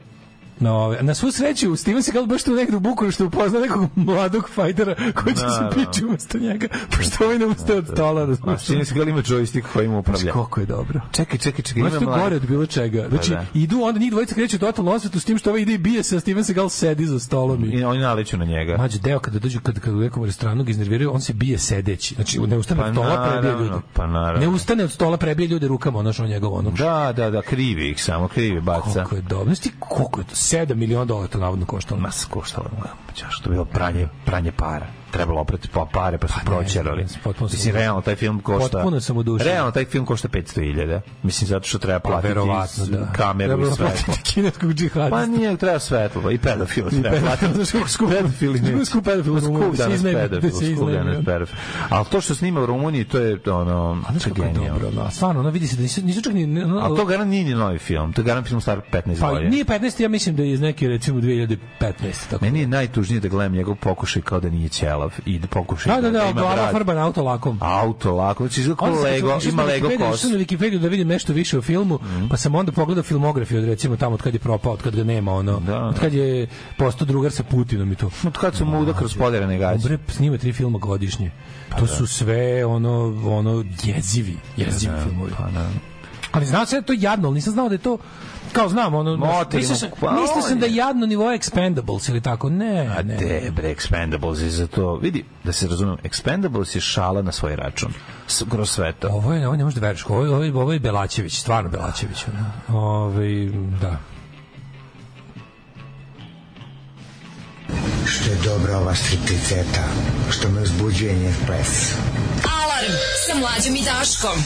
F: na, ove, na svu sreću, Steven Seagal baš tu negdje u Bukureštu upozna nekog mladog fajtera koji će se
G: Naravno.
F: pići umesto njega, pošto ovaj ne
G: Da,
F: ustaje od stola,
G: A
F: razumiješ?
G: čini se gali ima joystick kojim upravlja.
F: Koliko je dobro.
G: Čekaj, čekaj, čekaj,
F: Znači,
G: ima
F: to je gore
G: mladi.
F: od bilo čega. Znači,
G: da.
F: idu, onda njih dvojica kreću u totalnu osvetu s tim što ovaj ide i bije se, a Steven Seagal sedi za stolom i...
G: I oni naleću na njega.
F: Mađo, deo kada dođu kad kad u nekom restoranu ga iznerviraju, on se bije sedeći. Znači ne ustane
G: Pa
F: od stola prebije
G: naravno,
F: ljude.
G: pa naravno.
F: Ne ustane od stola prebije ljude rukama, ono što on njegov ono.
G: Da, da, da, krivi ih samo, krivi baca.
F: Koliko je dobro. Znaš ti koliko je to? 7 miliona dolara to navodno koštalo.
G: Ma skoštalo mu je, što je bilo pranje, pranje para. Trebalo oprati pa pare, pa su
F: ne,
G: proćerali.
F: ne, potpuno sam
G: Mislim,
F: udušen.
G: realno taj film košta...
F: Potpuno sam udušen.
G: Realno taj film košta 500.000, mislim, zato što treba platiti
F: verovatno,
G: s-
F: da.
G: kameru
F: Trebalo
G: i svetlo.
F: platiti kineskog džihadista.
G: Pa nije, treba svetlo, i pedofil treba platiti.
F: Znaš kako skupo-
G: Pedofil i
F: kako skupo pedofil u Rumuniji, da se
G: danas
F: iznajmi- da
G: pedofil,
F: se
G: skup
F: iznajmi,
G: danas
F: da.
G: pedofil. Ali to što snima u Rumuniji, to je ono,
F: A znaš
G: to je
F: kako je
G: genijalno.
F: dobro, no, stvarno, ono vidi se da nisu, nisu čak ni...
G: A to garant nije ni novi film, to je garant film star 15
F: pa,
G: godina.
F: nije 15, ja mislim da je iz neke, recimo, 2015. Tako.
G: Meni je najtužnije da gledam njegov pokušaj kao da nije ćelav i da pokušaj
F: da, da, da,
G: ima
F: glava
G: brad.
F: farba auto lakom.
G: Auto lako, znači izgleda kao
F: Onda sam kad sam
G: Lego,
F: išao
G: ima
F: na
G: Lego Mhm.
F: Wikipediju,
G: kosu.
F: išao na Wikipediju da vidim nešto više o filmu, pa sam onda pogledao filmografiju od recimo tamo od kad je propao, od kad ga nema ono,
G: Da.
F: od kad je postao drugar sa Putinom i to.
G: Od kad su muda kroz poderane gaće.
F: Dobre, snima tri filma godišnje.
G: Pa
F: to
G: da.
F: su sve ono ono jezivi, jezivi filmovi.
G: Pa da.
F: Ali znao sam da je to jadno, ali nisam znao da je to kao znam, ono,
G: Motor
F: mislio
G: ima-
F: sam,
G: pa
F: mislio sam
G: on
F: da je
G: je.
F: jadno nivo Expendables ili tako, ne,
G: A
F: Pa ne.
G: de, bre, Expendables je za to. Vidi, da se razumem, Expendables je šala na svoj račun. S, kroz sve to.
F: Ovo je, ovo ne možeš da veriš, ovo je, ovo je, ovo je Belačević, stvarno Belačević. ono. Ovaj, da.
I: Što je dobra ova stripticeta, što me uzbuđuje njen ples.
E: Alarm sa mlađom i Daškom.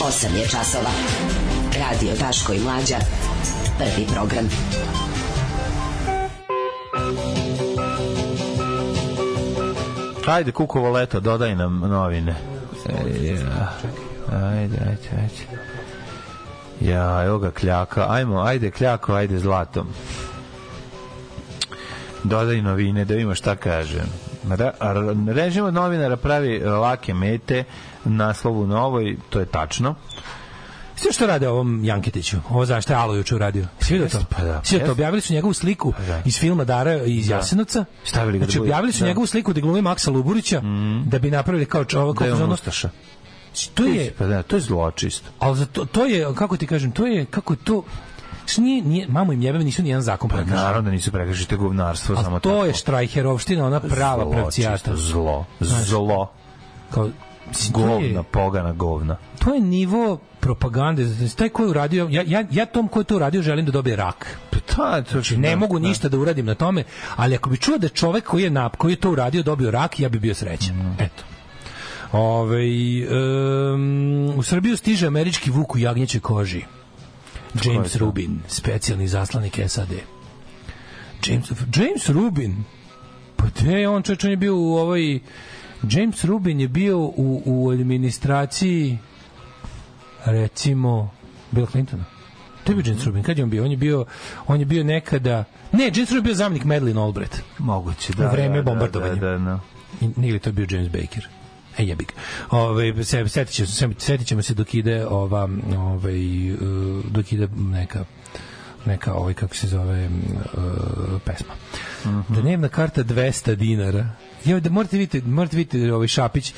J: 8 je časova. Radio Daško i Mlađa. Prvi program.
G: Ajde, kukovo leto, dodaj nam novine. E, ja. Ajde, ajde, ajde. Ja, evo ga kljaka. Ajmo, ajde kljako, ajde zlatom. Dodaj novine, da vidimo šta kaže. Ra- ra- Režim od novinara pravi e, lake mete, naslovu novoj, to je tačno.
F: Sve što rade ovom Janketiću, ovo zašto je Alo juče uradio. Svi to?
G: Jeste, pa da,
F: Svi to
G: jeste. Pa da.
F: objavili su njegovu sliku iz filma Dara iz Jasenovca.
G: Stavili ga da
F: Znači
G: bude-
F: objavili su
G: da.
F: njegovu sliku da glumi Maksa Luburića da bi napravili kao čovjek
G: Da je on
F: ono-
G: Ustaša.
F: To je,
G: Pa da, to je zločist.
F: ali za to, to je, kako ti kažem, to je, kako je to, s nije, nije, mamu im jebem, nisu nijedan zakon
G: Pa
F: prekršili.
G: naravno da nisu prekršili to je govnarstvo samo
F: A to
G: tako.
F: je štrajherovština, ona prava
G: Zlo, čisto
F: pravcijata.
G: Zlo, zlo,
F: Kao, mislim, to je-
G: govna, pogana govna.
F: To je nivo propagande. Znači, Taj ko je uradio, ja, ja, ja tom ko je to uradio želim da dobije rak.
G: Pa ta, to znači,
F: Ne mogu ništa da uradim na tome, ali ako bi čuo da čovek koji je, nap, koji je to uradio dobio rak, ja bi bio srećan. Eto. Ove, um, u Srbiju stiže američki vuk u jagnjećoj koži. James
G: je to?
F: Rubin, specijalni zaslanik SAD. James, James Rubin? Pa te je on čeče je bio u ovoj... James Rubin je bio u, u administraciji recimo Bill Clintona. To je bio James Rubin. Kad je on bio? On je bio, on je bio nekada... Ne, James Rubin je bio zamenik Madeleine Albright.
G: Moguće, da.
F: U vreme
G: da, da,
F: bombardovanja.
G: Da, da, da.
F: Nije to je bio James Baker? E, jebik. Ove, se, setit, ćemo, se, setit ćemo se dok ide ova, ove, e, dok ide neka neka ovaj kako se zove uh, pesma. Dnevna karta 200 dinara. Ja da morate vidite, morate vidite ovaj Šapić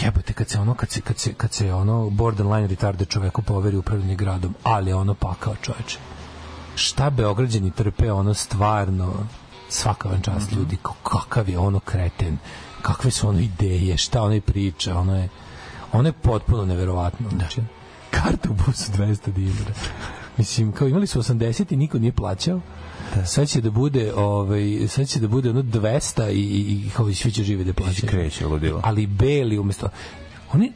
F: jebote kad se ono kad se kad se kad se ono borderline retarde čoveku poveri upravljanje gradom, ali je ono pakao čoveče šta beograđani trpe ono stvarno svaka vam čast ljudi ko- kakav je ono kreten kakve su ono ideje šta ono i priča ono je ono je potpuno neverovatno znači karta u busu 200 dinara mislim kao imali su 80 i niko nije plaćao Da. Sad će da bude, ovaj, sad će da bude ono 200 i, i, i kao i svi će žive da plaćaju.
G: Kreće ludilo.
F: Ali beli umesto oni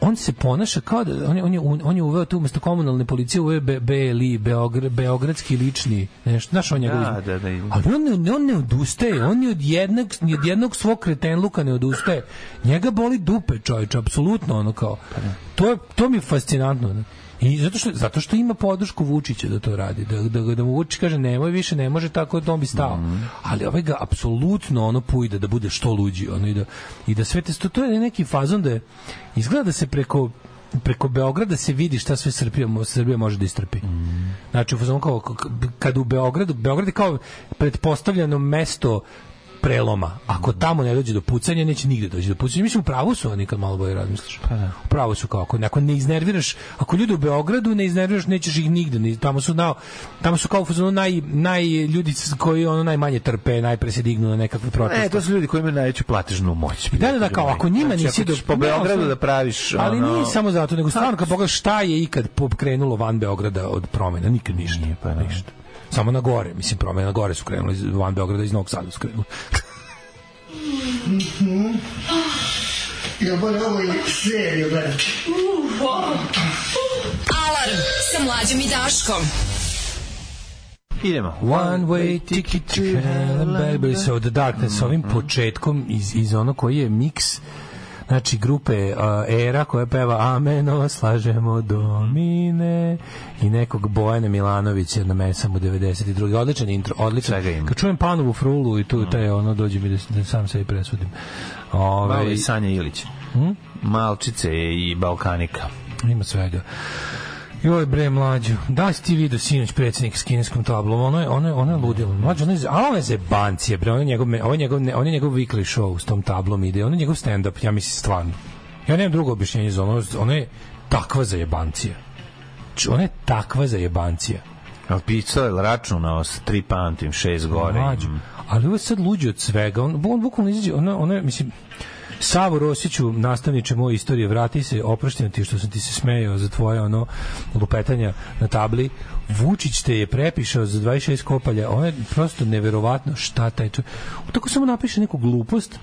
F: on se ponaša kao da on je, on je, on je uveo tu umesto komunalne policije uveo be, beli Beogra, beogradski lični nešto znaš on njegov
G: Da, da, da. i-
F: Ali on, ne- on ne odustaje, on ni od jednog, ni od jednog svog kretenluka ne odustaje. Njega boli dupe, čoveče, apsolutno ono kao. To, je, to mi je fascinantno. ne. I zato što, zato što ima podršku Vučića da to radi, da, da, ga- da mu Vučić kaže nemoj više, ne može tako da on bi stao. Ali ovaj ga apsolutno ono pujde da bude što luđi. Ono, i, da, I da sve te, to, to je neki fazon da je, izgleda da se preko preko Beograda se vidi šta sve Srbija, mo- Srbija može da istrpi. Znači, u fazonu kao, k- kad u Beogradu, Beograd je kao pretpostavljeno mesto preloma. Ako tamo ne dođe do pucanja, neće nigde doći do pucanja. Mislim, u pravu su oni kad malo bolje razmisliš. Pa da. U pravu su kao, ako, ako ne iznerviraš, ako ljudi u Beogradu ne iznerviraš, nećeš ih nigde. ni- Tamo su, nao, tamo su kao u fazonu naj, naj ljudi s- koji ono najmanje trpe, najpre se dignu na nekakve proteste.
G: Ne, E, to su ljudi koji imaju najveću platežnu moć.
F: Pa Da, da, da, kao ako njima
G: Znači,
F: nisi
G: ako ćeš
F: do-
G: po
F: Ne,
G: Beogradu
F: ali-
G: da praviš...
F: Ali
G: ono- Pa-
F: nije samo zato, nego stvarno kad pogledaš šta je ikad pokrenulo van Beograda od promena, nikad ništa. Nije,
G: pa da.
F: ništa. Samo na gore, mislim, promene na gore su krenuli, iz- van Beograda iz Novog Sada su krenuli.
I: Ja moram ovo i seriju gledati.
E: Alarm sa mlađom i Daškom.
G: Idemo.
F: One way ticket to hell and back. So the darkness, s
G: Mm-hmm.
F: ovim početkom iz, iz ono koji je miks znači grupe uh, Era koja peva Ameno, slažemo domine i nekog Bojana Milanovića na mesam u 92. Odličan intro, odličan.
G: Svega ima. Mm.
F: Kad čujem Panovu frulu i tu taj ono dođe mi da, da sam Ovaj, se i presudim.
G: Malo
F: Ove,
G: i Sanja Ilić.
F: Hm?
G: Malčice i Balkanika.
F: Ima svega. Joj bre mlađu, da li si ti video sinoć predsjednik s kineskom tablom, ono je, ono je, ono je ludilo, mlađo, ono je, a ono je zebancije, bre, ono je njegov, me- ovo je njegov, ne- ono je njegov weekly show s tom tablom ide, ono je njegov stand-up, ja mislim stvarno. Ja nemam drugo objašnjenje za ono, ono je takva zajebancija. Znači, Ona je takva zajebancija.
G: Al pisao je računao s tri pantim, šest gore.
F: Mlađo. Ali ovo je sad luđe od svega. On, on bukvalno izađe, ono, ono je, mislim, Savo Rosiću, nastavniče moje istorije, vrati se, oprošteno ti što sam ti se smejao za tvoje ono lupetanja na tabli. Vučić te je prepišao za 26 kopalja. Ono je prosto neverovatno šta taj čovjek. Tako samo napiše neku glupost,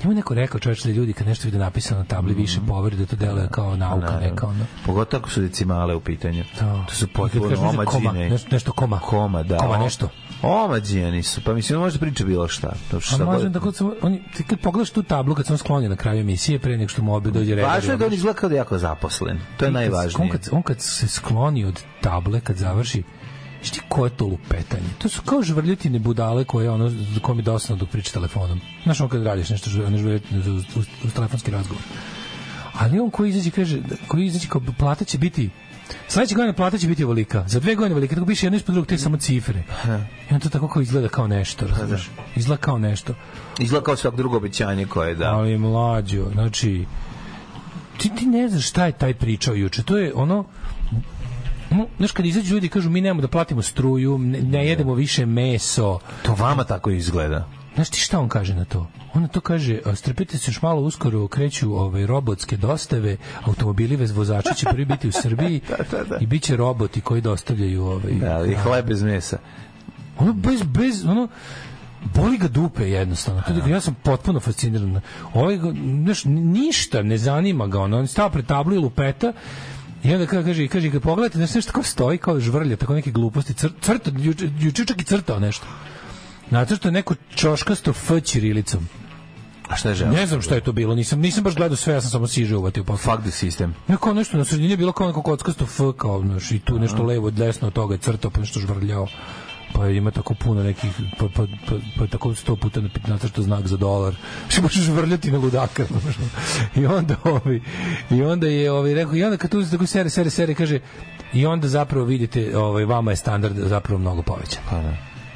F: Njemu je neko rekao čovječ da ljudi kad nešto vide napisano na tabli
G: Mhm.
F: više poveri da to deluje kao nauka neka ono.
G: Pogotovo ako su decimale u pitanju.
F: Da.
G: To su
F: I kad
G: potpuno
F: kažu za koma,
G: omađine.
F: nešto- nešto koma.
G: Koma, da.
F: Koma nešto.
G: Omađijani su. Pa mislim, on može da priča bilo šta. To što
F: A
G: šta
F: možda
G: god.
F: da kod sam, on, ti kad pogledaš tu tablu kad sam sklonio na kraju emisije pre nego što mu obe dođe redar.
G: Važno je
F: i
G: da on
F: ono-
G: izgleda kao da je jako zaposlen. To je
F: On
G: najvažnije.
F: kad, on kad se skloni od table, kad završi, znaš ti ko je to lupetanje? To su kao žvrljutine budale koje ono, ko mi je dosadno dok priča telefonom. Znaš ono kad radiš nešto, žv- one žvrljutine uz, uz, uz telefonski razgovor. Ali on koji izađe, kaže, da- koji izađe kao plata će biti Sledeće godine plata će biti ovolika. Za dve godine ovolika. Tako piše jedno ispod drugog, te samo cifre. I on to tako kao izgleda kao nešto,
G: Pa da.
F: razumiješ? Izgleda kao nešto
G: Izgleda kao svak drugo obećanje koje je dao.
F: ali mlađo, znači ti, ti ne znaš šta je taj pričao juče. To je ono, No, znaš, kad izađu ljudi i kažu mi nemamo da platimo struju, ne,
G: Da.
F: ne jedemo više meso.
G: To vama tako izgleda.
F: Znaš ti šta on kaže na to? On na to kaže, "A, strpite se još malo uskoro, kreću ovaj, robotske dostave, automobili bez vozača će prvi biti u Srbiji
G: da, da.
F: i bit će roboti koji dostavljaju ovaj,
G: Da, ali hleb bez mesa.
F: ono bez bez ono boli ga dupe jednostavno. To da ja sam potpuno fasciniran. Ovaj ga, znaš, ništa ne zanima ga ono. On stava pred tablu i lupeta. I onda kada kaže, kaže, kad pogledate, znaš nešto kao stoji, kao žvrlja, tako neke gluposti, cr, crta, juče, juče čak i crtao nešto. Nacrtao je neko čoškasto F ćirilicom.
G: A šta je želeo?
F: Ne znam šta je to bilo, nisam, nisam baš gledao sve, ja sam samo siže uvatio. Pa,
G: Fuck the system.
F: Neko nešto na sredini je bilo kao neko kockasto F, kao znaš, i tu nešto levo, desno od toga je crtao, pa nešto žvrljao. Pa ima tako puno nekih, pa, pa, pa, pa je tako sto puta na nacrtao znak za dolar. Što možeš žvrljati na ludaka. znaš. I onda, ovi, i onda je ovi, rekao, i onda kad uzete tako sere, sere, sere, kaže, i onda zapravo vidite, ovaj, vama je standard zapravo mnogo povećan.
G: Pa da.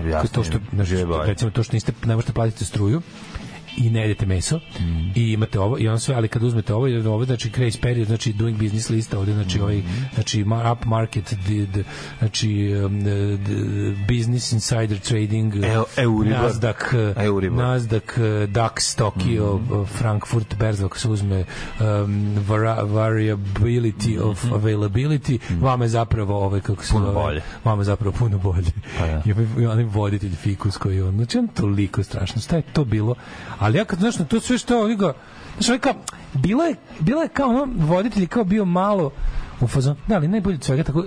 F: Jasne, to što, znaš, što, recimo to što niste, ne možete platiti struju i ne jedete meso
G: Mhm.
F: mm. i imate ovo i on sve, ali kad uzmete ovo, jer ovo znači grace period, znači doing business lista ovde, znači mm.
G: Mhm.
F: ovaj, znači ma- up market the, the, znači um, the, the business insider trading
G: E- Euribor.
F: Nasdaq, eh,
G: Euribor. Mhm.
F: Nasdaq eh, DAX, Tokyo, mm. Frankfurt, Berza, ako se uzme um, vara, variability of
G: Mhm.
F: availability, mm. vama je zapravo ovaj, kako se
G: Puno
F: zove,
G: bolje.
F: Mama je zapravo puno bolje. Pa
G: da.
F: ja. I ovaj- onaj voditelj fikus koji je on, znači on toliko strašno, šta je to bilo? Ali ja kad, znaš, na to sve što oni ga, znaš, ovaj kao, bilo je, bilo je kao ono, voditelj je kao bio malo u fazon, da, ali najbolje od svega tako,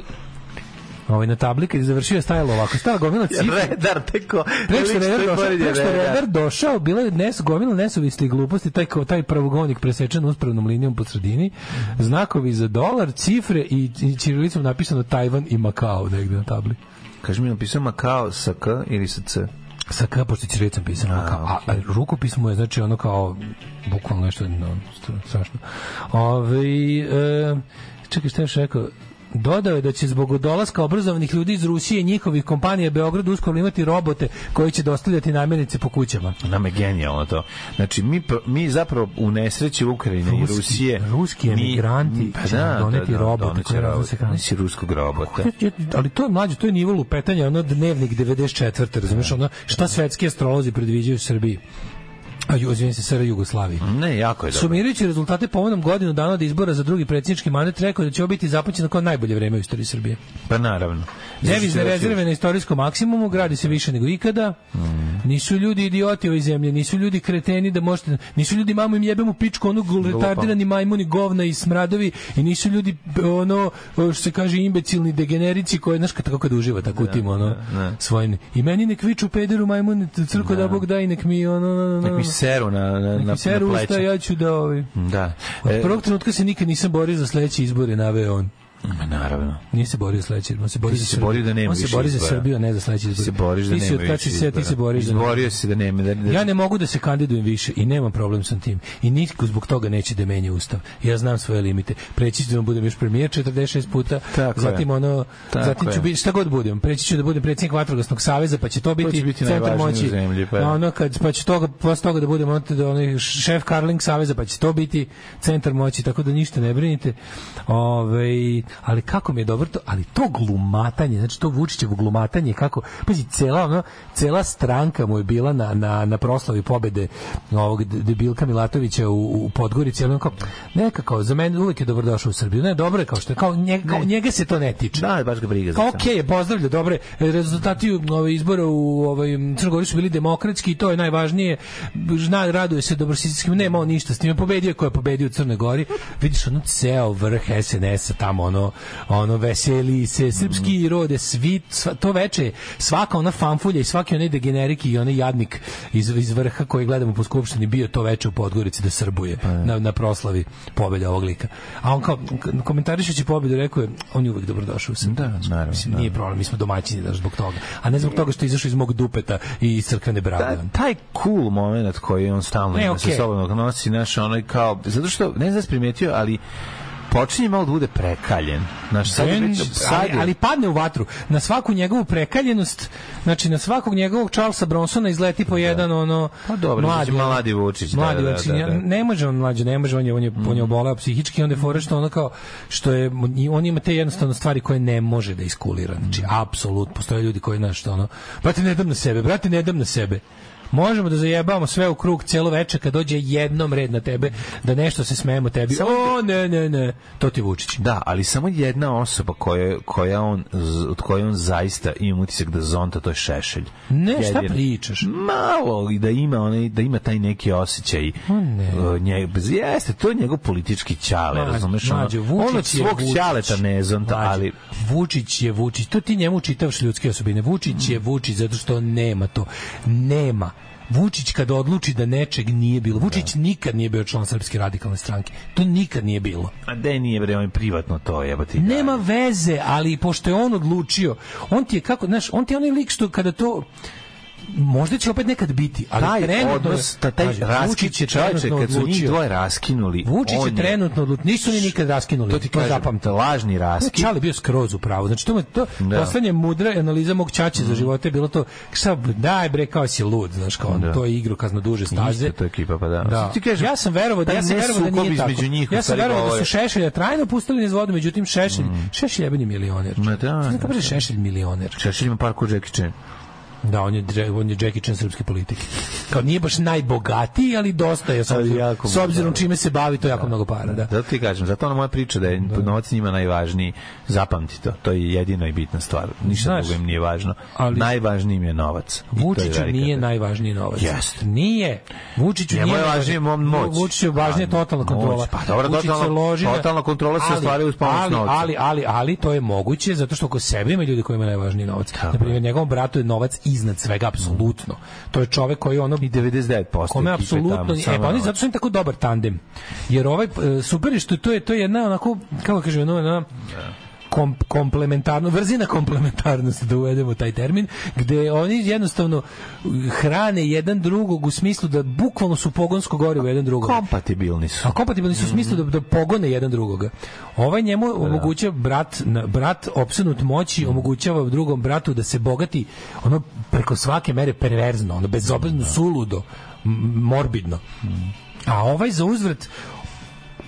F: ovaj, na tabli kad je završio je stajalo ovako, stala gomila cifra,
G: Redar, teko.
F: Preko što je redar došao, preko što je redar došao, bila je nes, gomila nesuvisli gluposti, taj, kao, taj pravogonik presečen uspravnom linijom po sredini, znakovi za dolar, cifre i, i čirilicom napisano Tajvan i Makao negde na tabli.
G: Kaži mi, napisao Makao sa K ili sa C?
F: sa K, pošto je ćirilicom pisano, a, kao, a, a rukopis mu je, znači, ono kao, bukvalno nešto, no, st- strašno. Ove, e, čekaj, šta je još rekao? Dodao je da će zbog dolaska obrazovanih ljudi iz Rusije i njihovih kompanija Beograd uskoro imati robote koji će dostavljati namirnice po kućama.
G: Pa Nama je genijalno to. Znači, mi, pr- mi zapravo u nesreći Ukrajine
F: Ruski-
G: i Rusije...
F: ruski
G: mi-
F: emigranti
G: pa
F: će nam
G: da,
F: doneti
G: da, da,
F: robote
G: doneće
F: koji
G: robote.
F: raznose hranu.
G: Doneće ruskog robota.
F: Ja, ali to je mlađe, to je nivo lupetanja, ono dnevnik 94. Razumiješ, ono šta svetski astrolozi predviđaju Srbiji? A ju, izvinim se, Sara Jugoslaviji.
G: Ne, jako je dobro.
F: Sumirajući rezultate povodom godinu dana od izbora za drugi predsjednički mandat, rekao je da će ovo biti zapamćeno kao najbolje vreme u istoriji Srbije.
G: Pa naravno.
F: Devizne
G: Znači,
F: rezerve na istorijskom maksimumu, gradi se više nego ikada.
G: Mm.
F: Nisu ljudi idioti ove zemlje, nisu ljudi kreteni da možete... Nisu ljudi mamu im jebem u pičku, ono gul- retardirani majmuni govna i smradovi i nisu ljudi b- ono, što se kaže, imbecilni degenerici koji, znaš, kad- tako kad uživa, tako
G: Da,
F: u tim, ono, svojim. I meni nek viču pederu majmuni, crko da Bog da i nek mi, ono, ono, ono,
G: Nek mi seru na, na, na,
F: nek
G: na
F: mi seru usta,
G: pleća.
F: ja ću da ovi...
G: Da.
F: Od
G: E,
F: prvog trenutka se nikad nisam borio za sledeće izbore, naveo on.
G: ma naravno.
F: Nije se borio za sledeće izbore, on se bori
G: Ti
F: za
G: si se borio
F: Srbiju.
G: da nema
F: on se
G: više
F: bori za
G: izbora.
F: Srbiju, a ne za sledeće
G: Ti
F: izbore.
G: se boriš da
F: ti si
G: nema
F: od kad
G: više
F: si se, ti
G: izbora.
F: se boriš za
G: Izborio si da nema. Da, da,
F: Ja ne mogu da se kandidujem više i nemam problem sa tim. I niko zbog toga neće da menja ustav. Ja znam svoje limite. Preći ću da budem još premijer 46 puta,
G: Tako je.
F: zatim ono,
G: Tako
F: zatim
G: je.
F: ću biti šta god budem. Preći ću da budem predsjednik vatrogasnog saveza, pa će to biti,
G: biti
F: centar
G: najvažnije
F: moći.
G: u zemlji, pa je.
F: ono kad pa će toga posle toga da budem ono, da onaj šef Karling saveza, pa će to biti centar moći, tako da ništa ne brinite. Ovaj ali kako mi je dobro to, ali to glumatanje, znači to Vučićevo glumatanje kako pazi cela ono, cela stranka mu je bila na na na proslavi pobede ovog de- debilka Milatovića u, u Podgorici, ali on kao nekako za mene uvek je dobrodošao u Srbiju. Ne, dobro je kao što je, kao njega, kao njega se to ne tiče.
G: Da, baš ga briga za
F: Pa
G: to.
F: okej, okay, pozdravlja, dobre. e, Rezultati u- ove izbora u ovaj Crnoj Gori su bili demokratski i to je najvažnije. Zna, raduje se dobrosistim, nema on ništa s time. Pobedio je ko je pobedio u Crnoj Gori. Vidiš ono ceo vrh SNS-a tamo ono ono veseli se srpski rode svi sva, to veče je svaka ona fanfulja i svaki onaj degenerik i onaj jadnik iz, iz vrha koji gledamo po skupštini bio to veče u Podgorici da srbuje na, na proslavi pobede ovog lika. A on kao k- komentarišući pobedu rekao je on je uvek dobrodošao u Srbiju.
G: Da, naravno,
F: Mislim, nije problem, mi smo domaćini da zbog toga. A ne zbog toga što je izašao iz mog dupeta i iz crkvene brade.
G: Ta, taj cool moment koji on stalno
F: Ne,
G: ima sa
F: E, okej.
G: sobom dok nosi naš onaj kao zato što ne znam da si primetio ali počinje malo da bude prekaljen. Znaš, sad je
F: Ben,
G: već- sad
F: ali,
G: je-
F: ali padne u vatru. Na svaku njegovu prekaljenost, znači na svakog njegovog Charlesa Bronsona izleti po jedan ono
G: Da. Pa dobro, znači mladi Vučić, da,
F: Mladi
G: da,
F: Vučić,
G: da, da. Mm.
F: ne može on mlađe, ne može on je on je on je oboleo psihički, onda je fora što ono kao što je i on ima te jednostavno stvari koje ne može da iskulira. Znači
G: Mm.
F: apsolutno postoje ljudi koji znaš što ono, brate ne dam na sebe, brate ne dam na sebe. Možemo da zajebamo sve u krug celo veče kad dođe jednom red na tebe da nešto se smejemo tebi. o, ne, ne, ne. To ti je Vučić.
G: Da, ali samo jedna osoba koja, koja on, z- od koje on zaista ima utisak da zonta, to je Šešelj.
F: Ne, šta
G: Jedina.
F: pričaš?
G: Malo i da ima onaj da ima taj neki osjećaj.
F: O, ne.
G: e, nje, bez- jeste, to je njegov politički ćale,
F: Mlađe,
G: razumeš? ono,
F: mlađe,
G: on od
F: Vučić je
G: svog
F: Vučić.
G: ćaleta ne zonta,
F: Mlađe,
G: ali
F: Vučić je Vučić. To ti njemu čitavaš ljudske osobine. Vučić je Vučić zato što on nema to. Nema. Vučić kad odluči da nečeg nije bilo. Vučić
G: Da.
F: nikad nije bio član Srpske radikalne stranke. To nikad nije bilo.
G: a da nije bre, on je privatno to da. jebati.
F: Nema veze, ali pošto je on odlučio, on ti je kako, znaš, on ti je onaj lik što kada to možda će opet nekad biti, ali
G: taj
F: trenutno
G: odnos, ta, taj
F: Pazi,
G: raskić
F: Vučić
G: je čovječe,
F: trenutno
G: kad su njih
F: odlučio.
G: dvoje raskinuli,
F: Vučić
G: on
F: je trenutno odlučio, nisu ni nikad raskinuli,
G: to ti kažem,
F: zapamti.
G: lažni
F: Znači,
G: raskid.
F: Čale bio skroz u pravu. Znači, to mu je to,
G: Da. Mhm.
F: da. poslednja mudra analiza mog ćaće za živote je bilo to, šta, daj bre, kao si lud, znaš, kao,
G: Da.
F: to je igru kazna duže staze.
G: Isto to je ekipa, pa da.
F: Da.
G: Sad ti kažem,
F: ja sam verovao da
G: taj
F: ja sam verovao da
G: nesukob
F: nije tako.
G: između njih, u
F: ja sam
G: stvari,
F: verovao da
G: govori.
F: su Šešelja trajno pustili niz vodu, međutim Šešelj, Šešelj je jebeni milioner.
G: Ma da,
F: Znaš
G: da,
F: kako je Šešelj milioner?
G: Šešelj ima par ko Jackie Chan.
F: Da, on je, dre- on je Jackie Chan srpske politike. Kao nije baš najbogatiji, ali dosta je s
G: Ali
F: obzirom,
G: jako da.
F: s obzirom
G: mnogo.
F: čime se bavi, to je jako mnogo para. Da.
G: Zato ti kažem, zato ona moja priča da je novac njima najvažniji, zapamti to, to je jedina i bitna stvar, ništa
F: Znaš,
G: drugo im nije važno.
F: ali-
G: Najvažniji im je novac. I to je
F: Vučiću
G: velika
F: nije
G: razlika.
F: najvažniji novac.
G: Jeste.
F: Nije. Vučiću
G: Njemu
F: nije
G: je važnije mo- moć.
F: Vučiću je važnije
G: A,
F: totalna kontrola.
G: moć. Pa dobro,
F: Vučić se
G: totalna-
F: loži na-
G: totalna kontrola se
F: Ali,
G: ostvaruje uz pomoć
F: ali,
G: novca.
F: Ali, ali, ali, to je moguće zato što oko sebe ima ljudi koji imaju najvažniji novac.
G: Tako
F: Na primjer, njegovom bratu je novac iznad svega, apsolutno. To je čovek koji ono
G: I 99%
F: kome
G: ekipe tamo,
F: apsolutno e
G: samo
F: pa oni
G: novac.
F: zato su im tako dobar tandem jer ovaj e, super je što to je to je jedna onako kako kažem jedna, jedna kom, komplementarno vrzina komplementarnosti da uvedemo taj termin gde oni jednostavno hrane jedan drugog u smislu da bukvalno su pogonsko gorivo jedan drugog
G: kompatibilni su.
F: a kompatibilni su u smislu da, da pogone jedan drugoga. Ovaj njemu omogućava brat, na- brat opsenut moći, omogućava drugom bratu da se bogati ono preko svake mere perverzno, ono bezobrazno, suludo, m- morbidno. A ovaj za uzvrat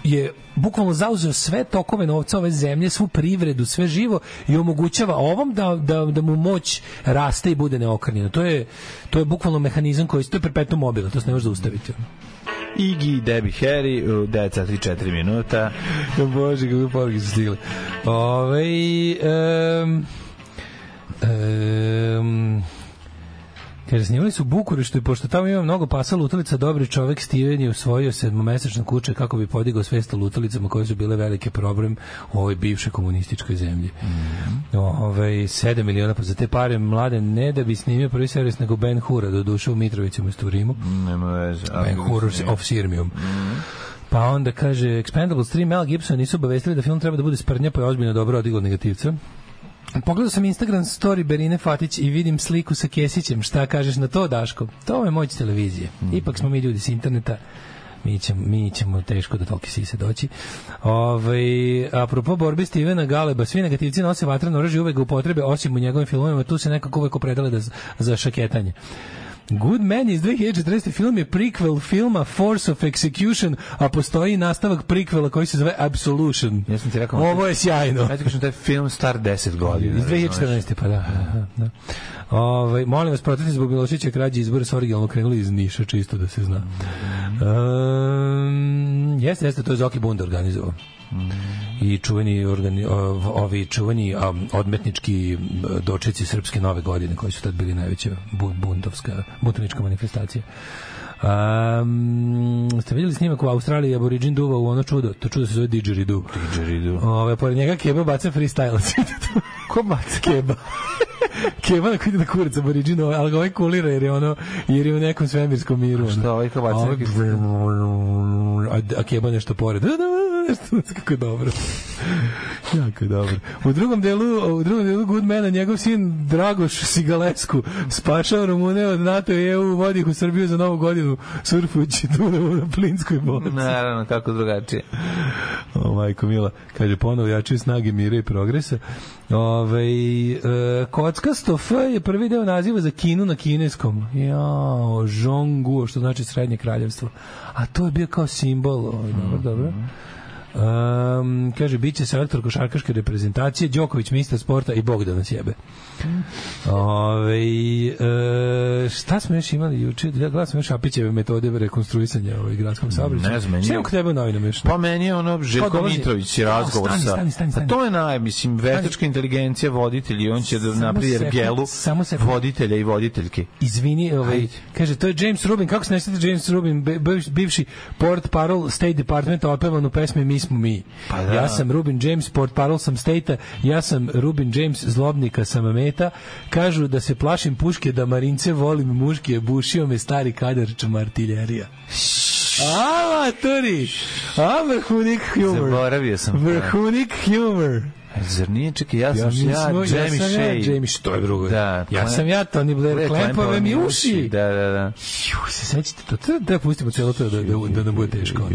F: je bukvalno zauzeo sve tokove novca ove zemlje, svu privredu, sve živo i omogućava ovom da, da, da mu moć raste i bude neokrnjena. To je, to je bukvalno mehanizam koji to je perpetuum mobile, to se ne može zaustaviti.
G: Iggy i Debbie Harry u 9 sati i 4 minuta.
F: Ja Bože, kako poruke su stigle. Ove, um, um, Kaže, snimali su u Bukureštu i pošto tamo ima mnogo pasa lutalica, dobri čovek Steven je usvojio sedmomesečno kuće kako bi podigao svest o lutalicama koje su bile velike problem u ovoj bivšoj komunističkoj zemlji. Mm. Ove, 7 miliona, pa za te pare mlade ne da bi snimio prvi servis nego Ben Hura, do duše u Mitroviću mesto u Rimu.
G: Nema veze.
F: Ben Hur Ovaj of Sirmium. Pa onda kaže, Expendables 3 Mel Gibson nisu obavestili da film treba da bude sprnja, pa je ozbiljno dobro odiglo negativca. Pogledao sam Instagram story Berine Fatić i vidim sliku sa Kesićem. Šta kažeš na to, Daško? To je moć televizije.
G: Mhm.
F: Ipak smo mi ljudi s interneta. Mi ćemo, mi ćemo teško do tolke sise doći. Ove, apropo borbe Stevena Galeba, svi negativci nose vatreno oružje i uvek ga upotrebe, osim u njegovim filmovima, tu se nekako uvek opredele da, za šaketanje. Good Man iz 2014. film je prikvel filma Force of Execution, a postoji i nastavak prikvela koji se zove Absolution.
G: Ja sam ti rekao-
F: Ovo je sjajno.
G: Ajde kažem, taj film star 10 godina.
F: Iz
G: razumeš?
F: 2014. pa da. da, da. Ove, molim vas, protesti zbog Milošića krađe izbora su originalno krenuli iz Niša, čisto da se zna. Um, jeste, jeste, to je Zoki Bunda organizovao. I čuveni, organi, ov- ovi čuveni um, odmetnički m, dočeci Srpske nove godine, koji su tad bili najveća bu- bundovska, buntovnička manifestacija. Um, ste vidjeli snimak u Australiji Aborigin duva u ono čudo? To čudo se zove Didgeridoo.
G: Didgeridoo.
F: Ove, pored njega keba baca freestyle. Ko baca keba? keba na koji ide na kurac aboriđinu, ali ga ovaj kulira jer je ono, jer je u nekom svemirskom miru. ono.
G: Šta, ovaj kao baca
F: A
G: neki-
F: brrrr, a, a keba nešto pored. Da, Nešto, kako je dobro. jako je dobro. U drugom delu, u drugom delu Goodmana, njegov sin Dragoš Sigalesku spašao Rumune od NATO i EU, vodi ih u Srbiju za novu godinu, surfujući Dunavu na Plinskoj boci.
G: Naravno, kako drugačije.
F: O, majko Mila, kaže ponovo jačaju snage mira i progresa. Ove, e, kockasto F je prvi deo naziva za Kinu na kineskom. Jao, Zhongguo, što znači srednje kraljevstvo. A to je bio kao simbol. Ovo,
G: Mhm.
F: dobro, dobro. Um, kaže, bit će selektor košarkaške reprezentacije, Đoković, ministar sporta i Bog da nas jebe. Ove, e, šta smo još imali juče? Ja gledam sam još Apićeve metode rekonstruisanja ovaj gradskom saobraćaju.
G: Ne znam, meni
F: Šta je
G: je-
F: u tebe u novinama još?
G: Pa meni je ono Željko
F: dolazi?
G: Mitrović i
F: Kao, da
G: razgovor
F: stani,
G: sa...
F: stani, stani, stani.
G: Pa to je naj, mislim, veštačka inteligencija voditelji, on će da
F: Samo
G: napravi
F: sekund,
G: ergelu
F: samo sekund.
G: voditelja i voditeljke.
F: Izvini, ovaj,
G: Ajde.
F: kaže, to je James Rubin, kako se ne sjeti James Rubin, bi- bivš- bivši port parol State Departmenta opevan u pesmi Mi smo mi.
G: Pa da.
F: Ja sam Rubin James, port parol sam State-a, ja sam Rubin James, zlobnika sam meta, kažu da se plašim puške, da marince volim muške, bušio me stari kadar čumartiljerija. A, maturi! A, vrhunik humor!
G: Zaboravio sam.
F: Vrhunik humor!
G: Zar nije, čekaj, ja sam
F: Ja
G: ja,
F: sam
G: Jamie
F: ja, ja sam ja,
G: Shea.
F: Jamie, što je drugo?
G: Da,
F: ja
G: Clem-
F: sam ja, Tony Blair, klempove mi uši.
G: Da, da, da.
F: Ju, se sećate, to, to da pustimo celo to da, da, da nam bude teško.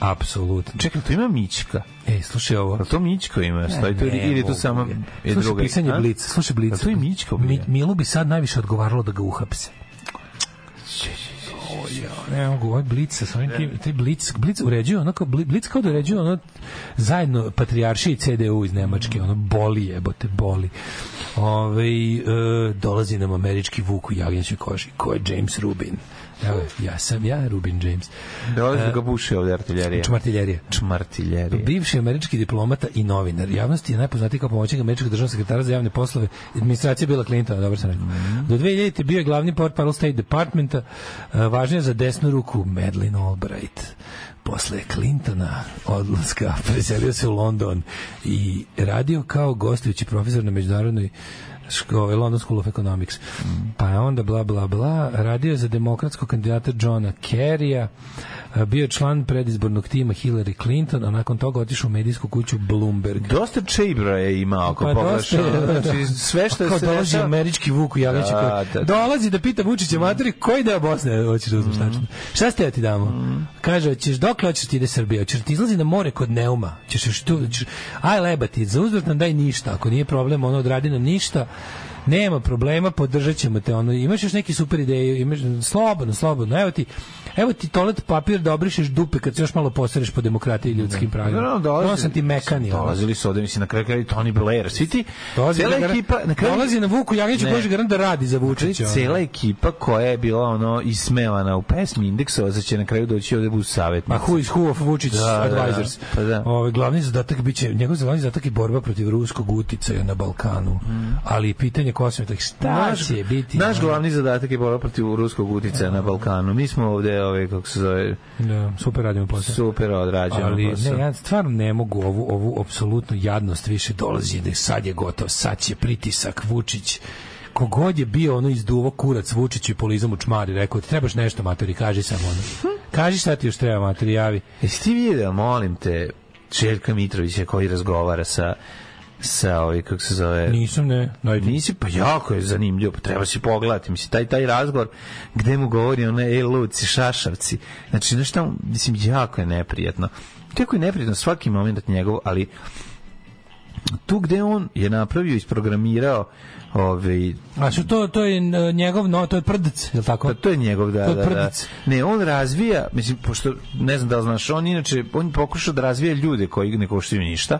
F: Apsolutno. Čekaj,
G: Čekaj, to ima Mićka.
F: ej, slušaj ovo.
G: Pa to Mićko ima, stoji to ili ili je to samo je
F: Slušaj,
G: druga.
F: pisanje
G: a?
F: Blica, slušaj Blica.
G: A to je Mićko. bre.
F: Mi, Milu bi sad najviše odgovaralo da ga uhapse. O, ja, Ne mogu, ovaj Blic sa svojim tim, taj Blic, Blic uređuje, ono kao, Bli- Blic kao da uređuje ono zajedno Patrijarši i CDU iz Nemačke, ono boli jebote, boli. Ove, e, dolazi nam američki vuk u jagnjećoj koži, ko je James Rubin. Evo, ja sam ja, Rubin James.
G: Dolazi da ga buši ovde artiljerija.
F: Čmartiljerija.
G: Čmartiljerija.
F: Bivši američki diplomata i novinar. Javnosti je najpoznatiji kao pomoćnik američkog državnog sekretara za javne poslove administracije Bila Clintona, dobro sam rekao. Do 2000. bio je glavni portparol State Departmenta, a, važnija za desnu ruku Madeleine Albright. Posle Clintona odlaska preselio se u London i radio kao gostujući profesor na međunarodnoj škole ovaj, London School of Economics. Pa je onda bla bla bla, radio je za demokratskog kandidata Johna Kerrya, a, bio je član predizbornog tima Hillary Clinton, a nakon toga otišao u medijsku kuću Bloomberg.
G: Dosta čebra je imao, ako
F: Pa
G: pogledaš.
F: dosta je,
G: ono,
F: da.
G: Znači, sve što
F: Kao
G: se
F: dolazi
G: dešava-
F: američki vuk u Jagliću
G: Da,
F: da,
G: da, Mm. da.
F: dolazi da pita Vučića materi koji deo Bosne hoćeš da uzmeš tačno. Šta ste joj ti damo?
G: Mm.
F: Kaže, hoćeš dokle hoćeš da ti ide Srbija? Hoćeš ti izlazi na more kod Neuma? Ćeš još tu, ćeš, aj lebati, za uzvrat nam daj ništa, ako nije problem, ono odradi nam ništa. Nema problema, podržat ćemo te. Ono, imaš još neki super ideju, imaš, slobodno, slobodno. Evo ti, evo ti toalet papir da obrišeš dupe kad se još malo posreš po demokratiji i ljudskim pravima.
G: Da, da, dolazi-
F: Ono sam ti mekani. ono.
G: Dolazili su ovde, mislim, na kraju kraju Tony Blair. Svi ti,
F: Dolazi,
G: cela
F: na gar-
G: ekipa, na kraju
F: dolazi na Vuku Jagiću
G: Ne.
F: koji garant da radi za
G: Znači,
F: Vučića. ono.
G: cela ekipa koja je bila ono ismevana u pesmi indeksova, sad će na kraju doći ovde budu
F: Ma
G: savjetnici.
F: who is who of Vučić
G: Da, da,
F: advisors.
G: da. Pa da.
F: Ovaj glavni zadatak biće njegov glavni zadatak je borba protiv ruskog uticaja na Balkanu. Ali i pitanje Kosova, tak šta će biti?
G: Mm. Da,
F: da.
G: naš
F: ono?
G: glavni zadatak je borba protiv ruskog uticaja na Balkanu. Mi smo ovde, ove, kako se zove,
F: da, super radimo posao.
G: super odrađeno.
F: ali ne, ja stvarno ne mogu ovu ovu apsolutnu jadnost više dolazi da sad je gotovo, sad će pritisak Vučić kogod je bio ono izduvo kurac Vučiću i polizom u čmari, rekao ti trebaš nešto materi, kaži samo ono. Kaži šta ti još treba materi, javi.
G: Jesi ti video, molim te, Željka Mitrovića koji razgovara sa sa ovaj kako se zove
F: Nisam ne, najdi.
G: Nisi, pa jako je zanimljivo, pa treba si pogledati, mislim, taj, taj razgovor gde mu govori ono, ej, luci, šašavci, znači, znaš šta, mislim, jako je neprijatno. Jako je neprijatno svaki moment njegov, ali tu gde on je napravio, isprogramirao, ovaj,
F: A što to to je e, njegov no to je prdac, je l' tako?
G: Pa to je njegov, da,
F: To je
G: da, da.
F: prdic.
G: Ne, on razvija, mislim, pošto, ne znam da li znaš, on inače, on pokušao da razvija ljude koji ne koštaju ništa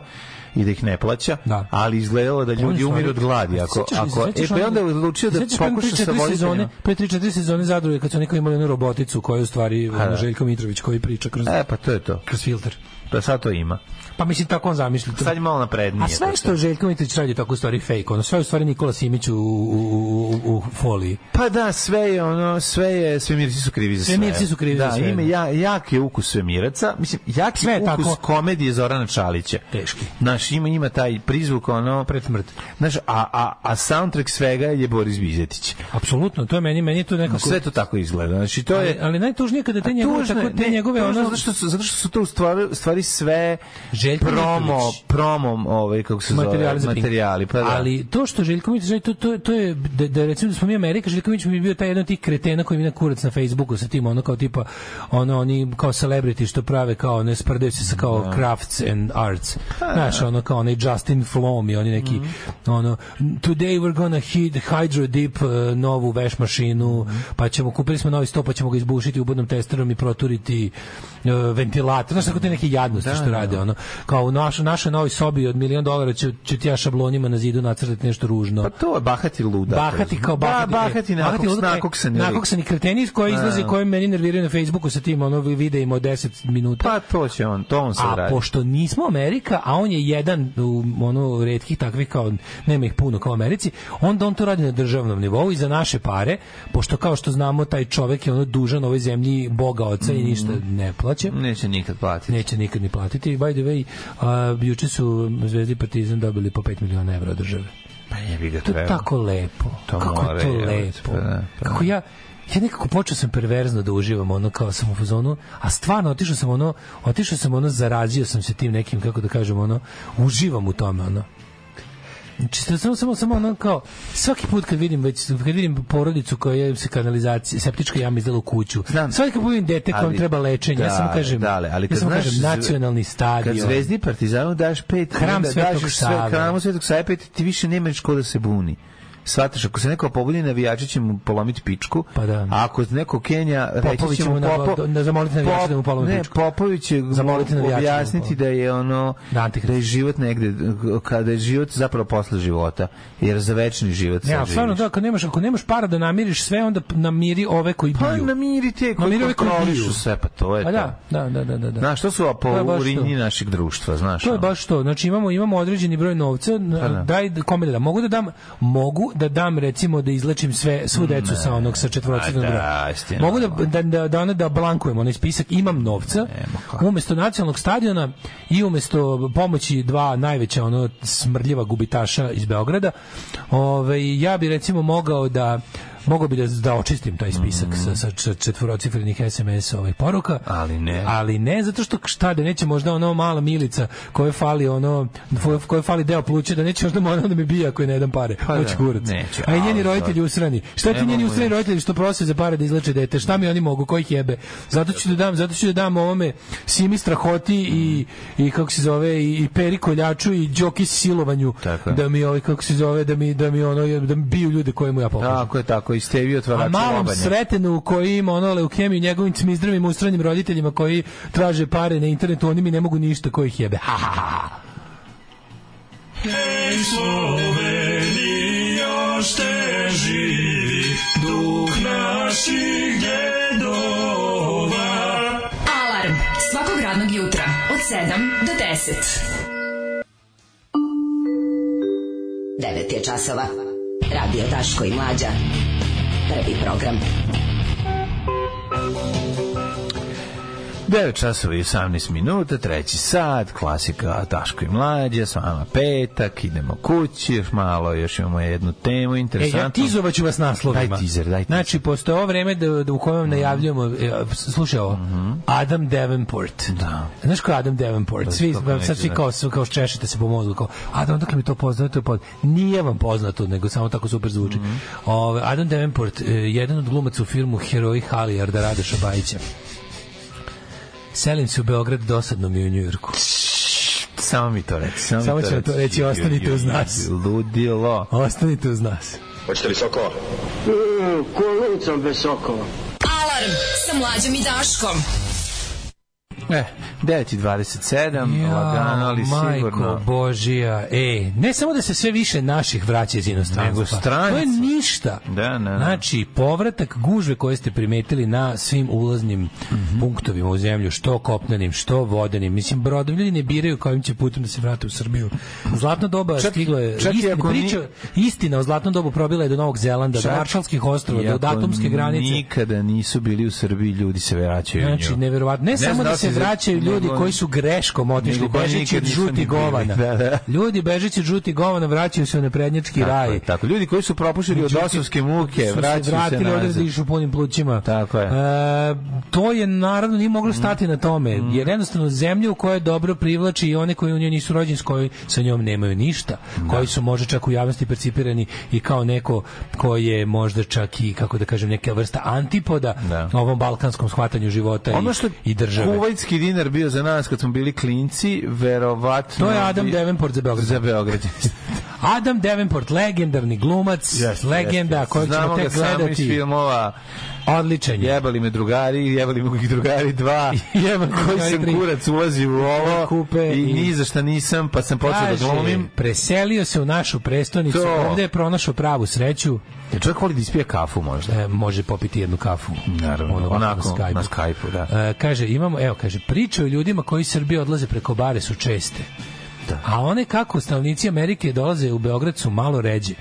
G: i da ih ne plaća,
F: Da.
G: ali izgledalo da ljudi
F: Oni su
G: umiru
F: oni-
G: od gladi. Ako,
F: Sećaš li se,
G: ako, e,
F: sećaš
G: pa je onda
F: onog-
G: odlučio da
F: sećaš pre
G: pokuša
F: tri,
G: sa
F: četiri sezone,
G: voditeljima.
F: pre 3-4 sezone zadruge kad su oni kao imali onu roboticu koja je u stvari ono,
G: da.
F: Željko Mitrović koji priča kroz
G: E, pa to je to.
F: kroz filter.
G: Pa sad to ima.
F: Pa mislim tako on zamišlja. to.
G: Sad je malo naprednije.
F: A sve što Željko Mitrović radi je tako u stvari fake, ono sve je u stvari Nikola Simić u, u, u, u foliji.
G: Pa da, sve je ono, sve je, svemirci su krivi za sve.
F: Svemirci su krivi
G: da,
F: za sve,
G: Ima
F: da.
G: ja, jak je ukus svemiraca, mislim, jak
F: Sve
G: je
F: je
G: ukus
F: tako.
G: komedije Zorana Čalića.
F: Teški.
G: Znaš, ima, ima taj prizvuk, ono,
F: Pred smrt.
G: znaš, a, a, a soundtrack svega je Boris Bizetić.
F: Apsolutno, to je meni, meni je to nekako...
G: Sve to tako izgleda. Znači, to
F: ali,
G: je...
F: ali najtužnije kada te
G: A
F: njegove,
G: tužno je,
F: tako, te
G: ne,
F: njegove
G: tužno je
F: ono...
G: zato što su, zato što su to u stvari, u stvari sve
F: Željko
G: promo
F: Mitrović.
G: promom ovaj kako se zove
F: materijali za Pink.
G: materijali pa da.
F: Ali to što Željko Mitrović radi, to, to, to je, da, da recimo da smo mi Amerika, Željko Mitrović bi bio taj jedan od tih kretena koji mi na kurac na Facebooku sa tim, ono kao tipa, ono, oni kao celebrity što prave, kao ne sprdaju se sa kao
G: Da.
F: crafts and arts.
G: Pa
F: Znaš, ono kao onaj Justin Flom i oni neki,
G: Mhm.
F: ono, today we're gonna hit hydro dip uh, novu veš mašinu,
G: Mhm.
F: pa ćemo, kupili smo novi sto, pa ćemo ga izbušiti ubodnom testerom i proturiti uh, ventilator. Znaš, tako te neke jadnosti
G: Da,
F: što rade, ono. Kao u našoj, našoj novoj sobi od milion dolara ću, ću ti ja šablonima na zidu nacrtati nešto ružno.
G: Pa to je bahati luda.
F: bahati kao bahati.
G: Da, bahati Da. nakog,
F: ludak, e,
G: nakog se ne
F: nakoksan i kreteni koji izlaze, koji meni nerviraju na Facebooku sa tim, ono, videima od 10 minuta.
G: Pa to će on, to on se
F: A
G: radi.
F: pošto nismo Amerika, a on je jedan u ono retkih takvih kao nema ih puno kao u Americi, onda on to radi na državnom nivou i za naše pare, pošto kao što znamo taj čovek je ono dužan ovoj zemlji boga oca i ništa ne plaća.
G: Neće nikad platiti.
F: Neće nikad ni platiti. By the way, a, juče su Zvezdi i Partizan dobili po 5 miliona evra od države.
G: Pa je bi ga
F: To je
G: trebao.
F: tako lepo.
G: To
F: Kako
G: more,
F: je to
G: jebote,
F: lepo.
G: pa da, pa
F: Kako ja ja nekako počeo sam perverzno da uživam ono kao sam u fazonu, a stvarno otišao sam ono, otišao sam ono, zarazio sam se tim nekim, kako da kažem, ono, uživam u tome, ono. Čisto samo samo samo ono kao svaki put kad vidim već kad vidim porodicu koja je se kanalizacija septička jama izdala u kuću.
G: Znam.
F: Svaki kad vidim dete kojem
G: Ali-
F: treba lečenje, ja samo
G: da,
F: kažem,
G: da, ali- ali
F: ja
G: kad
F: samo
G: znaš
F: kažem
G: zve-
F: nacionalni stadion.
G: Kad Zvezdi i Partizanu daš pet,
F: Hram
G: onda
F: Svetog
G: daš
F: Save.
G: Hram Svetog Save pet, ti više nemaš ko da se buni. Svataš, ako se neko pobuni, navijači će mu polomiti pičku.
F: Pa da.
G: A ako neko Kenja, reći
F: Popović
G: će
F: mu
G: mu
F: na-
G: Popo...
F: da- zamoliti navijače da mu polome
G: ne,
F: pičku.
G: Popović će
F: Zamoliti
G: mu
F: navijače da mu
G: objasniti da
F: polome.
G: je ono...
F: Da, Antihrist.
G: Da je život negde, kada je život zapravo posle života. Jer za večni život
F: Ne,
G: sad
F: ali stvarno
G: živiš.
F: da, ako nemaš, ako nemaš para da namiriš sve, onda p- namiri ove koji
G: Pa
F: biju.
G: namiri te koji
F: Namiri ove koji
G: kontrolišu
F: biju.
G: sve, pa to je
F: Pa
G: to.
F: da, da, da, da, da. da.
G: Znaš, to su
F: To je baš to.
G: apolurinji našeg društva, znaš.
F: To je
G: ono.
F: baš to. Znači imamo imamo određeni broj novca, na-
G: da.
F: daj kome da dam. Mogu da dam, mogu da dam recimo da izlečim sve svu decu sa onog sa četvorocifrenog
G: Mm, A da,
F: broja.
G: istina.
F: Mogu da da da da, ono da blankujem onaj spisak, imam novca.
G: kako.
F: Umesto nacionalnog stadiona i umesto pomoći dva najveća ono smrdljiva gubitaša iz Beograda, ovaj ja bi recimo mogao da mogao bi da, da očistim taj spisak sa, sa čet- četvorocifrenih SMS ovih poruka.
G: Mhm. Ali ne.
F: Ali ne, zato što šta da neće možda ono mala milica koje fali ono koje- koje fali deo pluća da neće možda ona da me bije ako je ne dam pare.
G: Pa
F: Pa
G: da,
F: Hoće kurac.
G: neće,
F: A i njeni
G: ali to-
F: roditelji usrani. Šta ti njeni
G: Nemamo
F: usrani
G: veze.
F: roditelji što prose za pare da izleče dete? Šta mi oni mogu? Koji ih jebe? Zato ću da dam, zato ću da dam ovome Simi Strahoti i, i kako se zove i, i Peri Koljaču i Đoki Silovanju
G: Tako je.
F: da mi ovaj kako se zove da mi da mi ono da mi biju ljude kojemu ja pokažem.
G: Tako je, tako. I Stevi otvarač
F: A malom
G: lobanje.
F: sretenu koji ima ono leukemiju i njegovim cmizdravim ustranim roditeljima koji traže pare na internetu, oni mi ne mogu ništa koji ih jebe. Ha, ha, ha.
E: Alarm svakog radnog jutra od 7 do 10.
J: 9 je časova. Radio Daško i Mlađa. Prvi program.
G: 9 časova i 18 minuta, treći sat, klasika Daško i Mlađe, s vama petak, idemo kući, još malo, još imamo jednu temu,
F: E, ja
G: interesantnu.
F: tizovaću vas naslovima.
G: Daj teaser, daj teaser. Mhm.
F: Znači, postoje ovo vreme da, da u kojem najavljujemo, e, slušaj ovo, Adam Davenport.
G: Da.
F: Znaš ko je Adam Davenport? Svi,
G: kako neću
F: sad svi kao, kao češete se po mozgu, kao, Adam, dakle mi to poznato? Pa, nije vam poznato, nego samo tako super zvuči.
G: Mhm.
F: Ove, Adam Davenport, e, jedan od glumaca u filmu Heroji Halijarda Radoša Bajića. Selim se u Beograd, dosadno mi je u Njujorku.
G: Samo mi to reći. Samo, mi
F: Samo ću vam to reći,
G: Ju, ju,
F: ostanite
G: ju,
F: uz nas.
G: Ludilo.
F: Ostanite uz nas.
D: Hoćete li sokova?
E: Alarm sa mlađom i Daškom.
G: E, 9.27, ja, lagano, ali sigurno.
F: Božija, e, ne samo da se sve više naših vraća iz inostranstva,
G: Nego stranaca.
F: to je ništa.
G: Da, ne, ne.
F: Znači, povratak gužve koje ste primetili na svim ulaznim
G: Mhm.
F: punktovima u zemlju, što kopnenim, što vodenim, mislim, brodom, ljudi ne biraju kojim će putem da se vrate u Srbiju. Zlatna doba
G: Čak-
F: stigla je,
G: čak i
F: istina,
G: ako ni-
F: priča, istina o zlatnom dobu probila je do Novog Zelanda, do
G: Čak-
F: Maršalskih ostrova, do
G: Iako
F: datumske granice.
G: Nikada nisu bili u Srbiji, ljudi se vraćaju u
F: Znači,
G: nju.
F: neverovatno. Ne, samo
G: znam
F: da
G: li
F: se
G: si za-
F: vraćaju ljudi
G: nego-
F: koji su greškom otišli,
G: nego koji
F: bežeći
G: nikad
F: od
G: nisu ni
F: žuti
G: bili.
F: govana.
G: Da, da.
F: Ljudi bežeći od žuti govana vraćaju se u neprednjački
G: Tako,
F: raj.
G: je, tako. Ljudi koji su propušili od
F: Međutim,
G: dosovske muke,
F: su se
G: vraćaju se
F: vratili ovde da
G: nazad.
F: dišu punim plućima.
G: Tako je. Mm.
F: E, to je naravno nije moglo stati na tome, jer jednostavno zemlja u kojoj dobro privlači i one koji u njoj nisu rođeni, s koji sa njom nemaju ništa,
G: Da.
F: koji su možda čak u javnosti percipirani i kao neko koji je možda čak i, kako da kažem, neka vrsta antipoda
G: Da.
F: ovom balkanskom shvatanju života
G: Ono
F: i,
G: što je
F: i države.
G: Kuvajtski dinar bio za nas kad smo bili klinci, verovatno...
F: To je Adam
G: bi-
F: Davenport za Beograd.
G: Za Beograd.
F: Adam Davenport, legendarni glumac,
G: Jeste,
F: legenda
G: jeste.
F: koju ćemo
G: Znamo ga
F: tek
G: samo iz
F: gledati.
G: filmova
F: Odličan je.
G: Jebali me drugari, jebali me drugari dva.
F: Jebali me
G: koji
F: drugari
G: sam
F: tri.
G: kurac ulazio u ovo
F: Kupe
G: i,
F: i-
G: ni za šta nisam, pa sam počeo da
F: Kaže,
G: glumim.
F: preselio se u našu prestonicu,
G: To.
F: ovde je pronašao pravu sreću,
G: Ja čovjek voli da ispije kafu možda.
F: e, može popiti jednu kafu.
G: Naravno,
F: Ono,
G: onako,
F: na Skype-u.
G: na Skype-u, da.
F: E, kaže, imamo, evo, kaže, priče o ljudima koji iz Srbije odlaze preko bare su česte.
G: Da.
F: A one kako stanovnici Amerike dolaze u Beograd su malo ređe.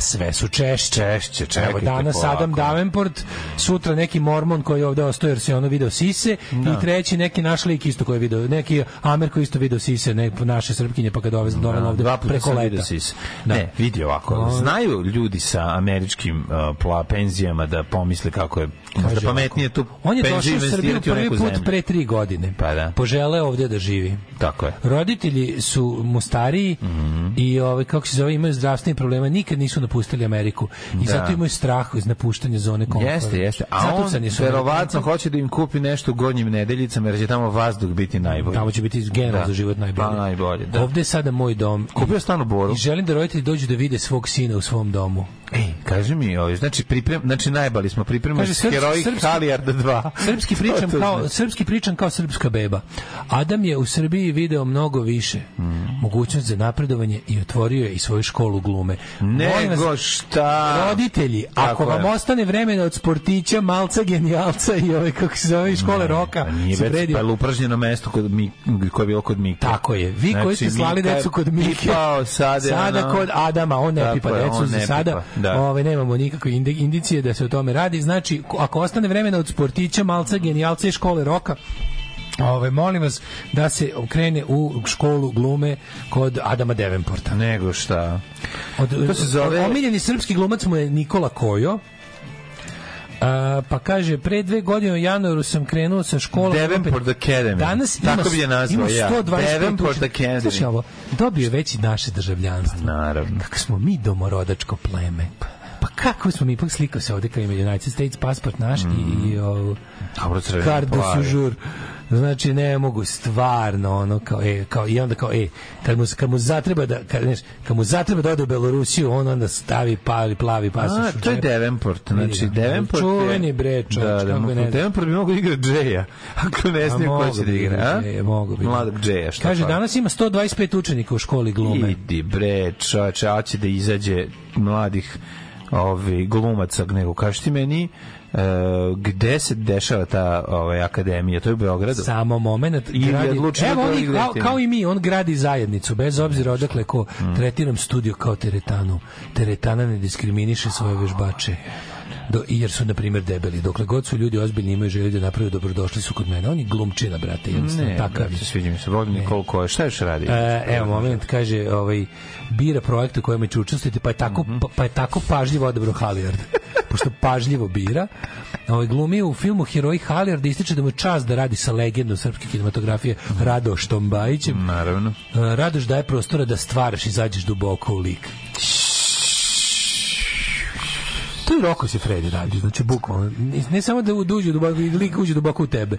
F: Sve su češće.
G: Češće, čekajte
F: Evo danas
G: polako.
F: Adam Davenport, sutra neki mormon koji je ovde ostao jer se ono video sise
G: Da.
F: i treći neki naš lik isto koji je video, neki Amer koji isto video sise, ne, naše srpkinje pa kad dovez, dovela ovde
G: Da, dva puta
F: preko
G: sam
F: leta.
G: vidio sise.
F: Da.
G: Ne, vidi ovako. Znaju ljudi sa američkim uh, pla, penzijama da pomisle kako je možda
F: Kaže
G: pametnije tu
F: On je
G: penziju
F: došao u Srbiju
G: investirati u
F: prvi
G: neku
F: put
G: zemlju.
F: pre tri godine.
G: Pa da.
F: Poželeo ovde da živi.
G: Tako je.
F: Roditelji su mu stariji
G: Mhm.
F: i ovaj, kako se zove, imaju zdravstvene probleme, nikad nisu napustili Ameriku i
G: Da.
F: zato imaju strah iz napuštanja zone komfora.
G: Jeste, jeste. A
F: Zatucani
G: on
F: su
G: verovatno
F: Amerikanci.
G: hoće da im kupi nešto u gornjim nedeljicama jer će tamo vazduh biti najbolji.
F: Tamo će biti generalno
G: Da.
F: za život najbolje.
G: Pa, najbolje, da.
F: Ovde je sada moj dom.
G: Kupio stan u Boru.
F: I želim da roditelji dođu da vide svog sina u svom domu.
G: Ej, kaži mi, ovaj, znači, priprem, znači najbali smo pripremu
F: Kaže, srpski-
G: heroik
F: srpski-
G: Halijarda 2.
F: Srpski
G: Što
F: pričam
G: to
F: kao
G: znači?
F: srpski pričam kao srpska beba. Adam je u Srbiji video mnogo više
G: Mhm.
F: mogućnost za napredovanje i otvorio je i svoju školu glume. Molim vas,
G: Nego šta?
F: roditelji, ako
G: Tako
F: vam
G: je.
F: ostane vremena od sportića, malca, genijalca i ove, kako se zove, iz škole roka,
G: Pa Nije
F: sa
G: već,
F: Freddyom,
G: pa je upražnjeno mesto kod mi, koje je bilo kod Mike.
F: Tako je. Vi koji ste slali decu kod Mike,
G: Znači, Pipao, sad je
F: sada
G: ono-
F: kod Adama, on ne
G: Tako
F: pipa
G: je,
F: decu
G: on
F: za
G: ne
F: sada.
G: pipa, da.
F: Ovaj, nemamo nikakve indi- indicije da se o tome radi. Znači, ko- ako ostane vremena od sportića, malca, genijalca i škole roka, Ove, molim vas da se krene u školu glume kod Adama Devenporta.
G: Nego šta?
F: Od,
G: To se zove-
F: Omiljeni srpski glumac mu je Nikola Kojo. A, pa kaže, pre dve godine u januaru sam krenuo sa školom.
G: Davenport Academy.
F: Danas
G: Tako
F: ima-
G: bi je nazvao
F: ima
G: ja.
F: 125
G: Davenport
F: učenika.
G: Academy.
F: Slušaj ovo, dobio je već i naše državljanstvo.
G: Naravno.
F: Kako smo mi domorodačko pleme. Pa kako smo mi, ipak slikao se ovde kao ima United States pasport naš i, i ovo,
G: Mm. Dobro, crveni
F: Carte de
G: plavi.
F: séjour. Znači, ne mogu, stvarno, ono, kao, e, kao, i onda kao, e, kad mu, kad mu zatreba da, kad, znaš, kad mu zatreba da ode u Belorusiju, on onda stavi pali, plavi pasoš.
G: A,
F: u
G: to je
F: džep.
G: Davenport. Znači,
F: Vidi ga.
G: Davenport je...
F: Čuveni bre, čovječ,
G: da, da,
F: kako ne
G: mu-
F: znam.
G: Davenport bi mogao igrati Džeja. Ako ne
F: A
G: snije ko
F: mogu
G: će da
F: bi
G: igra, a?
F: igrati Džeja, mogu bi.
G: Mladog Džeja, šta
F: Kaže,
G: fali?
F: danas ima 125 učenika u školi glume.
G: Idi bre, čoveče, a će da izađe mladih ovi glumaca, nego kaži ti meni e, gde se dešava ta ovaj, akademija, to je u Beogradu.
F: Samo moment.
G: Ili
F: gradi-
G: odlučio
F: Evo,
G: da
F: on, i-
G: igra
F: kao,
G: tim. Mm.
F: kao i mi, on gradi zajednicu, bez obzira odakle ko. Tretiram studio kao teretanu. Teretana ne diskriminiše svoje vežbače. Do, i jer su, na primjer, debeli. Dokle god su ljudi ozbiljni imaju želju da naprave dobrodošli su kod mene. On je glumčina, brate, jednostavno
G: Ne,
F: takav
G: brate,
F: je.
G: sviđa mi se, volim Nikolu Koje. Šta još radi?
F: E, evo moment, kaže, ovaj, bira projekte u kojima će učestvovati, pa je tako, pa, pa je tako pažljivo odabrao Halijard. pošto pažljivo bira. Ovaj, glumi u filmu Heroji Halijard ističe da mu je čast da radi sa legendom srpske kinematografije Radoš Tombajićem.
G: Naravno.
F: E, Radoš daje prostora da stvaraš i zađeš duboko u lik. To je Roko se Fredi radi, znači bukvalno. Ne, ne samo da u- da uđe duboko, i lik uđe duboko u tebe.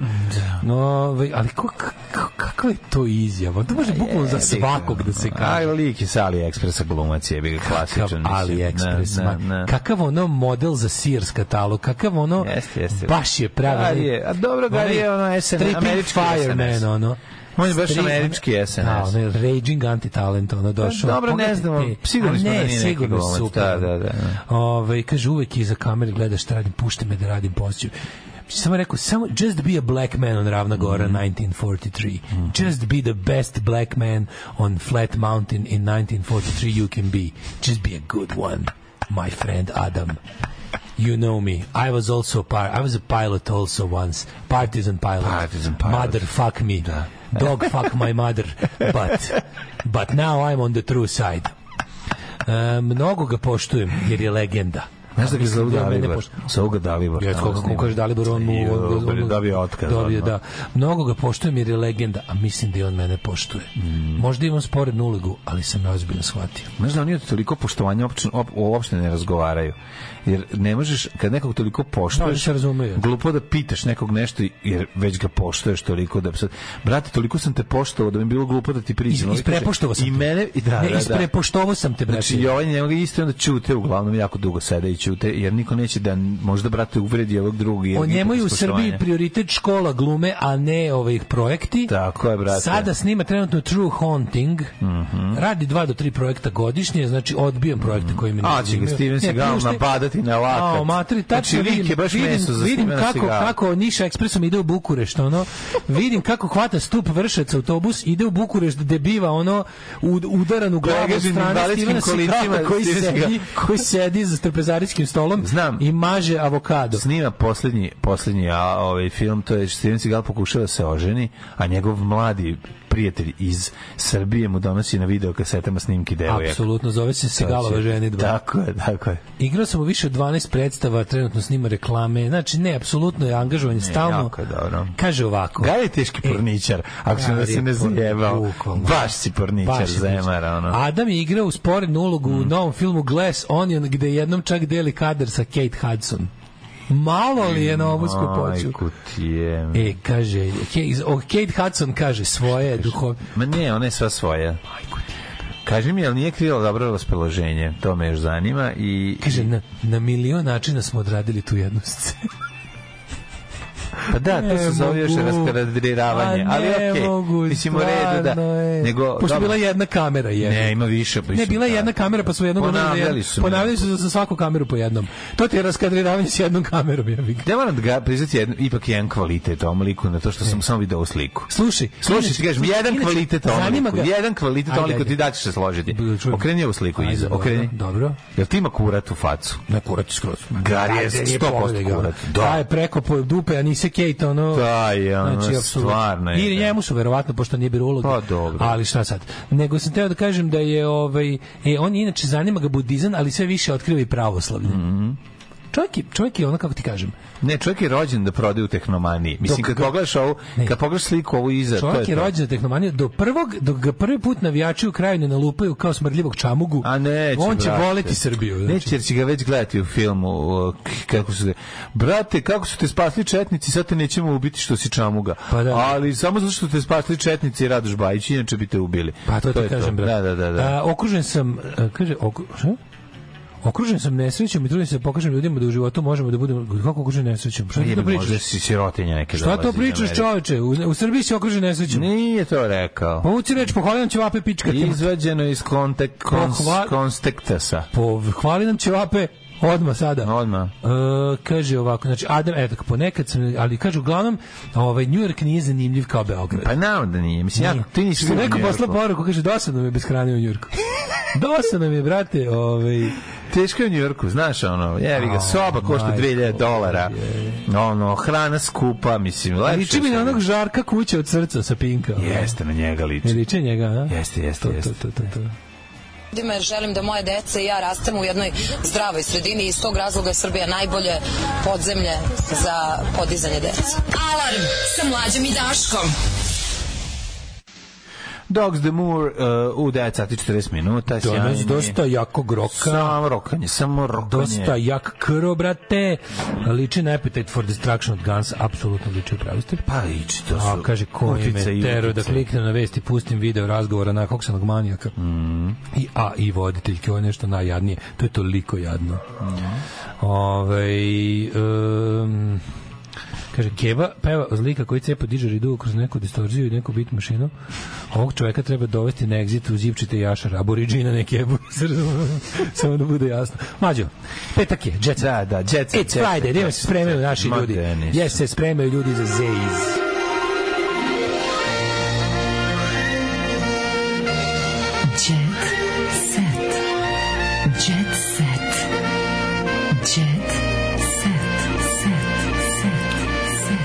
F: No, ovaj, ali ko, k- k- k- Kakva je to izjava? To može bukvalno za svakog da se
G: Aj,
F: kaže.
G: lik je sa AliExpressa glumac je, bi ga klasičan.
F: Kakav AliExpress,
G: na,
F: ma, kakav ono model za Sears katalog, kakav ono,
G: Jeste, jeste.
F: baš je pravi.
G: Gar je, a dobro, Gar
F: Onaj
G: je ono SN,
F: Tripping
G: američki
F: Fireman,
G: SNS.
F: ono.
G: On je baš
F: Stri-
G: američki SNS.
F: Da, ono je raging anti-talent, ono došao.
G: Pa dobro, ne
F: Pogledajte.
G: znamo, sigurni
F: A
G: smo da
F: ne,
G: nije neki
F: sigurno
G: glumac,
F: super.
G: da, da, da.
F: Ove, Ovaj, kaže, uvek iza kamere gledaš šta radim, pušti me da radim posao. Samo rekao, samo just be a black man on Ravna Gora
G: Mhm.
F: 1943. Just be the best black man on Flat Mountain in 1943 you can be. Just be a good one, my friend Adam. You know me. I was also a par I was a pilot also once. Partisan pilot.
G: Partisan pilot. Da.
F: Mother fuck me. Dog fuck my mother. But but now I'm on the true side. E, mnogo ga poštujem jer je legenda.
G: Znaš da ga zovu
F: da mene
G: Dalibor?
F: poštu-
G: Zovu ga Dalibor.
F: Ja, da- kako kako kaže Dalibor, on mu...
G: I,
F: on- on-
G: on,
F: on-
G: dobio otkaz.
F: Dobio,
G: odmah.
F: da. Mnogo ga poštujem jer je legenda, a mislim da i on mene poštuje.
G: Mm.
F: Možda imam sporednu ulogu, ali sam me ozbiljno shvatio.
G: Znaš da oni od toliko poštovanja opće, op, uopšte ne razgovaraju. Jer ne možeš, kad nekog toliko
F: Da, oni
G: poštuješ,
F: se razumeju.
G: glupo da pitaš nekog nešto, jer već ga poštuješ toliko da... Sad, brate, toliko sam te poštovao da mi je bilo glupo da ti
F: Iz,
G: priđem. Ovi kaže,
F: isprepoštovao sam
G: I
F: te.
G: mene, i da,
F: ne,
G: da, da.
F: isprepoštovao sam te, brate.
G: Znači, Jovan je njega isto i onda ćute, uglavnom jako dugo sede i ćute, jer niko neće da možda, brate, uvredi ovog drugi. jer
F: O njemu je u
G: nikakvog
F: Srbiji
G: poštovanja.
F: prioritet škola glume, a ne ovih projekti.
G: Tako je, brate. Mhm.
F: Sada snima trenutno True Haunting. Radi dva do tri projekta godišnje, znači odbijam projekte koji mi ne
G: A, će ga
F: zanimaju.
G: Steven
F: Ne,
G: Seagal
F: prvo što je-
G: napadati na lakat.
F: A, matri, tačno
G: Znači, lik je
F: vidim-
G: baš
F: vidim,
G: meso za
F: vidim
G: Stevena
F: kako,
G: Seagala.
F: kako Niša ekspresom ide u Bukurešt, ono. vidim kako hvata stup vršac autobus, ide u Bukurešt gde biva ono ud- udaran u glavu od
G: Pregažen
F: strane
G: invalidskim
F: Stevena Seagala
G: kolicima,
F: koji
G: Steven
F: sedi,
G: Seagal.
F: koji sedi za trpezaričkim stolom
G: Znam.
F: i maže avokado.
G: snima posljednji posljednji a, ovaj film to je Steven Seagal pokušava da se oženi a njegov mladi prijatelj iz Srbije mu donosi na video kasetama snimke devojaka
F: Apsolutno, da, zove se
G: To će- Da.
F: Segalova ženidba.
G: tako je tako je
F: Igrao sam u više od 12 predstava, trenutno snima reklame. Znači, ne, apsolutno je angažovan stalno.
G: jako je dobro.
F: Kaže ovako.
G: Gaj je teški porničar, ako se da se ne
F: Gari je
G: zajebao.
F: E, bukvalno.
G: Baš si porničar,
F: Baš je priča.
G: zemara, ono. Mm.
F: Adam je igrao u sporednu ulogu u novom filmu Glass Onion, gde jednom čak deli kadar sa Kate Hudson. Malo li je na ovu skupoću?
G: Majku ti je.
F: E, kaže, Ke- o, Kate Hudson kaže svoje duhovne...
G: Ma ne, ona je sva svoja. Kaži mi, jel nije krila dobro raspoloženje? To me još zanima i...
F: Kaže, na, na milion načina smo odradili tu jednu scenu.
G: Pa da, to
F: Ne
G: se zove još
F: mogu.
G: raskadriravanje,
F: A
G: ali
F: ne
G: okej.
F: mogu,
G: Mislim u redu da.
F: stvarno je.
G: Nego
F: Pošto je
G: dobro.
F: bila jedna kamera, je.
G: Ne, ima više.
F: Ne,
G: mislim,
F: bila je
G: da.
F: jedna kamera, pa su jednom...
G: Ponavljali su.
F: Ponavljali su za svaku kameru po jednom. To ti je raskadriravanje s jednom kamerom, ja bih.
G: Ja moram da ga priznati jedno, ipak jedan kvalitet ovom liku na to što sam samo video ovu sliku.
F: Slušaj,
G: Slušaj,
F: inače-
G: ti kažem, jedan
F: inače,
G: kvalitet ovom
F: zanima
G: liku,
F: ga-
G: jedan kvalitet ovom
F: Ajde,
G: liku,
F: ajde.
G: ti da ćeš se složiti.
F: Da čujem.
G: Okreni ovu sliku
F: Ajde,
G: iza,
F: dobro,
G: okreni.
F: dobro.
G: Jel ti ima kurat u facu?
F: Na kurac skroz.
G: Gari je
F: Gari
G: 100%
F: pobegao.
G: kurat.
F: Da
G: Da.
F: je preko po dupe, a nisi Kate, ono...
G: Da, je, ono,
F: Znači, apsolutno.
G: stvarno je,
F: I
G: da.
F: njemu su verovatno, pošto nije bilo uloge.
G: Pa, dobro.
F: Ali šta sad? Nego sam teo da kažem da je, ovaj, e, on je inače zanima ga budizam, ali sve više otkriva i pravoslavlje.
G: Mhm.
F: Čovjek je, čovjek je ono, kako ti kažem,
G: Ne, čovjek je rođen da prode u tehnomaniji. Mislim,
F: Dok
G: kad
F: ga-
G: pogledaš ovu,
F: Ne.
G: kad pogledaš sliku ovu iza, E, to je
F: čovjek je
G: to.
F: rođen za tehnomaniju. Do prvog, dok ga prvi put navijači u kraju ne nalupaju kao smrdljivog čamugu,
G: A neće,
F: on će
G: brate.
F: voleti Srbiju. znači.
G: Neće, jer će ga već gledati u filmu. o, k- Kako su te, brate, kako su te spasli četnici, sad te nećemo ubiti što si čamuga.
F: Pa da.
G: Ali samo zato što te spasli četnici i Radoš Bajić, inače bi te ubili.
F: Pa to,
G: je
F: ti kažem,
G: Da,
F: brate.
G: da, da. da.
F: A, okružen sam, a, kaže, oku, šta? Okružen sam nesrećom i trudim se da pokažem ljudima da u životu možemo da budemo kako okružen nesrećom. Šta ti to
G: Jebi, možda
F: pričaš?
G: si sirotinja neke
F: Šta
G: dolazi
F: to
G: iz
F: pričaš,
G: Amerike.
F: čoveče? U, u Srbiji se okružen nesrećom.
G: Nije to rekao.
F: Povuci reč, pohvali nam ćevape pička. tim.
G: Izvađeno iz kontakt, kons,
F: Pohva-
G: konstektasa.
F: Pohvali nam ćevape odmah sada.
G: Odmah.
F: E, kaže ovako, znači Adam, eto, ponekad sam, ali kaže uglavnom, ovaj, New York nije zanimljiv kao Beograd.
G: Pa naravno da nije. Mislim, ja,
F: Nije.
G: ti nisi
F: Što
G: bio u
F: neko
G: Njujorku.
F: poslao poruku, kaže, dosadno mi je bez hrane u Njurku. dosadno mi je, brate, ovaj,
G: Teško je u Njujorku, znaš ono, jevi ga, soba košta
F: majko
G: 2000 dolara, ono, hrana skupa, mislim, lepše.
F: Liči mi
G: je
F: na
G: sve.
F: onog žarka kuće od srca sa Pinka. ovaj.
G: Jeste, na njega
F: Ne
G: liči.
F: liče njega, a?
G: Jeste, jeste,
F: To, to,
G: jeste.
F: to, to, to.
E: ljudima jer želim da moje dece i ja rastemo u jednoj zdravoj sredini i iz tog razloga je Srbija najbolje podzemlje za podizanje dece. Alarm sa mlađom i Daškom.
G: Dogs the Moor uh, u 9 sati 40 minuta.
F: Danas
G: sjajni.
F: dosta jakog roka.
G: Samo rokanje, samo rokanje.
F: Dosta jak kro, brate. Liči na Appetite for Destruction od Guns. Apsolutno liči u pravu ste.
G: Pa ići, to su
F: A, kaže, ko je
G: uticaj
F: me
G: i
F: tero da
G: uticaj.
F: kliknem na vesti, pustim video razgovora na koksanog manijaka.
G: Mhm.
F: I, a, i voditeljke, ovo je nešto najjadnije. To je toliko jadno.
G: Mhm.
F: Ovaj um, kaže, Keva peva o zlika koji cepa diže ridu kroz neku distorziju i neku bit mašinu. Ovog čoveka treba dovesti na egzit u zipčite jašara, aboriđina neke jebu. Samo da bude jasno. Mađo, petak je, jet set.
G: Da, da, jet set,
F: It's
G: jet
F: Friday,
G: set,
F: idemo
G: jet
F: se
G: set,
F: spremaju
G: jet set.
F: naši
G: Ma,
F: ljudi.
G: Denis.
F: Yes, se spremaju ljudi za Zeiz.
C: Jet set. Jet set. Jet set.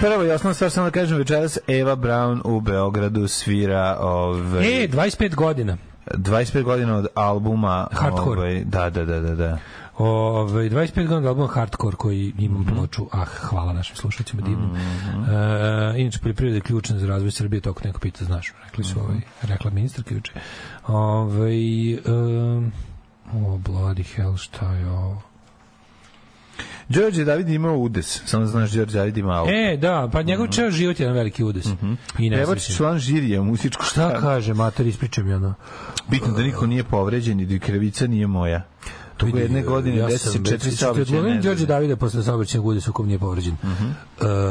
G: Prvo i osnovno stvar samo da kažem večeras Eva Brown u Beogradu svira ovaj
F: E, 25 godina.
G: 25 godina od albuma
F: Hardcore.
G: Ovaj, da, da, da, da, da.
F: Ove, 25 godina album Hardcore koji imam ploču. Ah, hvala našim slušateljima divnim. Mm -hmm. e, inače, poljoprivreda je ključna za razvoj Srbije, toko neko pita, znaš, rekli su, ovaj, rekla ministarka juče. Ove, um, o, bloody hell, šta je ovo?
G: Đorđe David ima udes. Samo da znaš Đorđe David ima auto.
F: E, da, pa njegov ceo život je jedan veliki udes. I ne
G: Pevač član žirija muzičko
F: Šta
G: šta?
F: kaže, mater, ispričam je ono.
G: Bitno da niko nije povređen i da krivica nije moja. Toga jedne godine ja desi se četiri saobraćaja Mhm.
F: Odlovim da Đorđe
G: nezgode.
F: Davida posle saobraćajnog udesa u kom nije povređen. Uh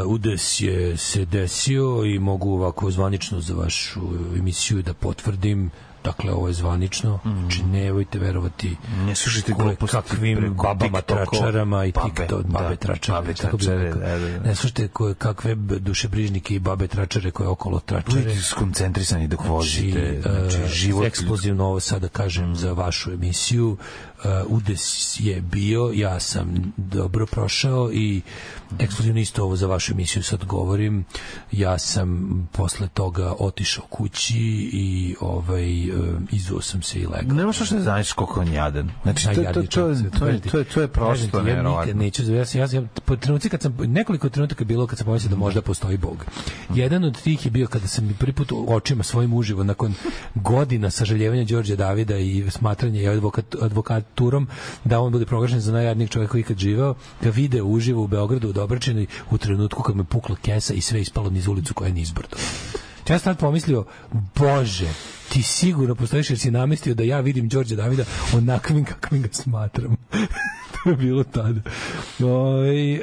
F: udes je se desio i mogu ovako zvanično za vašu emisiju da potvrdim Dakle, ovo je zvanično, znači nemojte verovati
G: Mhm. Ne slušajte
F: koje
G: gluposti
F: kakvim
G: preko
F: babama
G: TikToka,
F: tračarama i
G: babe,
F: TikTok,
G: da,
F: babe tračare,
G: babe
F: tako bi
G: tračare,
F: rekao.
G: da, da, da.
F: ne slušajte koje kakve b- dušebrižnike i babe tračare koje okolo tračare
G: Budite skoncentrisani dok vozite.
F: znači,
G: Znači, život...
F: eksplozivno ovo sada kažem za vašu emisiju E, udes je bio ja sam dobro prošao i eksplozivno isto ovo za vašu emisiju sad govorim ja sam posle toga otišao kući i ovaj e, izuo sam se i legao
G: Nema što što znaš koliko on jadan. Znači, to, to, to,
F: najjadniji
G: to,
F: čovjek,
G: to, je-
F: tvrdi.
G: to, je- to je
F: Kažem ti,
G: prosto
F: ja nikad
G: nevjerovatno.
F: neću, ja, sam- ja, sam- po trenuci kad sam, nekoliko trenutaka je bilo kad sam pomislio da možda postoji Bog. Jedan od tih je bio kada sam prvi put u očima svojim uživo, nakon godina sažaljevanja Đorđe Davida i smatranja i advokat, advokaturom da on bude proglašen za najjadnijeg čovjeka koji je ikad živeo, ga vide uživo u Beogradu u Dobračini u trenutku kad me pukla kesa i sve ispalo niz ulicu koja je niz brdo. Ja sam tad pomislio, bože, ti sigurno postojiš jer si namestio da ja vidim Đorđe Davida onakvim kakvim ga smatram. to je bilo tada. Oj,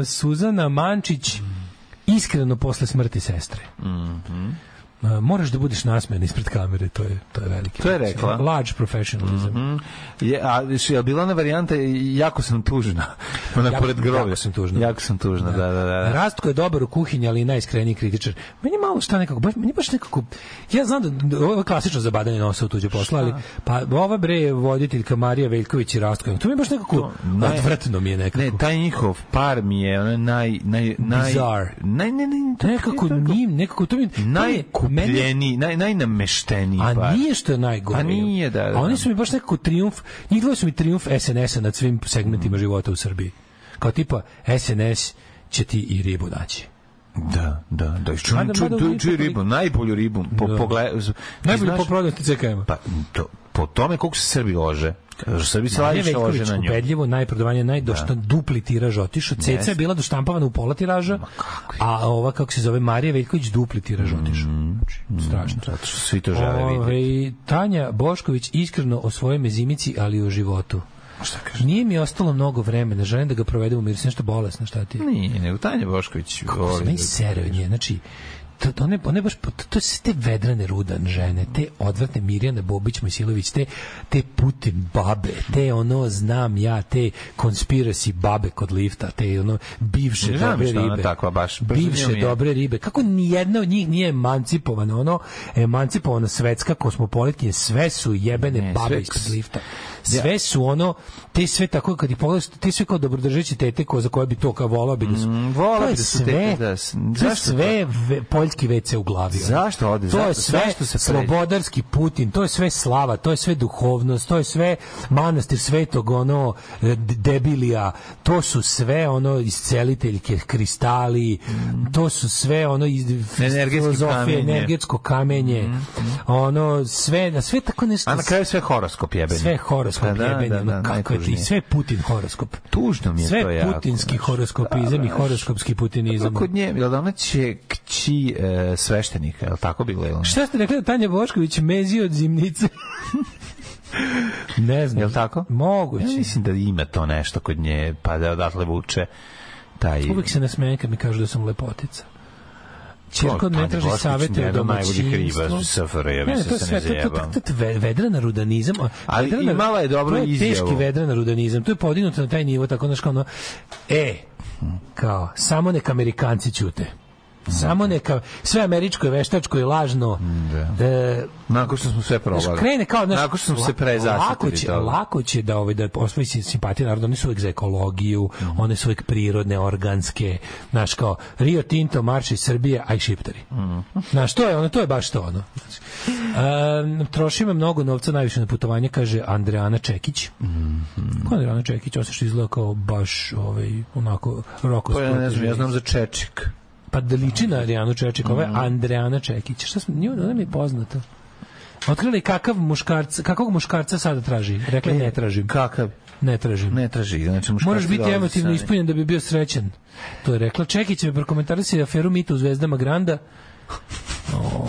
F: e, Suzana Mančić, iskreno posle smrti sestre.
G: Mhm.
F: E, Moraš da budeš nasmejan ispred kamere, to je, to je veliki.
G: To je rekla. Mhm.
F: Large professionalism.
G: Mm. Je, a viš, je bila ona varijanta jako sam tužna. Ona
F: Jako-
G: pored groblja.
F: jako sam tužna.
G: Jako sam tužna, da, da, da. da.
F: Rastko je dobar u kuhinji, ali i najiskreniji kritičar. Meni malo šta nekako, baš, meni baš nekako, ja znam da- da ovo je klasično zabadanje nosa u tuđe posla, ali pa ova bre je voditeljka Marija Veljković i Rastko. To mi je baš nekako,
G: naj-
F: odvratno mi je nekako.
G: Ne, taj njihov par mi je ona naj naj naj
F: Bizarre.
G: naj ne, ne, to-
F: nekako
G: to-
F: njim, nekako to mi to mi je-
G: najkupljeniji, naj najnamešteniji
F: A
G: par.
F: nije što je najgore.
G: A Pa, nije, da, da, da.
F: A oni su mi baš nekako triumf, njih dvoje su mi triumf SNS-a nad svim
G: Mm.
F: segmentima života u Srbiji. Kao tipa, SNS će ti i ribu naći.
G: Da, da, da. Ču,
F: Mada-
G: ču,
F: mada
G: ču,
F: oni
G: ču,
F: tako-
G: ribu, najbolju ribu. Po,
F: Da.
G: pogle- z- ti
F: Najbolje
G: znaš-
F: po prodavnosti CKM-a.
G: Pa, to, po tome koliko se Srbi lože. Srbi se
F: Marija
G: najviše lože
F: Veljković
G: na nju. Da.
F: ubedljivo najprodavanje najdošta dupli tiraž otišao. Ceca je bila doštampavana u pola tiraža. A ova kako se zove Marija Veljković dupli tiraž otišao. Znači, strašno.
G: Mm, Zato što svi to žele vidjeti.
F: Ovaj, Tanja Bošković iskreno o svojoj mezimici, ali i o životu. Šta kaže? Nije mi ostalo mnogo vremena, želim da ga provedem u miru, sam nešto bolesno, šta ti je?
G: Nije, nego Tanja Bošković. voli
F: Meni
G: da-
F: sere od nje, znači, to, to one, one baš, pot- to su te vedrane rudan žene, te odvratne Mirjana Bobić Mojsilović, te, te pute babe, te ono, znam ja, te konspirasi babe kod lifta, te ono, bivše
G: Ne znam
F: dobre
G: što je ona
F: ribe.
G: takva baš, baš
F: bivše
G: zanima me.
F: dobre ribe. Kako nijedna od njih nije emancipovana, ono, emancipovana svetska kosmopolitkinja, sve su jebene
G: Ne,
F: babe
G: sve-
F: ispod lifta. Sve su ono, te sve tako, kad ih pogledaš, te sve kao dobrodržeći tete ko, za koje bi to kao volao bi da su
G: vola
F: to je
G: bi da su
F: sve,
G: tete, da, s-
F: to je
G: zašto
F: sve ve, poljska sovjetski WC u glavi. ono.
G: Zašto ode?
F: To je
G: Zašto-
F: sve
G: zašto se pređe?
F: slobodarski Putin, to je sve slava, to je sve duhovnost, to je sve manastir svetog ono e, debilija, to su sve ono isceliteljke, kristali, to su sve ono iz
G: Energetski
F: filozofije,
G: kamenje. Mhm,
F: energetsko kamenje, ono sve, na sve tako nešto.
G: A na kraju sve horoskop jebeni.
F: sve horoskop
G: Pa
F: da, jebeni, da, da, kako je, to- i
G: najtužnije.
F: sve je Putin horoskop.
G: Tužno mi je to
F: Sve
G: jako.
F: putinski
G: znaš. Pa
F: horoskopizam i horoskopski putinizam.
G: Kod nje, je li ona će kći e, sveštenika, je li tako bilo? Je li,
F: Šta ste rekli da Tanja Bošković mezi od zimnice? ne znam.
G: je li tako?
F: Moguće.
G: Ja mislim da ima to nešto kod nje, pa da odatle vuče taj...
F: Uvijek se nasmejem kad mi kažu da sam lepotica. Čerko
G: Tanja
F: ne traži
G: Bošković,
F: savete u
G: jedan najbolji
F: domaćinstvu.
G: krivac SFRJ,
F: Ne, ne,
G: mislim,
F: to
G: se ne
F: sve, to- to-
G: zajebam.
F: to- to- ve- Vedrana rudanizam. a-
G: Ali
F: vedrana-
G: imala je dobru
F: To je teški
G: izjavu.
F: vedrana rudanizam. To je podignuto na taj nivo, tako znaš kao ono, e, kao, samo neka Amerikanci ćute. Samo neka, sve američko je veštačko i lažno.
G: Da.
F: E,
G: Nakon što smo sve probali.
F: Znaš, krene kao, znaš,
G: Nakon što smo
F: la-
G: se
F: Lako
G: prezašitili
F: će,
G: toga.
F: lako će da, ovaj, da osvoji si- simpatije, naravno, oni su uvek za ekologiju,
G: Mhm.
F: one su uvek prirodne, organske, znaš, kao Rio Tinto, marš iz Srbije, aj šiptari.
G: Mhm.
F: Znaš, to je ono, to je baš to ono. Znaš, em, trošimo mnogo novca, najviše na putovanje, kaže Andreana Čekić.
G: Mhm.
F: Ko je Andreana Čekić? Osim što izgleda kao baš, ovaj, onako, roko.
G: Pa ja ne znam, ja znam za Čečik.
F: Pa da liči na Adrijanu Čečik, ovo je
G: Mhm.
F: Andreana Čekić. Šta sam, nju, ona mi je poznata. Otkrili kakav muškarca, kakvog muškarca sada traži? Rekla je, ne tražim.
G: E, Kakav?
F: Ne tražim.
G: Ne traži. Znači,
F: Moraš
G: muškarci
F: biti
G: dolaze
F: emotivno
G: sami.
F: ispunjen da bi bio srećan. To je rekla. Čekić je prokomentarisao aferu mita u Zvezdama Granda. O,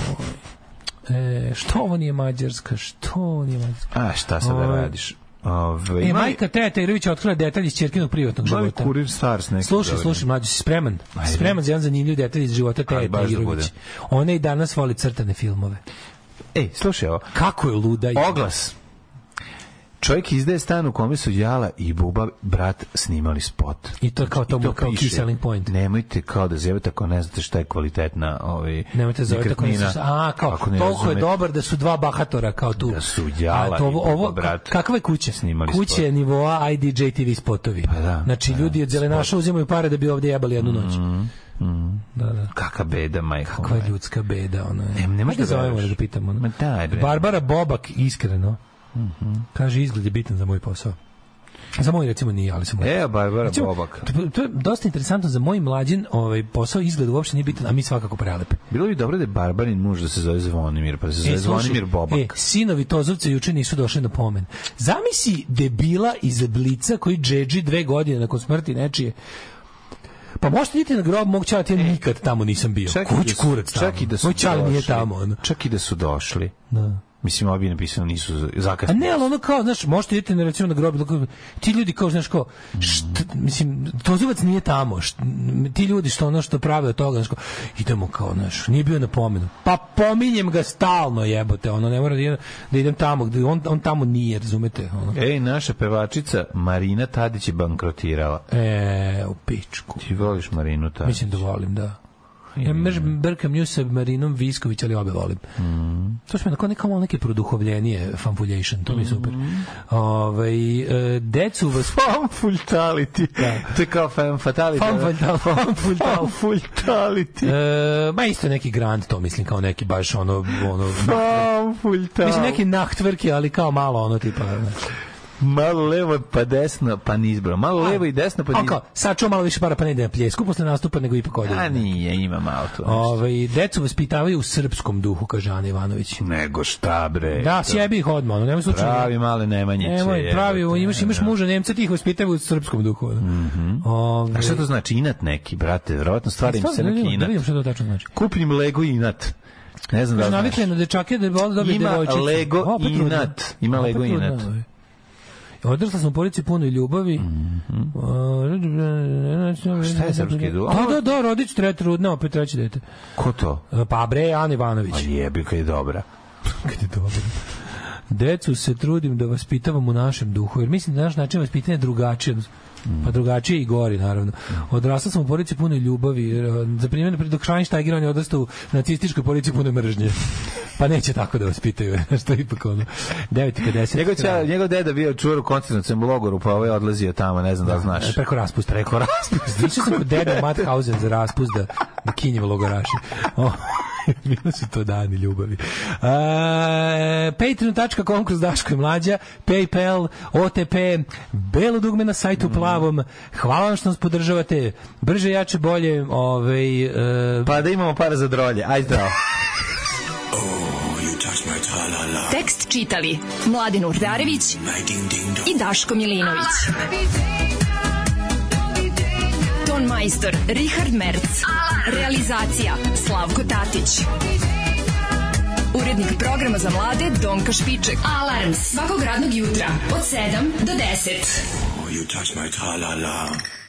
F: e, što ovo nije Mađarska? Što ovo nije Mađarska?
G: A, šta sad da
F: Ovaj.
G: radić? Ove,
F: E,
G: ima li-
F: majka Teja Tajrović otkrila detalj iz čerkinog privatnog
G: ima li
F: života.
G: kurir stars neki.
F: Slušaj,
G: dobar?
F: slušaj, mlađi, si spreman?
G: Ajde.
F: Spreman za jedan zanimljiv detalj iz života Teje
G: Ajde, baš da bude.
F: Tajirović. Ona i danas voli crtane filmove.
G: Ej, E, slušaj ovo.
F: Kako je luda? i-
G: Oglas. Čovjek izdaje stan u kome su Jala i Buba brat snimali spot.
F: I to je kao to mu- kao key selling point.
G: Nemojte kao da zjevete ako ne znate šta je kvalitetna ovaj,
F: Nemojte da zove tako
G: nekretnina.
F: nisu... A, kao,
G: Ako ne
F: toliko je
G: razumete-
F: dobar da su dva bahatora kao tu.
G: Da su Jala
F: A to ovo,
G: i Buba
F: ovo,
G: brat
F: Kakva je kuća?
G: snimali
F: Kuće
G: spot.
F: je nivoa IDJ TV spotovi.
G: Pa da,
F: znači,
G: pa
F: ljudi
G: da,
F: od zelenaša uzimaju pare da bi ovdje jebali jednu noć. Da, da.
G: Kaka beda, majko.
F: Kakva je
G: moja.
F: ljudska beda, ona.
G: Ovaj. Ne- ne možeš
F: Ajde
G: da
F: zovemo
G: veruješ.
F: da pitamo.
G: Ma daj, bre. Mhm.
F: Barbara Bobak, iskreno. Kaže, izgled je bitan za moj posao. Za moj, recimo, nije, ali sam
G: Evo E, Barbara
F: Recimo,
G: Bobak.
F: To, to je dosta interesantno za moj mlađin ovaj, posao izgled uopšte nije bitan, a mi svakako prelepe.
G: Bilo bi dobro da je Barbarin muž da se zove Zvonimir, pa da se zove
F: E, slušaj,
G: Zvonimir Bobak.
F: E, sinovi Tozovca juče nisu došli na pomen. Zamisli debila iz Blica koji džedži dve godine nakon smrti nečije. Pa možete idete na grob mog čala, ja nikad tamo nisam bio.
G: Čak i
F: Kuć
G: da su-
F: kurac tamo.
G: Čak i da su
F: Moj čala nije
G: došli.
F: tamo. Ono.
G: Čak i da su došli.
F: Da.
G: Mislim, ovo bi napisano nisu
F: A
G: zakasnili.
F: Pa ne, ali ono kao, znaš, možete idete na recimo na grob, bilo kako- ti ljudi kao, znaš, kao, št, mislim, Tozovac nije tamo, št, m, ti ljudi što ono što prave od toga, znaš, kao, idemo kao, znaš, nije bio na pomenu. Pa pominjem ga stalno, jebote, ono, ne mora da idem, da idem tamo, gde, on, on tamo nije, razumete, ono.
G: Ej, naša pevačica Marina Tadić je bankrotirala.
F: E, u pičku.
G: Ti voliš Marinu Tadić?
F: Mislim da volim, da. Ja mrž, brkam nju sa Marinom Visković, ali obe volim. To su mi onako nekamo neke produhovljenije fanfulation, to mi je super. Ovaj, e, decu vas
G: Fan fatality.
F: Da.
G: To je kao fan fatality.
F: Fan
G: da?
F: fatal- fan
G: Fan
F: fatal.
G: fatality.
F: E, ma isto neki grand to mislim kao neki baš ono ono
G: Fan fatality.
F: mislim neki nahtvrki ali kao malo ono tipa znaš.
G: Malo levo pa desno, pa nizbro. Malo levo i desno, pa
F: on
G: nizbro.
F: kao sad čuo malo više para pa ne ide na pljesku posle nastupa nego ipak ode
G: A nije, ima malo tu. nešto.
F: Ovaj, decu vaspitavaju u srpskom duhu, kaže Ana Ivanović.
G: Nego šta bre.
F: Da, sjebi ih odmah, ono, nema slučaja.
G: E, Pravi male Nemanjiće.
F: Nemoj, pravi,
G: jebote,
F: imaš, imaš
G: da.
F: muža Nemca, ti ih vaspitavaju u srpskom duhu. ono. Ovaj,
G: Mhm. A šta to znači? Inat neki, brate. Vjerovatno stvari im se
F: stvarno, da
G: neki
F: vidim- Da
G: inat.
F: vidim što to tačno znači.
G: Kupim Lego inat. Ne znam da li znaš.
F: Navikle na dečake da vole dobiti
G: Ima
F: devojčicu.
G: Lego
F: Opet
G: inat.
F: trudno.
G: Ima
F: Opet
G: Lego
F: trudno,
G: inat.
F: ovaj. Odrasla sam u porodici punoj ljubavi.
G: Mhm. Šta je srpski duh?
F: Da, da, da, rodić tre trudna, opet treće dete.
G: Ko to?
F: Pa bre, Ana Ivanović.
G: A jebi kad je dobra.
F: Kad je dobro. Decu se trudim da vaspitavam u našem duhu, jer mislim da naš način vaspitanja je drugačiji. od- pa drugačije i gori, naravno. Odrastao sam u porodici punoj ljubavi, jer, e, za primjer, pre- dok Schweinsteiger on je odrastao u nacističkoj porodici punoj mržnje. Pa neće tako da vas pitaju, što je ipak ono. 9.50.
G: Njegov, ća, njegov deda bio čuvar u koncentracijom logoru, pa ovaj je odlazio tamo, ne znam da, li znaš.
F: E, Preko raspusta.
G: Preko raspusta.
F: Išao sam kod deda u Madhausen za raspust da, da kinjem logoraši. O, Bilo su to dani ljubavi. E, Patreon.com kroz Daško i Mlađa, Paypal, OTP, belo dugme na sajtu plavom. Hvala vam što nas podržavate. Brže, jače, bolje. Ovaj, e,
G: Pa da imamo para za drolje. Aj zdravo.
K: Tekst čitali Mladin Urdarević i Daško Milinović. Ton majstor Richard Merc. Realizacija Slavko Tatić. Urednik programa za mlade Donka Špiček. Alarm svakog radnog jutra od 7 do 10.
A: Oh, you touch my tra-la-la.